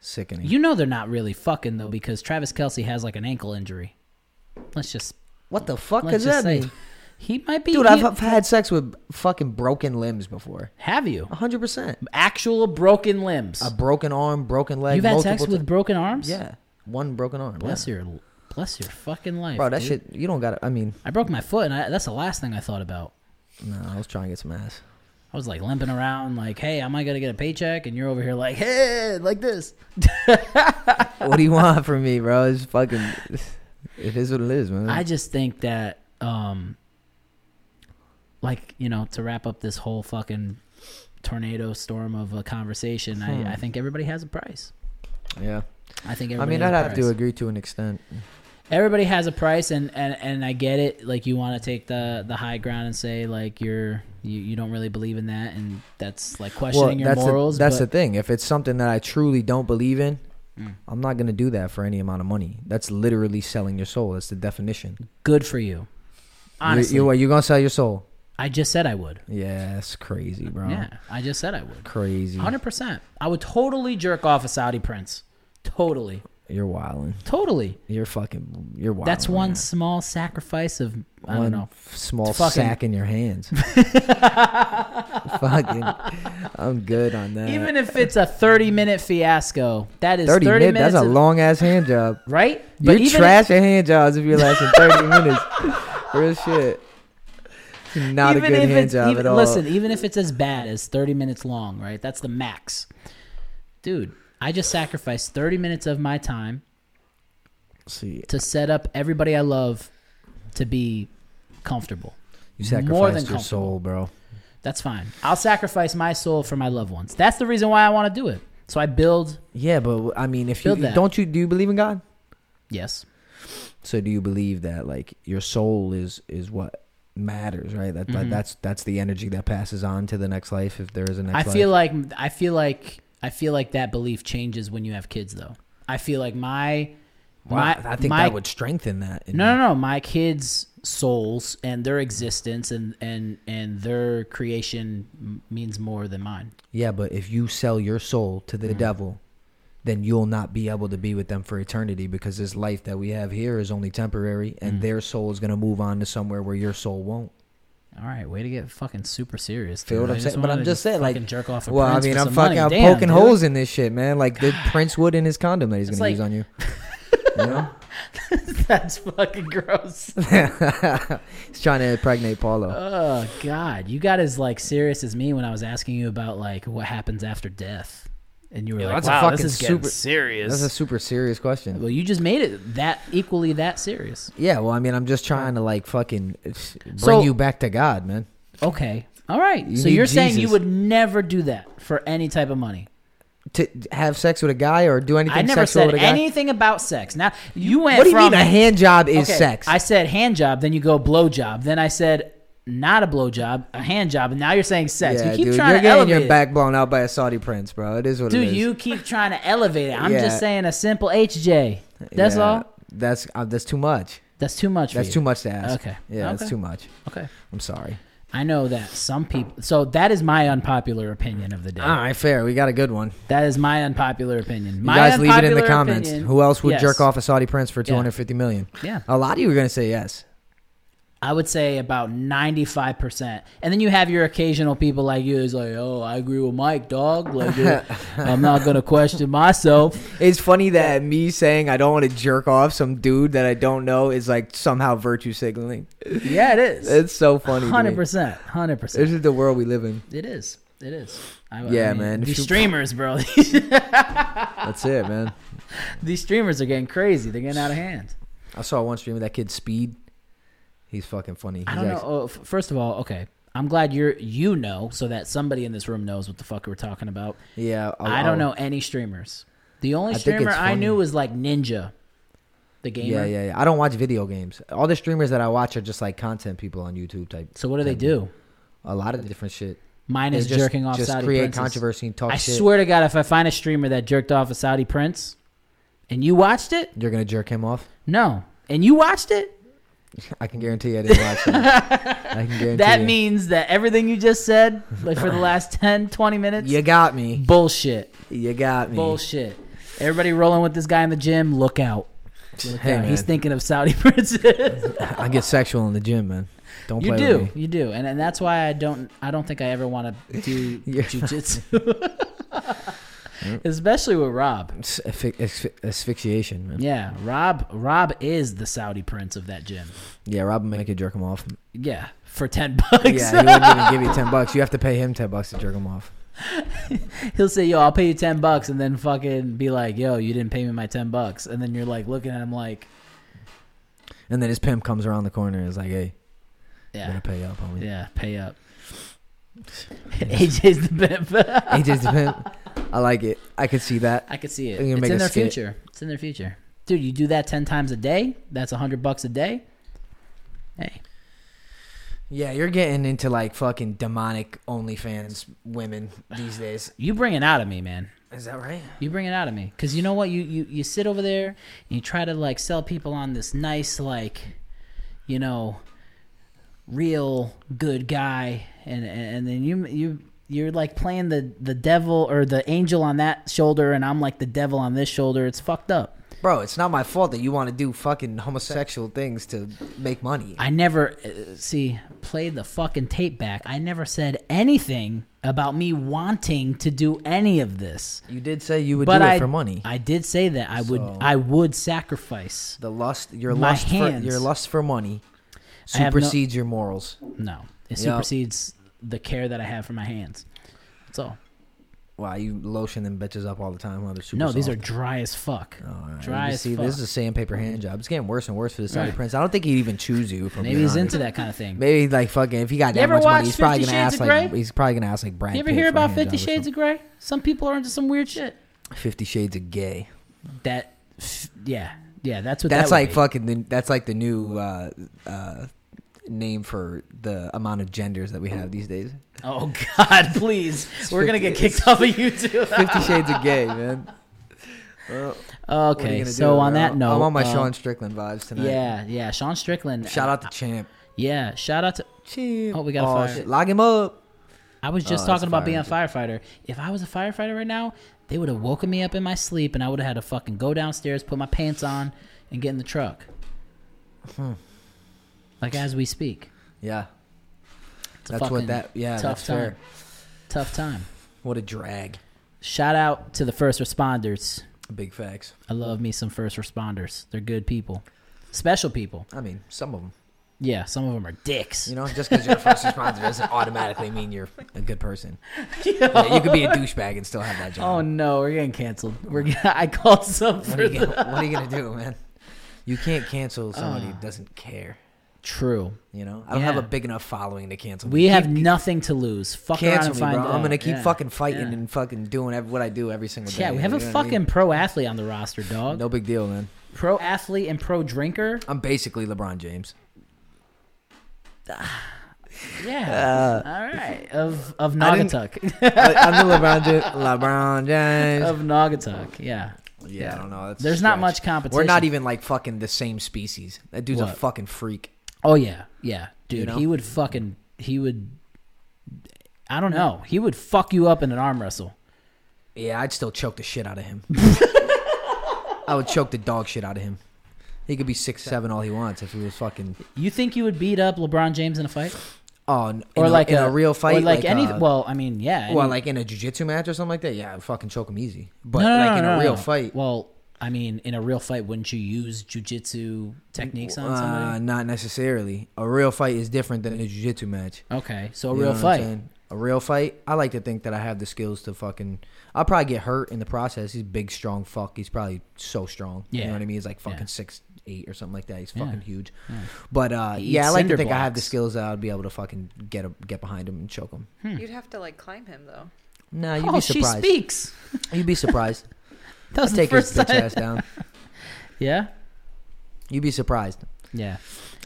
Speaker 2: sickening.
Speaker 1: Mm. you know they're not really fucking though because Travis Kelsey has like an ankle injury. Let's just
Speaker 2: what the fuck
Speaker 1: let's
Speaker 2: does
Speaker 1: just
Speaker 2: that
Speaker 1: say
Speaker 2: mean?
Speaker 1: he might be.
Speaker 2: Dude,
Speaker 1: he-
Speaker 2: I've, I've had sex with fucking broken limbs before.
Speaker 1: have you
Speaker 2: 100%.
Speaker 1: actual broken limbs?
Speaker 2: A broken arm, broken leg.
Speaker 1: You've had
Speaker 2: multiple
Speaker 1: sex with
Speaker 2: ti-
Speaker 1: broken arms?
Speaker 2: Yeah. One broken arm.
Speaker 1: Bless
Speaker 2: yeah.
Speaker 1: your bless your fucking life,
Speaker 2: Bro, that
Speaker 1: dude.
Speaker 2: shit, you don't got to. I mean,
Speaker 1: I broke my foot, and I, that's the last thing I thought about.
Speaker 2: no, I was trying to get some ass.
Speaker 1: I was like limping around, like, "Hey, am I gonna get a paycheck?" And you're over here like, "Hey, like this."
Speaker 2: what do you want from me, bro? It's fucking. It is what it is, man.
Speaker 1: I just think that, um, like you know, to wrap up this whole fucking tornado storm of a conversation, I, I think everybody has a price.
Speaker 2: yeah.
Speaker 1: I think
Speaker 2: Hmm. I
Speaker 1: everybody.
Speaker 2: mean,
Speaker 1: has
Speaker 2: I'd
Speaker 1: a
Speaker 2: have
Speaker 1: price.
Speaker 2: to agree to an extent.
Speaker 1: everybody has a price and and and I get it like you want to take the the high ground and say like you're you, you don't really believe in that and that's like questioning your
Speaker 2: that's
Speaker 1: morals
Speaker 2: The, that's
Speaker 1: but
Speaker 2: the thing. If it's something that I truly don't believe in,
Speaker 1: Mm.
Speaker 2: I'm not gonna do that for any amount of money. That's literally selling your soul. That's the definition.
Speaker 1: good for you honestly
Speaker 2: you, you, what, you gonna sell your soul?
Speaker 1: I just said I would
Speaker 2: Yeah, that's crazy, bro.
Speaker 1: yeah I just said I would
Speaker 2: Crazy.
Speaker 1: 100% I would totally jerk off a Saudi prince totally
Speaker 2: You're wilding.
Speaker 1: totally
Speaker 2: You're fucking. You're wilding.
Speaker 1: that's one small sacrifice of I
Speaker 2: One
Speaker 1: don't know
Speaker 2: f- small
Speaker 1: Fucking-
Speaker 2: sack in your hands. fucking, I'm good on that.
Speaker 1: even if it's a 30 minute fiasco that is 30,
Speaker 2: 30, minutes.
Speaker 1: minutes
Speaker 2: That's a
Speaker 1: of-
Speaker 2: long ass hand job.
Speaker 1: right
Speaker 2: You
Speaker 1: even if-
Speaker 2: trash your hand jobs if you're lasting 30 minutes. Real shit. It's Not a good hand
Speaker 1: it's,
Speaker 2: job
Speaker 1: even-
Speaker 2: at all.
Speaker 1: Listen, even if it's as bad as 30 minutes long, right? That's the max. Dude, I just sacrificed 30 minutes of my time
Speaker 2: See,
Speaker 1: to set up everybody I love to be comfortable.
Speaker 2: you
Speaker 1: more than
Speaker 2: sacrificed your
Speaker 1: comfortable.
Speaker 2: soul, bro.
Speaker 1: That's fine. I'll sacrifice my soul for my loved ones. That's the reason why I want to do it. So I build,
Speaker 2: Yeah, but I mean, if you
Speaker 1: Build that.
Speaker 2: don't you do you believe in God?
Speaker 1: yes,
Speaker 2: So do you believe that like your soul is is what matters, right? That,
Speaker 1: Mm-hmm.
Speaker 2: that that's that's the energy that passes on to the next life if there is a next
Speaker 1: I
Speaker 2: life.
Speaker 1: feel like I feel like I feel like that belief changes when you have kids, though. I feel like my
Speaker 2: Wow,
Speaker 1: my
Speaker 2: I think
Speaker 1: my
Speaker 2: that would strengthen that. in
Speaker 1: No,
Speaker 2: me.
Speaker 1: no, no. My kids' souls and their existence and and and their creation m- means more than mine.
Speaker 2: Yeah, but if you sell your soul to the
Speaker 1: Mm.
Speaker 2: devil, then you'll not be able to be with them for eternity because this life that we have here is only temporary and
Speaker 1: Mm.
Speaker 2: their soul is going to move on to somewhere where your soul won't.
Speaker 1: All right, way to get fucking super serious. dude.
Speaker 2: Feel what
Speaker 1: I
Speaker 2: I'm saying? But
Speaker 1: wanted
Speaker 2: I'm
Speaker 1: to
Speaker 2: just saying, like,
Speaker 1: fucking jerk off. A
Speaker 2: well, I
Speaker 1: prince
Speaker 2: mean,
Speaker 1: for
Speaker 2: I'm
Speaker 1: some
Speaker 2: fucking
Speaker 1: money.
Speaker 2: I'm
Speaker 1: Damn,
Speaker 2: poking
Speaker 1: dude.
Speaker 2: holes in this shit, man. Like the Prince Wood in his condom that he's going
Speaker 1: It's
Speaker 2: to use
Speaker 1: like-
Speaker 2: on you.
Speaker 1: That's fucking gross.
Speaker 2: he's trying to impregnate Paulo.
Speaker 1: oh God, you got as like serious as me when I was asking you about like what happens after death. and you were
Speaker 2: Yo,
Speaker 1: like,
Speaker 2: that's a
Speaker 1: "Wow,
Speaker 2: fucking
Speaker 1: this is getting
Speaker 2: super-
Speaker 1: serious."
Speaker 2: That's a super serious question.
Speaker 1: well, you just made it that equally that serious.
Speaker 2: Yeah, well, I mean, I'm just trying to like fucking bring
Speaker 1: So-
Speaker 2: you back to God, man.
Speaker 1: Okay, all right.
Speaker 2: You
Speaker 1: so
Speaker 2: need
Speaker 1: you're saying you
Speaker 2: Jesus.
Speaker 1: would never do that for any type of money?
Speaker 2: To have sex with a guy or do anything
Speaker 1: I never
Speaker 2: sexual
Speaker 1: said
Speaker 2: with a guy.
Speaker 1: anything about sex. Now you went.
Speaker 2: what do you
Speaker 1: from-
Speaker 2: mean a hand job is
Speaker 1: Okay,
Speaker 2: sex?
Speaker 1: I said hand job, then you go blow job, then I said not a blow job, a hand job, and now you're saying sex.
Speaker 2: yeah,
Speaker 1: you keep
Speaker 2: dude,
Speaker 1: trying
Speaker 2: you're
Speaker 1: to
Speaker 2: getting
Speaker 1: elevate.
Speaker 2: your
Speaker 1: it.
Speaker 2: back blown out by a Saudi prince, bro. It is what it
Speaker 1: Dude,
Speaker 2: is.
Speaker 1: you keep trying to elevate it. I'm
Speaker 2: Yeah.
Speaker 1: just saying a simple HJ. That's
Speaker 2: Yeah,
Speaker 1: all.
Speaker 2: That's uh, that's too much.
Speaker 1: That's too much.
Speaker 2: That's
Speaker 1: for
Speaker 2: too
Speaker 1: you.
Speaker 2: much to ask.
Speaker 1: Okay.
Speaker 2: Yeah,
Speaker 1: Okay.
Speaker 2: that's too much.
Speaker 1: Okay.
Speaker 2: I'm sorry.
Speaker 1: I know that some people. So that is my unpopular opinion of the day.
Speaker 2: All right, fair. We got a good one.
Speaker 1: That is my unpopular opinion.
Speaker 2: Ah. You
Speaker 1: My
Speaker 2: guys leave it in the
Speaker 1: unpopular
Speaker 2: comments.
Speaker 1: opinion-
Speaker 2: Who else would
Speaker 1: Yes.
Speaker 2: jerk off a Saudi prince for 250 million?
Speaker 1: Yeah.
Speaker 2: A lot of you are gonna say yes.
Speaker 1: I would say about 95%. And then you have your occasional people like you who's like, oh, I agree with Mike, dog. Like, dude, I'm not going to question myself.
Speaker 2: It's funny that me saying I don't want to jerk off some dude that I don't know is like somehow virtue signaling.
Speaker 1: Yeah, it is.
Speaker 2: It's so funny. Hundred percent.
Speaker 1: 100%. 100%.
Speaker 2: This is the world we live in.
Speaker 1: It is. It is. I, I
Speaker 2: Yeah,
Speaker 1: mean,
Speaker 2: man. If
Speaker 1: These
Speaker 2: you-
Speaker 1: streamers, bro.
Speaker 2: That's it, man.
Speaker 1: these streamers are getting crazy. They're getting out of hand.
Speaker 2: I saw one stream of that kid Speed. He's fucking funny.
Speaker 1: I
Speaker 2: He's
Speaker 1: don't know.
Speaker 2: ex-
Speaker 1: Oh, f- first of all, okay. I'm glad you're you know so that somebody in this room knows what the fuck we're talking about.
Speaker 2: Yeah, I'll-
Speaker 1: I don't
Speaker 2: I'll-
Speaker 1: know any streamers. The only
Speaker 2: Oh, I think
Speaker 1: streamer
Speaker 2: it's
Speaker 1: I
Speaker 2: funny.
Speaker 1: knew was like Ninja, the gamer.
Speaker 2: Yeah, yeah, yeah. I don't watch video games. All the streamers that I watch are just like content people on YouTube type.
Speaker 1: So what do they do?
Speaker 2: A lot of different shit.
Speaker 1: Mine
Speaker 2: They
Speaker 1: is
Speaker 2: just-
Speaker 1: jerking off
Speaker 2: just
Speaker 1: Saudi
Speaker 2: create
Speaker 1: princes.
Speaker 2: controversy and talk
Speaker 1: I
Speaker 2: shit.
Speaker 1: swear to God, if I find a streamer that jerked off a Saudi prince, and you watched it,
Speaker 2: You're gonna jerk him off?
Speaker 1: no, and you watched it,
Speaker 2: I can guarantee I didn't watch that. I can guarantee
Speaker 1: that
Speaker 2: you.
Speaker 1: means that everything you just said, like for the last 10, 20 minutes,
Speaker 2: you got me.
Speaker 1: bullshit,
Speaker 2: You got me.
Speaker 1: bullshit. Everybody rolling with this guy in the gym, look out. Look
Speaker 2: Hey,
Speaker 1: out. He's
Speaker 2: man.
Speaker 1: thinking of Saudi princes.
Speaker 2: I get sexual in the gym, man. Don't
Speaker 1: you
Speaker 2: play
Speaker 1: do,
Speaker 2: with me.
Speaker 1: you do, and and that's why I don't. I don't think I ever want to do
Speaker 2: Yeah.
Speaker 1: jujitsu, especially with Rob.
Speaker 2: It's asphy- asphy- asphyxiation, man. Yeah,
Speaker 1: Yeah, Rob. Rob is the Saudi prince of that gym.
Speaker 2: Rob will make you jerk him off.
Speaker 1: Yeah, for ten bucks,
Speaker 2: Yeah, he wouldn't even give you ten bucks. You have to pay him ten bucks to jerk him off.
Speaker 1: he'll say, "Yo, I'll pay you ten bucks," and then fucking be like, "Yo, you didn't pay me my ten bucks," and then you're like looking at him like,
Speaker 2: And then his pimp comes around the corner and is like, "Hey, I'm
Speaker 1: "Yeah,
Speaker 2: gonna pay up, homie."
Speaker 1: yeah, pay up." AJ's the pimp.
Speaker 2: AJ's the pimp. I like it. I could see that.
Speaker 1: I could see it.
Speaker 2: They're gonna
Speaker 1: It's
Speaker 2: make
Speaker 1: in
Speaker 2: a
Speaker 1: their
Speaker 2: skit.
Speaker 1: future. It's in their future, dude. You do that ten times a day. That's a hundred bucks a day. Hey,
Speaker 2: Yeah, you're getting into like fucking demonic OnlyFans women these days.
Speaker 1: you bring it out of me, man.
Speaker 2: Is that right?
Speaker 1: You bring it out of me, cause you know what? You you you sit over there and you try to like sell people on this nice like, you know, real good guy, and and, and then you you you're like playing the the devil or the angel on that shoulder, and I'm like the devil on this shoulder. It's fucked up.
Speaker 2: Bro, it's not my fault that you want to do fucking homosexual things to make money.
Speaker 1: I never uh, see play the fucking tape back. I never said anything about me wanting to do any of this.
Speaker 2: You did say you would
Speaker 1: But
Speaker 2: do it
Speaker 1: I
Speaker 2: for money.
Speaker 1: I did say that I
Speaker 2: So-
Speaker 1: would I would sacrifice.
Speaker 2: the lust, your
Speaker 1: My
Speaker 2: lust,
Speaker 1: hands.
Speaker 2: for, your lust for money,
Speaker 1: I have no-
Speaker 2: supersedes your morals.
Speaker 1: No, it
Speaker 2: Yeah.
Speaker 1: supersedes the care that I have for my hands. That's all.
Speaker 2: Wow, you lotion them bitches up all the time while they're super.
Speaker 1: no, these are
Speaker 2: soft.
Speaker 1: dry as fuck.
Speaker 2: All right,
Speaker 1: Dry
Speaker 2: Oh, you
Speaker 1: as
Speaker 2: see,
Speaker 1: fuck.
Speaker 2: this is a sandpaper hand job. It's getting worse and worse for this Saudi
Speaker 1: Right.
Speaker 2: prince. I don't think he'd even choose you. From
Speaker 1: Maybe he's into that kind of thing.
Speaker 2: Maybe like fucking if he got
Speaker 1: You
Speaker 2: that
Speaker 1: ever
Speaker 2: much
Speaker 1: watch
Speaker 2: money, he's probably
Speaker 1: Fifty
Speaker 2: gonna
Speaker 1: Shades
Speaker 2: ask
Speaker 1: of
Speaker 2: like
Speaker 1: Grey?
Speaker 2: he's probably gonna ask like Brad.
Speaker 1: you ever
Speaker 2: Pitt
Speaker 1: hear
Speaker 2: for a
Speaker 1: about
Speaker 2: hand
Speaker 1: Fifty
Speaker 2: job or
Speaker 1: Shades of Grey? Some people are into some weird shit.
Speaker 2: something. Fifty Shades of Gay?
Speaker 1: That, yeah, yeah, that's what.
Speaker 2: That's
Speaker 1: that would
Speaker 2: like
Speaker 1: be.
Speaker 2: fucking. The, that's like the new uh, uh, name for the amount of genders that we have these days.
Speaker 1: Oh God, please, we're gonna get kicked off of YouTube.
Speaker 2: Fifty Shades of Gay, man. What are you
Speaker 1: okay,
Speaker 2: gonna
Speaker 1: so
Speaker 2: do?
Speaker 1: on that
Speaker 2: I'm-
Speaker 1: note,
Speaker 2: I'm on my
Speaker 1: uh,
Speaker 2: Sean Strickland vibes tonight.
Speaker 1: Yeah, yeah, Sean Strickland.
Speaker 2: Shout
Speaker 1: uh,
Speaker 2: out to Champ.
Speaker 1: Yeah, shout out to.
Speaker 2: Champ.
Speaker 1: Oh, we got a fire.
Speaker 2: shit. Lock him up.
Speaker 1: I was just
Speaker 2: Oh, that's
Speaker 1: talking about
Speaker 2: fire
Speaker 1: being a
Speaker 2: engine.
Speaker 1: firefighter. If I was a firefighter right now, they would have woken me up in my sleep, and I would have had to fucking go downstairs, put my pants on, and get in the truck.
Speaker 2: Hmm.
Speaker 1: Like as we speak.
Speaker 2: Yeah.
Speaker 1: It's a
Speaker 2: That's
Speaker 1: fucking
Speaker 2: what that. Yeah,
Speaker 1: tough
Speaker 2: that's
Speaker 1: time.
Speaker 2: fair.
Speaker 1: Tough time.
Speaker 2: What a drag.
Speaker 1: Shout out to the first responders.
Speaker 2: Big facts.
Speaker 1: I love me some first responders. They're good people, special people.
Speaker 2: I mean, some of them.
Speaker 1: Yeah, some of them are dicks.
Speaker 2: You know, just because you're a first responder doesn't automatically mean you're a good person. Yeah, you could be a douchebag and still have that
Speaker 1: Oh
Speaker 2: job.
Speaker 1: no, we're getting canceled. We're g- I called some
Speaker 2: what,
Speaker 1: for
Speaker 2: are you
Speaker 1: the-
Speaker 2: gonna, what are you gonna do, man? You can't cancel somebody who doesn't care.
Speaker 1: True.
Speaker 2: You know, I don't have
Speaker 1: Yeah.
Speaker 2: a big enough following to cancel.
Speaker 1: We
Speaker 2: me.
Speaker 1: have nothing to lose. Fuck around
Speaker 2: cancel
Speaker 1: and
Speaker 2: me,
Speaker 1: find
Speaker 2: bro.
Speaker 1: out.
Speaker 2: I'm gonna keep
Speaker 1: Yeah.
Speaker 2: fucking fighting
Speaker 1: Yeah.
Speaker 2: and fucking doing ev- what I do every single day.
Speaker 1: Yeah, we have
Speaker 2: you
Speaker 1: a
Speaker 2: know what I
Speaker 1: fucking
Speaker 2: mean?
Speaker 1: pro athlete on the roster, dog.
Speaker 2: no big deal, man.
Speaker 1: Pro athlete and pro drinker.
Speaker 2: I'm basically LeBron James.
Speaker 1: Yeah. All right. Of of
Speaker 2: Uh, I didn't-
Speaker 1: Naugatuck.
Speaker 2: I, I'm the LeBron James. LeBron James.
Speaker 1: of Naugatuck. Yeah.
Speaker 2: yeah, I don't know. That's a
Speaker 1: There's not
Speaker 2: stretch.
Speaker 1: much competition.
Speaker 2: We're not even like fucking the same species. That dude's a
Speaker 1: What?
Speaker 2: fucking freak.
Speaker 1: Oh yeah, yeah, dude.
Speaker 2: You know?
Speaker 1: He would fucking. He would. I don't know. He would fuck you up in an arm wrestle.
Speaker 2: Yeah, I'd still choke the shit out of him. I would choke the dog shit out of him. He could be six seven all he wants if he was fucking
Speaker 1: You think you would beat up LeBron James in a fight,
Speaker 2: oh in,
Speaker 1: or
Speaker 2: a,
Speaker 1: like
Speaker 2: in a, real fight,
Speaker 1: or like, any?
Speaker 2: uh,
Speaker 1: well, I mean, yeah. any-
Speaker 2: well, like in a jujitsu match or something like that. Yeah, I'd fucking choke him easy. But
Speaker 1: No, no,
Speaker 2: like
Speaker 1: no,
Speaker 2: in a
Speaker 1: no,
Speaker 2: real
Speaker 1: no.
Speaker 2: fight,
Speaker 1: Well, I mean, in a real fight, wouldn't you use jujitsu techniques on
Speaker 2: uh,
Speaker 1: somebody?
Speaker 2: not necessarily. A real fight is different than a jujitsu match.
Speaker 1: Okay, so a
Speaker 2: You know
Speaker 1: real
Speaker 2: what I'm
Speaker 1: fight.
Speaker 2: saying? A real fight. I like to think that I have the skills to fucking. I'll probably get hurt in the process. He's a big, strong fuck. He's probably so strong. You
Speaker 1: Yeah.
Speaker 2: know what I mean? He's like fucking
Speaker 1: Yeah.
Speaker 2: six eight or something like that. He's
Speaker 1: Yeah.
Speaker 2: fucking huge. But uh,
Speaker 1: He
Speaker 2: yeah, I
Speaker 1: eats
Speaker 2: like to
Speaker 1: cinder
Speaker 2: think I have the
Speaker 1: blocks.
Speaker 2: skills that I'd be able to fucking get a, get behind him and choke him.
Speaker 5: You'd have to like climb him though.
Speaker 2: Nah, you'd
Speaker 1: Oh,
Speaker 2: be
Speaker 1: she
Speaker 2: surprised.
Speaker 1: speaks.
Speaker 2: You'd be surprised.
Speaker 1: That was the
Speaker 2: Take his
Speaker 1: first
Speaker 2: bitch
Speaker 1: time.
Speaker 2: ass down.
Speaker 1: Yeah,
Speaker 2: You'd be surprised.
Speaker 1: yeah,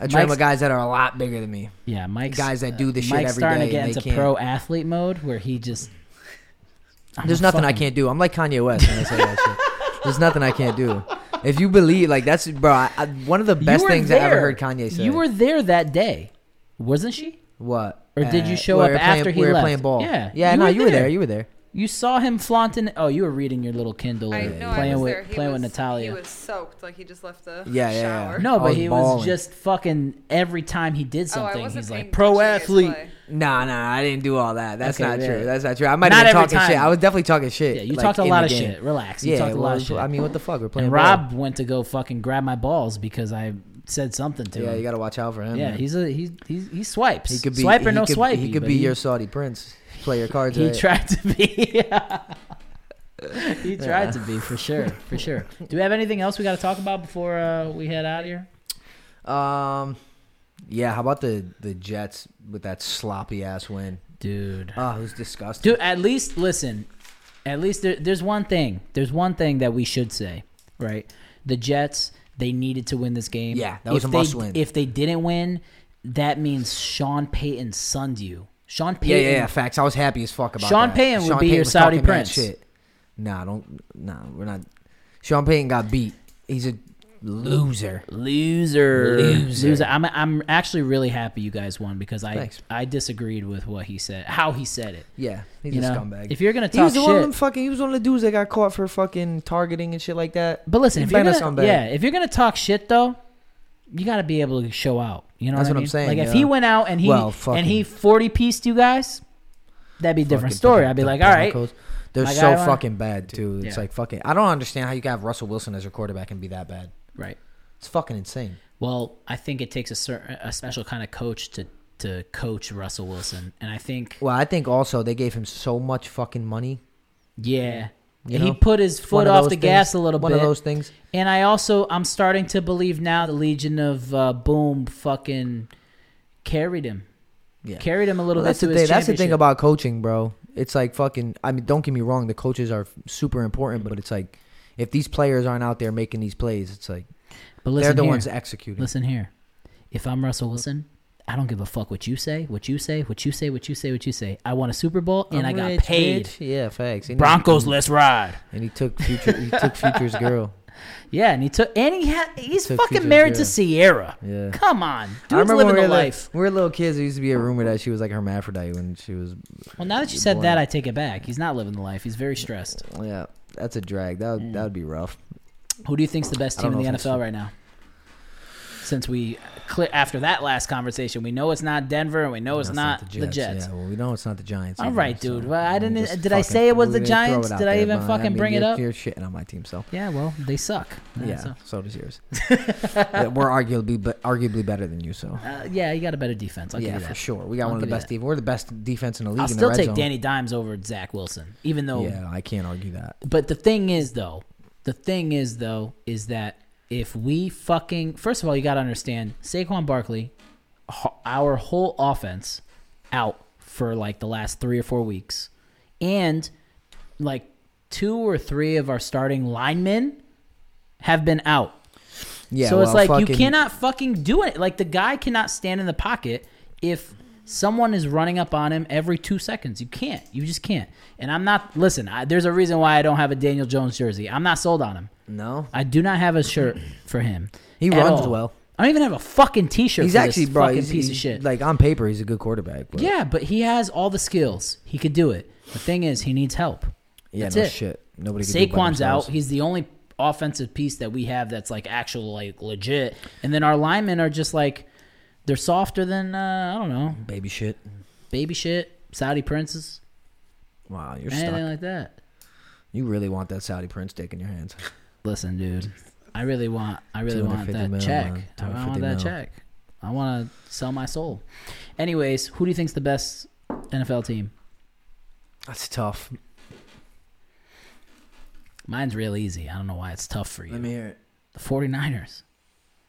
Speaker 2: I train
Speaker 1: Mike's-
Speaker 2: with guys that are a lot bigger than me.
Speaker 1: yeah. Mike's uh,
Speaker 2: Guys that do this shit
Speaker 1: Mike's
Speaker 2: every
Speaker 1: starting
Speaker 2: day
Speaker 1: to get
Speaker 2: and they
Speaker 1: into
Speaker 2: can't.
Speaker 1: pro athlete mode where he just. I'm
Speaker 2: There's
Speaker 1: a
Speaker 2: nothing I
Speaker 1: fucking-
Speaker 2: can't do. I'm like Kanye West when I say that shit. There's nothing I can't do. If you believe, like that's bro, I, I- one of the
Speaker 1: You
Speaker 2: best
Speaker 1: were
Speaker 2: things I ever
Speaker 1: there.
Speaker 2: heard Kanye say.
Speaker 1: You were there that day, wasn't she?
Speaker 2: what?
Speaker 1: or did you show
Speaker 2: we
Speaker 1: up
Speaker 2: were
Speaker 1: after
Speaker 2: playing,
Speaker 1: he
Speaker 2: we were
Speaker 1: left?
Speaker 2: playing ball?
Speaker 1: Yeah,
Speaker 2: yeah.
Speaker 1: you
Speaker 2: no,
Speaker 1: were
Speaker 2: you were there.
Speaker 1: there.
Speaker 2: You were there.
Speaker 1: You saw him flaunting. Oh, you were reading your little Kindle,
Speaker 5: I
Speaker 1: or
Speaker 5: know
Speaker 1: playing
Speaker 5: I was
Speaker 1: with
Speaker 5: there. He
Speaker 1: playing
Speaker 5: was,
Speaker 1: with Natalia.
Speaker 5: He was soaked, like he just left the
Speaker 2: Yeah, yeah, yeah.
Speaker 5: shower.
Speaker 1: no,
Speaker 2: I
Speaker 1: but
Speaker 2: was
Speaker 1: he was
Speaker 2: balling.
Speaker 1: just fucking every time he did
Speaker 5: oh, I
Speaker 1: something.
Speaker 5: wasn't
Speaker 1: he's
Speaker 5: paying
Speaker 1: like pro
Speaker 5: attention to his
Speaker 1: athlete.
Speaker 5: play.
Speaker 2: Nah, nah, I didn't do all that. That's
Speaker 1: Okay,
Speaker 2: not
Speaker 1: yeah.
Speaker 2: true. That's not true. I might have
Speaker 1: Not
Speaker 2: been
Speaker 1: every
Speaker 2: talking shit.
Speaker 1: time.
Speaker 2: I was definitely talking shit.
Speaker 1: Yeah, you
Speaker 2: like,
Speaker 1: talked a
Speaker 2: in
Speaker 1: lot
Speaker 2: the
Speaker 1: of
Speaker 2: game.
Speaker 1: shit. Relax. You
Speaker 2: Yeah,
Speaker 1: talked a lot of
Speaker 2: well,
Speaker 1: shit.
Speaker 2: I mean, what the fuck? We're playing
Speaker 1: And
Speaker 2: ball.
Speaker 1: Rob went to go fucking grab my balls because I said something to
Speaker 2: Yeah,
Speaker 1: him.
Speaker 2: you gotta watch out for him.
Speaker 1: yeah,
Speaker 2: man.
Speaker 1: he's a he he he swipes.
Speaker 2: he could be
Speaker 1: swipe or
Speaker 2: he
Speaker 1: no
Speaker 2: could-
Speaker 1: swipe.
Speaker 2: He could
Speaker 1: but
Speaker 2: be your Saudi prince. Play your cards.
Speaker 1: He
Speaker 2: right.
Speaker 1: tried to be. he tried to be for sure, for sure. Do we have anything else we got to talk about before uh, we head out of here?
Speaker 2: Um, yeah. How about the the Jets with that sloppy ass win?
Speaker 1: Dude.
Speaker 2: Oh, it was disgusting.
Speaker 1: Dude, at least listen. At least there, there's one thing. There's one thing that we should say, right? The Jets they needed to win this game.
Speaker 2: Yeah, that was
Speaker 1: if
Speaker 2: a
Speaker 1: they,
Speaker 2: must win.
Speaker 1: If they didn't win, that means Sean Payton sunned you. Sean
Speaker 2: yeah,
Speaker 1: Payton.
Speaker 2: yeah, yeah. Facts. I was happy as fuck about
Speaker 1: Sean
Speaker 2: that.
Speaker 1: Payton would be your
Speaker 2: was
Speaker 1: Saudi
Speaker 2: talking that
Speaker 1: prince.
Speaker 2: Nah, don't. Nah, we're not. Sean Payton got beat. He's a loser.
Speaker 1: Loser.
Speaker 2: Loser.
Speaker 1: I'm I'm actually really happy you guys won because I
Speaker 2: Thanks.
Speaker 1: I disagreed with what he said, how he said it.
Speaker 2: Yeah, he's
Speaker 1: You
Speaker 2: a
Speaker 1: know,
Speaker 2: scumbag.
Speaker 1: if you're gonna
Speaker 2: he was
Speaker 1: talk
Speaker 2: the one of
Speaker 1: shit-
Speaker 2: them fucking. He was one of the dudes that got caught for fucking targeting and shit like that.
Speaker 1: But listen, if
Speaker 2: He's
Speaker 1: you're
Speaker 2: been a
Speaker 1: gonna,
Speaker 2: scumbag.
Speaker 1: yeah, if you're gonna talk shit though, you got to be able to show out. You know
Speaker 2: That's
Speaker 1: what, I
Speaker 2: what I'm
Speaker 1: mean?
Speaker 2: saying,
Speaker 1: Like if
Speaker 2: yeah.
Speaker 1: he went out and he
Speaker 2: Well,
Speaker 1: and
Speaker 2: fucking-
Speaker 1: he forty pieced you guys, that'd be a different
Speaker 2: fucking
Speaker 1: story.
Speaker 2: fucking-
Speaker 1: I'd be
Speaker 2: the
Speaker 1: like, all right,
Speaker 2: Broncos. They're
Speaker 1: My
Speaker 2: so
Speaker 1: guy won.
Speaker 2: fucking bad too. It's
Speaker 1: Yeah.
Speaker 2: like fucking. I don't understand how you can have Russell Wilson as your quarterback and be that bad.
Speaker 1: right.
Speaker 2: It's fucking insane.
Speaker 1: Well, I think it takes a certain a special kind of coach to to coach Russell Wilson, and I think
Speaker 2: Well, I think also they gave him so much fucking money.
Speaker 1: yeah,
Speaker 2: You
Speaker 1: he
Speaker 2: know,
Speaker 1: put his
Speaker 2: One
Speaker 1: foot
Speaker 2: of
Speaker 1: off the
Speaker 2: those things-
Speaker 1: gas a little
Speaker 2: One
Speaker 1: bit.
Speaker 2: of those things.
Speaker 1: And I also I'm starting to believe now the Legion of uh, Boom fucking carried him,
Speaker 2: Yeah.
Speaker 1: carried him a little
Speaker 2: Well, that's
Speaker 1: bit
Speaker 2: the
Speaker 1: to his
Speaker 2: thing. That's the thing
Speaker 1: championship.
Speaker 2: about coaching, bro. It's like fucking. I mean, don't get me wrong. The coaches are super important, but it's like if these players aren't out there making these plays, it's like
Speaker 1: But listen
Speaker 2: they're the
Speaker 1: here.
Speaker 2: ones executing.
Speaker 1: Listen here. If I'm Russell Wilson, I don't give a fuck what you say, what you say, what you say, what you say, what you say. I won a Super Bowl and i
Speaker 2: I'm
Speaker 1: got
Speaker 2: rich,
Speaker 1: paid.
Speaker 2: bitch. Yeah, facts. And he-
Speaker 1: Broncos, let's ride.
Speaker 2: and he took future. He took future's girl.
Speaker 1: Yeah, and he took and he had he's
Speaker 2: Took
Speaker 1: fucking
Speaker 2: Future
Speaker 1: married to
Speaker 2: Zero.
Speaker 1: Sierra.
Speaker 2: Yeah.
Speaker 1: Come on.
Speaker 2: I
Speaker 1: Dude's
Speaker 2: remember
Speaker 1: living
Speaker 2: when we
Speaker 1: the
Speaker 2: were li-
Speaker 1: life.
Speaker 2: we were little kids. There used to be a rumor that she was like hermaphrodite when she was.
Speaker 1: Well, now that you said
Speaker 2: Boy.
Speaker 1: that, I take it back. He's not living the life. He's very stressed.
Speaker 2: Yeah, that's a drag. That would, that would be rough.
Speaker 1: Who do you think's the best
Speaker 2: I
Speaker 1: team
Speaker 2: don't
Speaker 1: in the
Speaker 2: know if
Speaker 1: NFL right now? since we clear, after that last conversation, we know it's not Denver and we know it's not, the Jets.
Speaker 2: Yeah, well, we know it's not the Giants.
Speaker 1: All
Speaker 2: either,
Speaker 1: right,
Speaker 2: so
Speaker 1: dude. Well, I
Speaker 2: we
Speaker 1: didn't-
Speaker 2: just
Speaker 1: did I
Speaker 2: fucking
Speaker 1: say it was the
Speaker 2: threw out
Speaker 1: Giants? Did
Speaker 2: there,
Speaker 1: I even
Speaker 2: but,
Speaker 1: fucking
Speaker 2: mean,
Speaker 1: bring it
Speaker 2: you're-
Speaker 1: up?
Speaker 2: You're shitting on my team, so
Speaker 1: Yeah, well, they suck. Uh,
Speaker 2: yeah,
Speaker 1: So,
Speaker 2: so does yours. Yeah, We're arguably, but arguably better than you, so
Speaker 1: uh, yeah, you got a better defense. I'll
Speaker 2: yeah,
Speaker 1: give you
Speaker 2: for
Speaker 1: that.
Speaker 2: sure. We got
Speaker 1: I'll
Speaker 2: one of the
Speaker 1: give you
Speaker 2: best.
Speaker 1: that.
Speaker 2: Def- we're the best defense in the league.
Speaker 1: I'll
Speaker 2: in the
Speaker 1: still
Speaker 2: red
Speaker 1: take
Speaker 2: zone.
Speaker 1: Danny Dimes over Zach Wilson, even though
Speaker 2: Yeah, I can't argue that.
Speaker 1: But the thing is, though, the thing is, though, is that if we fucking first of all, you got to understand Saquon Barkley, h- our whole offense out for like the last three or four weeks, and like two or three of our starting linemen have been out.
Speaker 2: Yeah,
Speaker 1: so it's
Speaker 2: well,
Speaker 1: like you
Speaker 2: fucking-
Speaker 1: cannot fucking do it. Like the guy cannot stand in the pocket if someone is running up on him every two seconds. You can't. You just can't. And I'm not. Listen, I, there's a reason why I don't have a Daniel Jones jersey. I'm not sold on him.
Speaker 2: No,
Speaker 1: I do not have a shirt for him.
Speaker 2: He
Speaker 1: at
Speaker 2: runs
Speaker 1: all.
Speaker 2: well.
Speaker 1: I don't even have a fucking t-shirt.
Speaker 2: he's
Speaker 1: for
Speaker 2: actually
Speaker 1: this
Speaker 2: bro.
Speaker 1: fucking
Speaker 2: He's,
Speaker 1: piece of
Speaker 2: he's-
Speaker 1: shit.
Speaker 2: Like on paper, he's a good quarterback. But
Speaker 1: yeah, but he has all the skills. He could do it. The thing is, he needs help.
Speaker 2: yeah,
Speaker 1: that's
Speaker 2: no
Speaker 1: it.
Speaker 2: shit. Nobody. Can do it by
Speaker 1: Saquon's out.
Speaker 2: themselves.
Speaker 1: He's the only offensive piece that we have that's like actual like legit. And then our linemen are just like they're softer than uh, I don't know
Speaker 2: baby shit.
Speaker 1: baby shit, Saudi princes,
Speaker 2: Wow, you're
Speaker 1: anything
Speaker 2: stuck.
Speaker 1: like that.
Speaker 2: You really want that Saudi prince dick in your hands?
Speaker 1: Listen, dude, I really want I really want
Speaker 2: 250
Speaker 1: that
Speaker 2: mil,
Speaker 1: check.
Speaker 2: man.
Speaker 1: I want that
Speaker 2: 250 mil.
Speaker 1: check. I want to sell my soul. Anyways, who do you think's the best NFL team?
Speaker 2: That's tough.
Speaker 1: Mine's real easy. I don't know why it's tough for you.
Speaker 2: Let me hear it.
Speaker 1: the 49ers.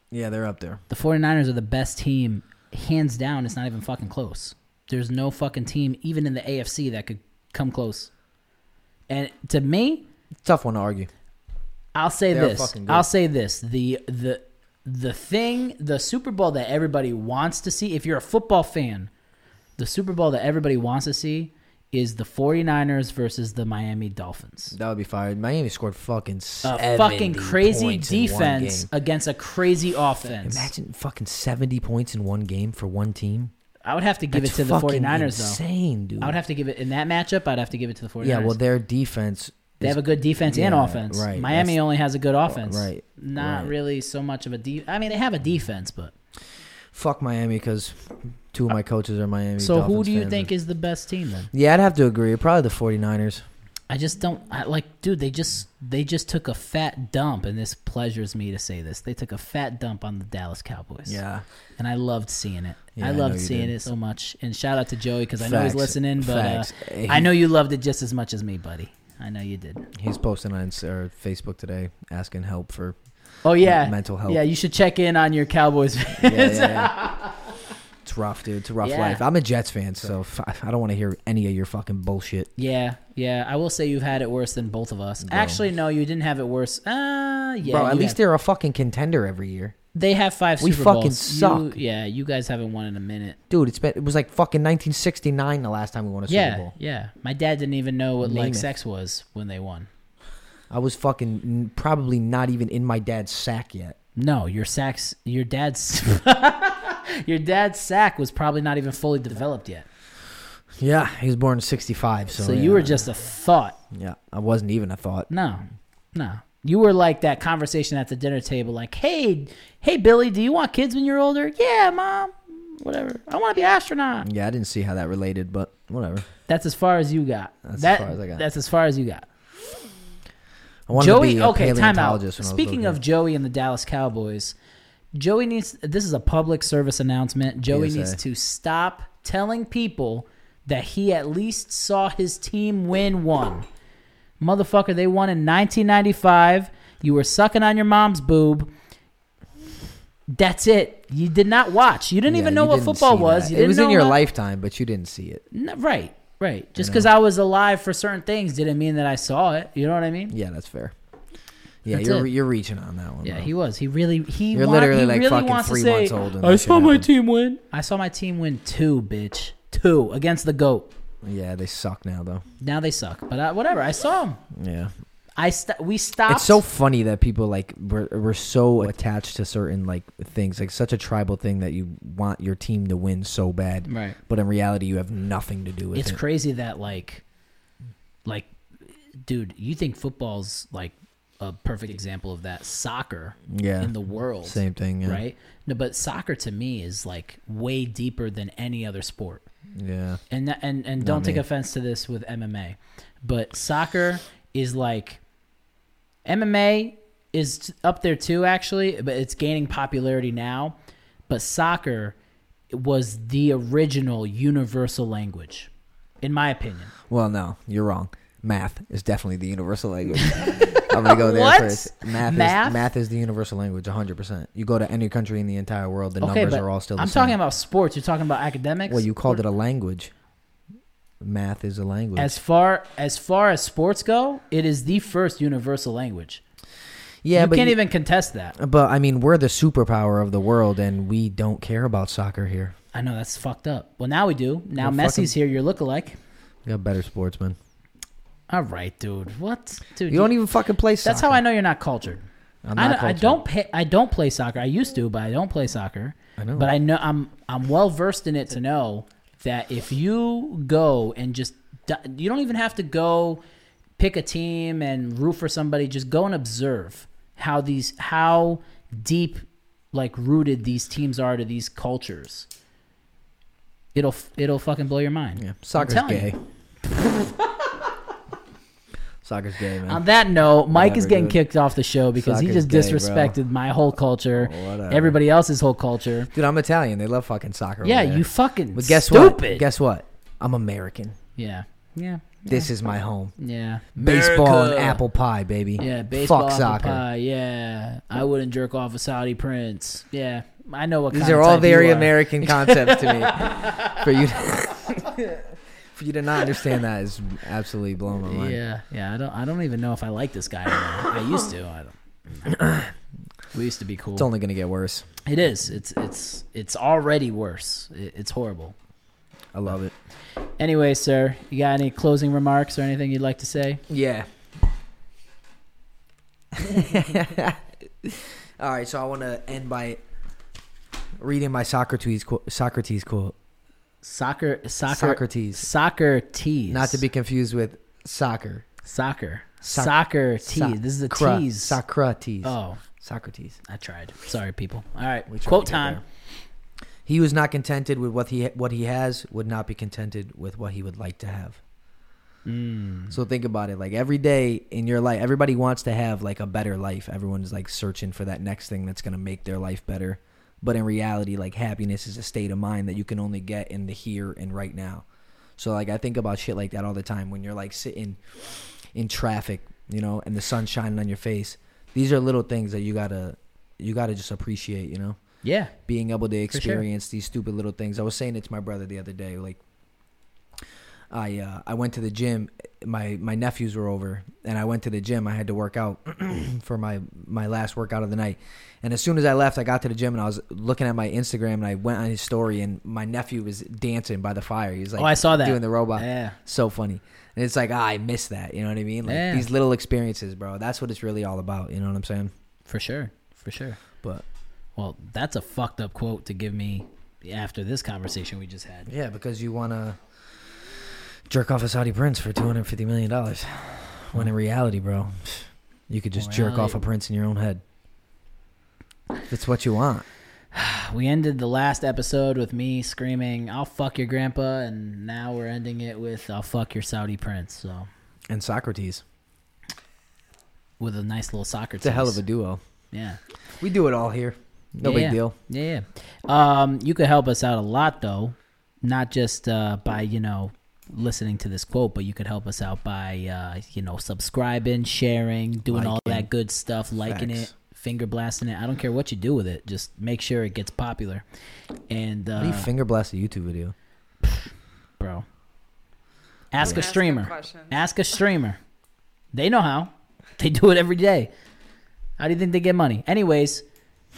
Speaker 2: Yeah, they're up there.
Speaker 1: The 49ers are the best team, hands down. It's not even fucking close. There's no fucking team, even in the AFC, that could come close. And to me,
Speaker 2: Tough one to argue.
Speaker 1: I'll say
Speaker 2: They're
Speaker 1: this.
Speaker 2: fucking good.
Speaker 1: I'll say this. The the the thing, the Super Bowl that everybody wants to see, if you're a football fan, the Super Bowl that everybody wants to see is the 49ers versus the Miami Dolphins.
Speaker 2: That would be fired. Miami scored fucking
Speaker 1: A
Speaker 2: seventy
Speaker 1: fucking crazy
Speaker 2: points in one
Speaker 1: defense
Speaker 2: game.
Speaker 1: against a crazy offense.
Speaker 2: Imagine fucking seventy points in one game for one team.
Speaker 1: I would have to give
Speaker 2: That's
Speaker 1: it to the
Speaker 2: fucking
Speaker 1: 49ers though.
Speaker 2: insane, dude.
Speaker 1: I would have to give it in that matchup. I'd have to give it to the 49ers.
Speaker 2: yeah, well, their defense.
Speaker 1: they have a good defense and
Speaker 2: yeah,
Speaker 1: offense.
Speaker 2: right,
Speaker 1: Miami
Speaker 2: that's-
Speaker 1: only has a good offense.
Speaker 2: right,
Speaker 1: Not
Speaker 2: right.
Speaker 1: really so much of a de- I mean, they have a defense, but
Speaker 2: fuck Miami because two of my coaches are Miami.
Speaker 1: so who
Speaker 2: Dolphins
Speaker 1: do you
Speaker 2: fans.
Speaker 1: think is the best team then?
Speaker 2: Yeah, I'd have to agree. Probably the 49ers.
Speaker 1: I just don't I, like, dude. They just they just took a fat dump, and this pleasures me to say this. They took a fat dump on the Dallas Cowboys.
Speaker 2: Yeah,
Speaker 1: and I loved seeing it.
Speaker 2: Yeah,
Speaker 1: I
Speaker 2: I know
Speaker 1: loved
Speaker 2: you
Speaker 1: seeing
Speaker 2: did.
Speaker 1: it so much. And shout out to Joey because I know he's
Speaker 2: Facts.
Speaker 1: listening, but uh,
Speaker 2: Facts. Hey,
Speaker 1: I
Speaker 2: he-
Speaker 1: know you loved it just as much as me, buddy. I know you did.
Speaker 2: he's posting on Inst- or Facebook today asking help for.
Speaker 1: Oh yeah,
Speaker 2: mental health.
Speaker 1: Yeah, you should check in on your Cowboys.
Speaker 2: Yeah, yeah, yeah. it's rough, dude. It's a rough
Speaker 1: Yeah.
Speaker 2: life. I'm a Jets fan, so f- I don't want to hear any of your fucking bullshit.
Speaker 1: yeah, yeah. I will say you've had it worse than both of us. Actually, no, you didn't have it worse. Uh, yeah.
Speaker 2: Bro, at
Speaker 1: you
Speaker 2: least
Speaker 1: have-
Speaker 2: they're a fucking contender every year,
Speaker 1: they have five.
Speaker 2: We
Speaker 1: Super
Speaker 2: fucking
Speaker 1: Bowls.
Speaker 2: suck.
Speaker 1: You, yeah, you guys haven't won in a minute.
Speaker 2: dude. It's been it was like fucking 1969 the last time we won a Super
Speaker 1: Yeah,
Speaker 2: Bowl.
Speaker 1: yeah. My dad didn't even know what
Speaker 2: Name
Speaker 1: like
Speaker 2: it.
Speaker 1: sex was when they won.
Speaker 2: I was fucking n- probably not even in my dad's sack yet.
Speaker 1: No, your sacks, your dad's, your dad's sack was probably not even fully developed yet.
Speaker 2: Yeah, he was born in '65, so
Speaker 1: So
Speaker 2: Oh, yeah.
Speaker 1: you were just a thought.
Speaker 2: yeah. I wasn't even a thought.
Speaker 1: No, no. You were like that conversation at the dinner table, like, "Hey, hey, Billy, do you want kids when you're older?" Yeah, mom. Whatever. I want to be an astronaut.
Speaker 2: Yeah, I didn't see how that related, but whatever.
Speaker 1: That's as far as you got. That's
Speaker 2: as far as I got.
Speaker 1: That's as far as you got.
Speaker 2: I wanted
Speaker 1: Joey,
Speaker 2: to be a
Speaker 1: okay, time out.
Speaker 2: paleontologist. when I was
Speaker 1: Speaking
Speaker 2: little
Speaker 1: of Joey and the Dallas Cowboys, Joey needs. This is a public service announcement. Joey
Speaker 2: PSA.
Speaker 1: needs to stop telling people that he at least saw his team win one. Motherfucker, they won in 1995. You were sucking on your mom's boob. That's it. You did not watch. You didn't
Speaker 2: Yeah,
Speaker 1: even know
Speaker 2: you
Speaker 1: what
Speaker 2: didn't
Speaker 1: football
Speaker 2: see
Speaker 1: was.
Speaker 2: that.
Speaker 1: You
Speaker 2: it
Speaker 1: didn't
Speaker 2: was
Speaker 1: know
Speaker 2: in your
Speaker 1: what-
Speaker 2: lifetime, but you didn't see it.
Speaker 1: No, right, right. Just because I was alive for certain things didn't mean that I saw it. You know what I mean?
Speaker 2: Yeah, that's fair. Yeah,
Speaker 1: That's
Speaker 2: you're
Speaker 1: it.
Speaker 2: you're reaching on that one.
Speaker 1: Yeah,
Speaker 2: bro.
Speaker 1: he was. He really he.
Speaker 2: You're
Speaker 1: wa-
Speaker 2: literally
Speaker 1: he
Speaker 2: like
Speaker 1: really
Speaker 2: fucking
Speaker 1: wants to
Speaker 2: three
Speaker 1: say,
Speaker 2: months old. And I saw my team.
Speaker 1: I saw my team win two, bitch. Two against the goat.
Speaker 2: Yeah, they suck now though.
Speaker 1: Now they suck, but I, whatever. I saw him.
Speaker 2: Yeah,
Speaker 1: I st- we stopped.
Speaker 2: it's so funny that people like we're, we're so attached to certain like things, like such a tribal thing that you want your team to win so bad,
Speaker 1: Right.
Speaker 2: But in reality, you have nothing to do with
Speaker 1: it's
Speaker 2: it.
Speaker 1: crazy that like, like, dude, you think football's like a perfect example of that. Soccer
Speaker 2: Yeah.
Speaker 1: in the world.
Speaker 2: Same thing, yeah.
Speaker 1: Right? No, but soccer to me is like way deeper than any other sport.
Speaker 2: Yeah.
Speaker 1: And that, and and don't take
Speaker 2: me.
Speaker 1: offense to this with MMA, but soccer is like MMA is t- up there too actually, but it's gaining popularity now. But soccer was the original universal language, in my opinion.
Speaker 2: Well, no, you're wrong. Math is definitely the universal language. I'm gonna go there
Speaker 1: What?
Speaker 2: first. Math,
Speaker 1: Math?
Speaker 2: Is, math is the universal language, 100. percent You go to any country in the entire world, the
Speaker 1: Okay,
Speaker 2: numbers
Speaker 1: but
Speaker 2: are all still. The
Speaker 1: I'm
Speaker 2: same.
Speaker 1: talking about sports. You're talking about academics.
Speaker 2: Well, you called it a language. Math is a language.
Speaker 1: as far as far as sports go, it is the first universal language.
Speaker 2: yeah,
Speaker 1: you
Speaker 2: but
Speaker 1: can't
Speaker 2: you-
Speaker 1: even contest that.
Speaker 2: But I mean, we're the superpower of the world, and we don't care about soccer here.
Speaker 1: I know that's fucked up. Well, now we do. Now
Speaker 2: Well, fuck
Speaker 1: Messi's here. You're lookalike.
Speaker 2: We got better sportsmen.
Speaker 1: All right, dude. What, dude?
Speaker 2: You don't even fucking play soccer.
Speaker 1: That's how I know you're not cultured.
Speaker 2: I'm
Speaker 1: I
Speaker 2: not
Speaker 1: don't- I,
Speaker 2: cultured.
Speaker 1: don't pay, I don't play soccer. I used to, but I don't play soccer.
Speaker 2: I know.
Speaker 1: But I know I'm I'm well versed in it to know that if you go and just di- you don't even have to go pick a team and root for somebody. Just go and observe how these how deep like rooted these teams are to these cultures. It'll f- it'll fucking blow your mind.
Speaker 2: Yeah,
Speaker 1: I'm
Speaker 2: soccer's
Speaker 1: telling you.
Speaker 2: gay. soccer's gay, man.
Speaker 1: On that note, Mike is
Speaker 2: Whatever,
Speaker 1: getting
Speaker 2: dude.
Speaker 1: kicked off the show because he
Speaker 2: Soccer's
Speaker 1: just
Speaker 2: gay, Oh,
Speaker 1: disrespected my whole culture,
Speaker 2: Whatever.
Speaker 1: everybody else's whole culture.
Speaker 2: Dude, I'm Italian. They love fucking soccer. over
Speaker 1: Yeah,
Speaker 2: there.
Speaker 1: you fucking
Speaker 2: But guess
Speaker 1: stupid.
Speaker 2: what? Guess what? I'm American.
Speaker 1: yeah, yeah,
Speaker 2: This is my home.
Speaker 1: yeah.
Speaker 2: Baseball and
Speaker 1: America.
Speaker 2: apple pie, baby.
Speaker 1: Yeah, baseball.
Speaker 2: Fuck
Speaker 1: apple
Speaker 2: soccer.
Speaker 1: Pie, yeah, I wouldn't jerk off a Saudi prince. Yeah, I know what.
Speaker 2: These
Speaker 1: kind
Speaker 2: are
Speaker 1: of
Speaker 2: all
Speaker 1: type you
Speaker 2: very
Speaker 1: are.
Speaker 2: American concepts to me. For you, to, for you to not understand that is absolutely blowing my mind.
Speaker 1: Yeah, yeah. I don't. I don't even know if I like this guy. Anymore. I used to. I don't. We used to be cool.
Speaker 2: It's only gonna get worse.
Speaker 1: It is. It's. It's. It's already worse. It, it's horrible.
Speaker 2: I love it.
Speaker 1: Anyway, sir, you got any closing remarks or anything you'd like to say?
Speaker 2: Yeah. All right, so I want to end by reading my Socrates quote. Socrates quote,
Speaker 1: Soccer, soccer,
Speaker 2: Socrates.
Speaker 1: soccer tease.
Speaker 2: not to be confused with soccer.
Speaker 1: soccer,
Speaker 2: Soc-
Speaker 1: soccer tease.
Speaker 2: Soc-
Speaker 1: this is a
Speaker 2: cra-
Speaker 1: tease.
Speaker 2: Socrates.
Speaker 1: oh,
Speaker 2: Socrates.
Speaker 1: I tried. Sorry, people. All right,
Speaker 2: We tried
Speaker 1: quote
Speaker 2: to get
Speaker 1: time.
Speaker 2: there. He who is not contented with what he what he has would not be contented with what he would like to have. So think about it. Like every day in your life, everybody wants to have like a better life. Everyone's like searching for that next thing that's gonna make their life better. But in reality, like happiness is a state of mind that you can only get in the here and right now. So like I think about shit like that all the time when you're like sitting in traffic, you know, and the sun shining on your face. These are little things that you gotta you gotta just appreciate, you know
Speaker 1: Yeah,
Speaker 2: being able to
Speaker 1: sure.
Speaker 2: experience these stupid little things. I was saying it to my brother the other day. Like, I uh, I went to the gym. My my nephews were over, and I went to the gym. I had to work out for my my last workout of the night. And as soon as I left, I got to the gym and I was looking at my Instagram and I went on his story and my nephew was dancing by the fire. He's like,
Speaker 1: Oh, I saw that.
Speaker 2: doing the robot.
Speaker 1: Yeah.
Speaker 2: so funny. And it's like ah, I miss that. You know what I mean? Like
Speaker 1: Yeah.
Speaker 2: these little experiences, bro. That's what it's really all about. You know what I'm saying?
Speaker 1: for sure, for sure.
Speaker 2: But
Speaker 1: Well, that's a fucked up quote to give me after this conversation we just had.
Speaker 2: Yeah, because you want to jerk off a Saudi prince for two hundred fifty million dollars, when in reality, bro, you could just jerk off
Speaker 1: Reality.
Speaker 2: a prince in your own head. That's what you want.
Speaker 1: We ended the last episode with me screaming, "I'll fuck your grandpa," and now we're ending it with, "I'll fuck your Saudi prince." So,
Speaker 2: And Socrates,
Speaker 1: with a nice little soccer.
Speaker 2: it's a hell of a duo.
Speaker 1: yeah.
Speaker 2: We do it all here. No
Speaker 1: Yeah,
Speaker 2: big
Speaker 1: yeah.
Speaker 2: deal.
Speaker 1: Yeah, yeah. Um, you could help us out a lot though, not just uh, by you know listening to this quote, but you could help us out by uh, you know subscribing, sharing, doing all
Speaker 2: Liking.
Speaker 1: that good stuff, liking
Speaker 2: Facts.
Speaker 1: it, finger blasting it. I don't care what you do with it, just make sure it gets popular. And
Speaker 2: How do
Speaker 1: uh,
Speaker 2: you finger blast a YouTube video?
Speaker 1: bro, ask
Speaker 5: Yeah.
Speaker 1: a
Speaker 5: Ask them
Speaker 1: streamer.
Speaker 5: questions.
Speaker 1: Ask a streamer. They know how. They do it every day. How do you think they get money? Anyways,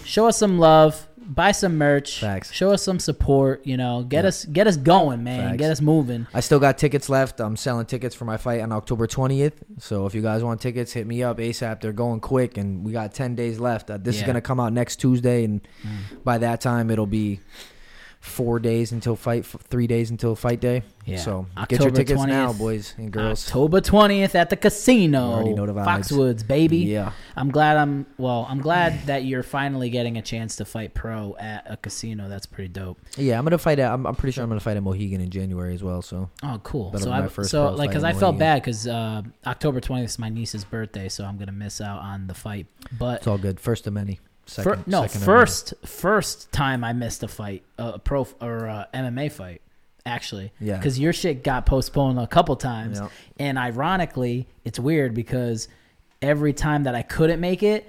Speaker 1: show us some love. Buy some merch.
Speaker 2: Facts.
Speaker 1: Show us some support. You know, get us get us going, man.
Speaker 2: Facts.
Speaker 1: Get us moving.
Speaker 2: I still got tickets left. I'm selling tickets for my fight on October 20th. So if you guys want tickets, hit me up ASAP. They're going quick, and we got 10 days left. Uh, this is
Speaker 1: Yeah. Mm.
Speaker 2: going to come out next Tuesday, and by that time, it'll be four days until fight, f- three days until fight day.
Speaker 1: Yeah.
Speaker 2: So get your
Speaker 1: October
Speaker 2: tickets now,
Speaker 1: 20th.
Speaker 2: boys and girls.
Speaker 1: October 20th at the casino.
Speaker 2: You already know the vibes.
Speaker 1: Foxwoods, baby.
Speaker 2: Yeah.
Speaker 1: I'm glad I'm well, I'm glad that you're finally getting a chance to fight pro at a casino. That's pretty dope.
Speaker 2: Yeah, I'm gonna fight at. I'm, I'm pretty sure I'm gonna fight at Mohegan in January as well. So
Speaker 1: Oh, cool.
Speaker 2: That'll
Speaker 1: so
Speaker 2: be my
Speaker 1: I
Speaker 2: first
Speaker 1: so
Speaker 2: pro
Speaker 1: like
Speaker 2: fight
Speaker 1: cuz
Speaker 2: in
Speaker 1: I felt
Speaker 2: Mohegan.
Speaker 1: bad cuz uh October 20th is my niece's birthday, so I'm going to miss out on the fight. But
Speaker 2: it's all good. First of many.
Speaker 1: fir-
Speaker 2: Second,
Speaker 1: no,
Speaker 2: second of many.
Speaker 1: first first time I missed a fight, uh, a pro or a MMA fight actually.
Speaker 2: Yeah.
Speaker 1: Cuz your shit got postponed a couple times.
Speaker 2: Yeah.
Speaker 1: And ironically, it's weird because every time that I couldn't make it,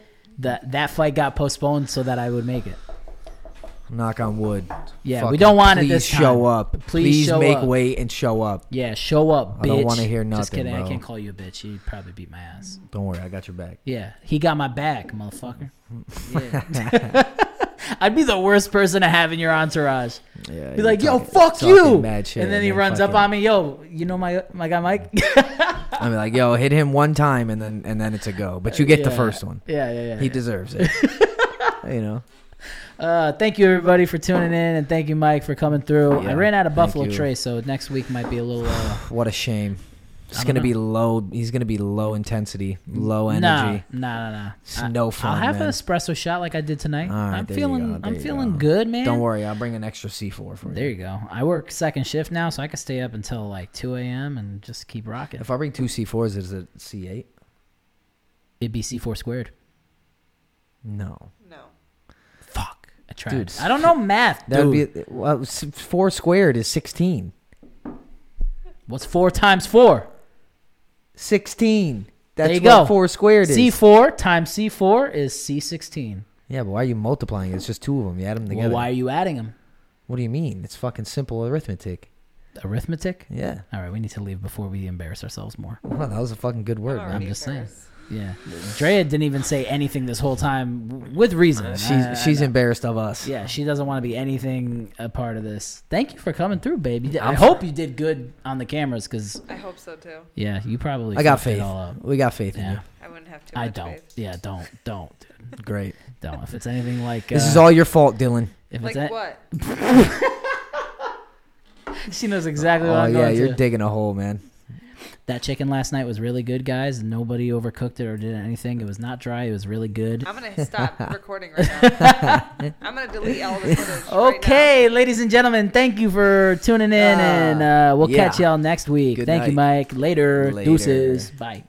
Speaker 1: that that fight got postponed so that I would make it.
Speaker 2: Knock on wood.
Speaker 1: Yeah, we don't want it
Speaker 2: please
Speaker 1: this
Speaker 2: show
Speaker 1: time.
Speaker 2: up.
Speaker 1: Please
Speaker 2: Please,
Speaker 1: show
Speaker 2: make
Speaker 1: up.
Speaker 2: weight and show up.
Speaker 1: Yeah, show up, bitch.
Speaker 2: I don't wanna hear
Speaker 1: Just
Speaker 2: nothing,
Speaker 1: kidding. I
Speaker 2: bro.
Speaker 1: can't call you a bitch. You'd probably beat my ass.
Speaker 2: Don't worry, I got your back.
Speaker 1: Yeah, he got my back, motherfucker. Yeah. I'd be the worst person to have in your entourage.
Speaker 2: Yeah,
Speaker 1: Be like, yo,
Speaker 2: talking-
Speaker 1: fuck
Speaker 2: talking
Speaker 1: you.
Speaker 2: mad shit
Speaker 1: and then he runs up
Speaker 2: fucking-
Speaker 1: on me, yo, you know my my guy Mike?
Speaker 2: I mean, like, yo, hit him one time, and then and then it's a go. But you get the
Speaker 1: Yeah.
Speaker 2: first one.
Speaker 1: Yeah, yeah, yeah.
Speaker 2: He deserves it. you know.
Speaker 1: Uh, thank you everybody for tuning in, and thank you Mike for coming through. I
Speaker 2: Yeah,
Speaker 1: ran out of
Speaker 2: thank
Speaker 1: Buffalo
Speaker 2: you.
Speaker 1: Trace, so next week might be a little. Uh,
Speaker 2: What a shame. It's
Speaker 1: don't
Speaker 2: gonna
Speaker 1: know.
Speaker 2: be low. He's gonna be low intensity, low energy.
Speaker 1: Nah, nah, nah, nah.
Speaker 2: It's
Speaker 1: I-
Speaker 2: no fun,
Speaker 1: I'll have an
Speaker 2: man.
Speaker 1: espresso shot like I did tonight.
Speaker 2: All right,
Speaker 1: I'm
Speaker 2: there you go,
Speaker 1: feeling,
Speaker 2: there
Speaker 1: I'm
Speaker 2: you
Speaker 1: feeling
Speaker 2: go.
Speaker 1: good, man.
Speaker 2: Don't worry, I'll bring an extra C four for you.
Speaker 1: There you go. I work second shift now, so I can stay up until like 2 a.m. and just keep rocking.
Speaker 2: If I bring two C fours, is it C eight?
Speaker 1: It'd be C4 squared.
Speaker 2: No.
Speaker 5: No.
Speaker 1: Fuck. I tried.
Speaker 2: Dude.
Speaker 1: I don't know math,
Speaker 2: That
Speaker 1: dude.
Speaker 2: would be well, s- four squared is sixteen.
Speaker 1: What's four times four?
Speaker 2: Sixteen. That's
Speaker 1: There you
Speaker 2: what
Speaker 1: go.
Speaker 2: four squared is.
Speaker 1: C4 times C4 is C16.
Speaker 2: yeah, but why are you multiplying? it? It's just two of them. You add them
Speaker 1: Well,
Speaker 2: together.
Speaker 1: why are you adding them?
Speaker 2: What do you mean? It's fucking simple arithmetic.
Speaker 1: Arithmetic?
Speaker 2: Yeah.
Speaker 1: All right, we need to leave before we embarrass ourselves more.
Speaker 2: Well, that was a fucking good word, man.
Speaker 5: already
Speaker 1: just saying.
Speaker 5: embarrassed.
Speaker 1: Yeah. Drea didn't even say anything this whole time w- with reason.
Speaker 2: Uh, She's
Speaker 1: I- I
Speaker 2: she's
Speaker 1: know.
Speaker 2: embarrassed of us.
Speaker 1: Yeah, she doesn't want to be anything a part of this. Thank you for coming through, baby. I
Speaker 2: I'm-
Speaker 1: hope you did good on the cameras because,
Speaker 5: I hope so too.
Speaker 1: yeah, you probably.
Speaker 2: I got
Speaker 1: fucked it
Speaker 2: faith.
Speaker 1: all up.
Speaker 2: We got faith in
Speaker 1: Yeah.
Speaker 5: I wouldn't have too much
Speaker 1: I don't.
Speaker 5: faith.
Speaker 1: Yeah, don't. Don't.
Speaker 2: you. Great.
Speaker 1: Don't. If it's anything like.
Speaker 2: This
Speaker 1: uh,
Speaker 2: is all your fault, Dylan.
Speaker 1: If
Speaker 5: Like
Speaker 1: it's a-
Speaker 5: what?
Speaker 1: She knows exactly what
Speaker 2: Oh
Speaker 1: I'm
Speaker 2: yeah,
Speaker 1: going
Speaker 2: you're
Speaker 1: to.
Speaker 2: digging a hole, man.
Speaker 1: that chicken last night was really good, guys. Nobody overcooked it or did anything. It was not dry. It was really good.
Speaker 5: I'm gonna stop recording right now. I'm gonna delete all this footage.
Speaker 1: Okay, ladies and gentlemen, thank you for tuning in, and uh, we'll
Speaker 2: Ah, yeah.
Speaker 1: catch y'all next week.
Speaker 2: Good
Speaker 1: thank you, Mike. Later.
Speaker 2: Later.
Speaker 1: Deuces. Bye.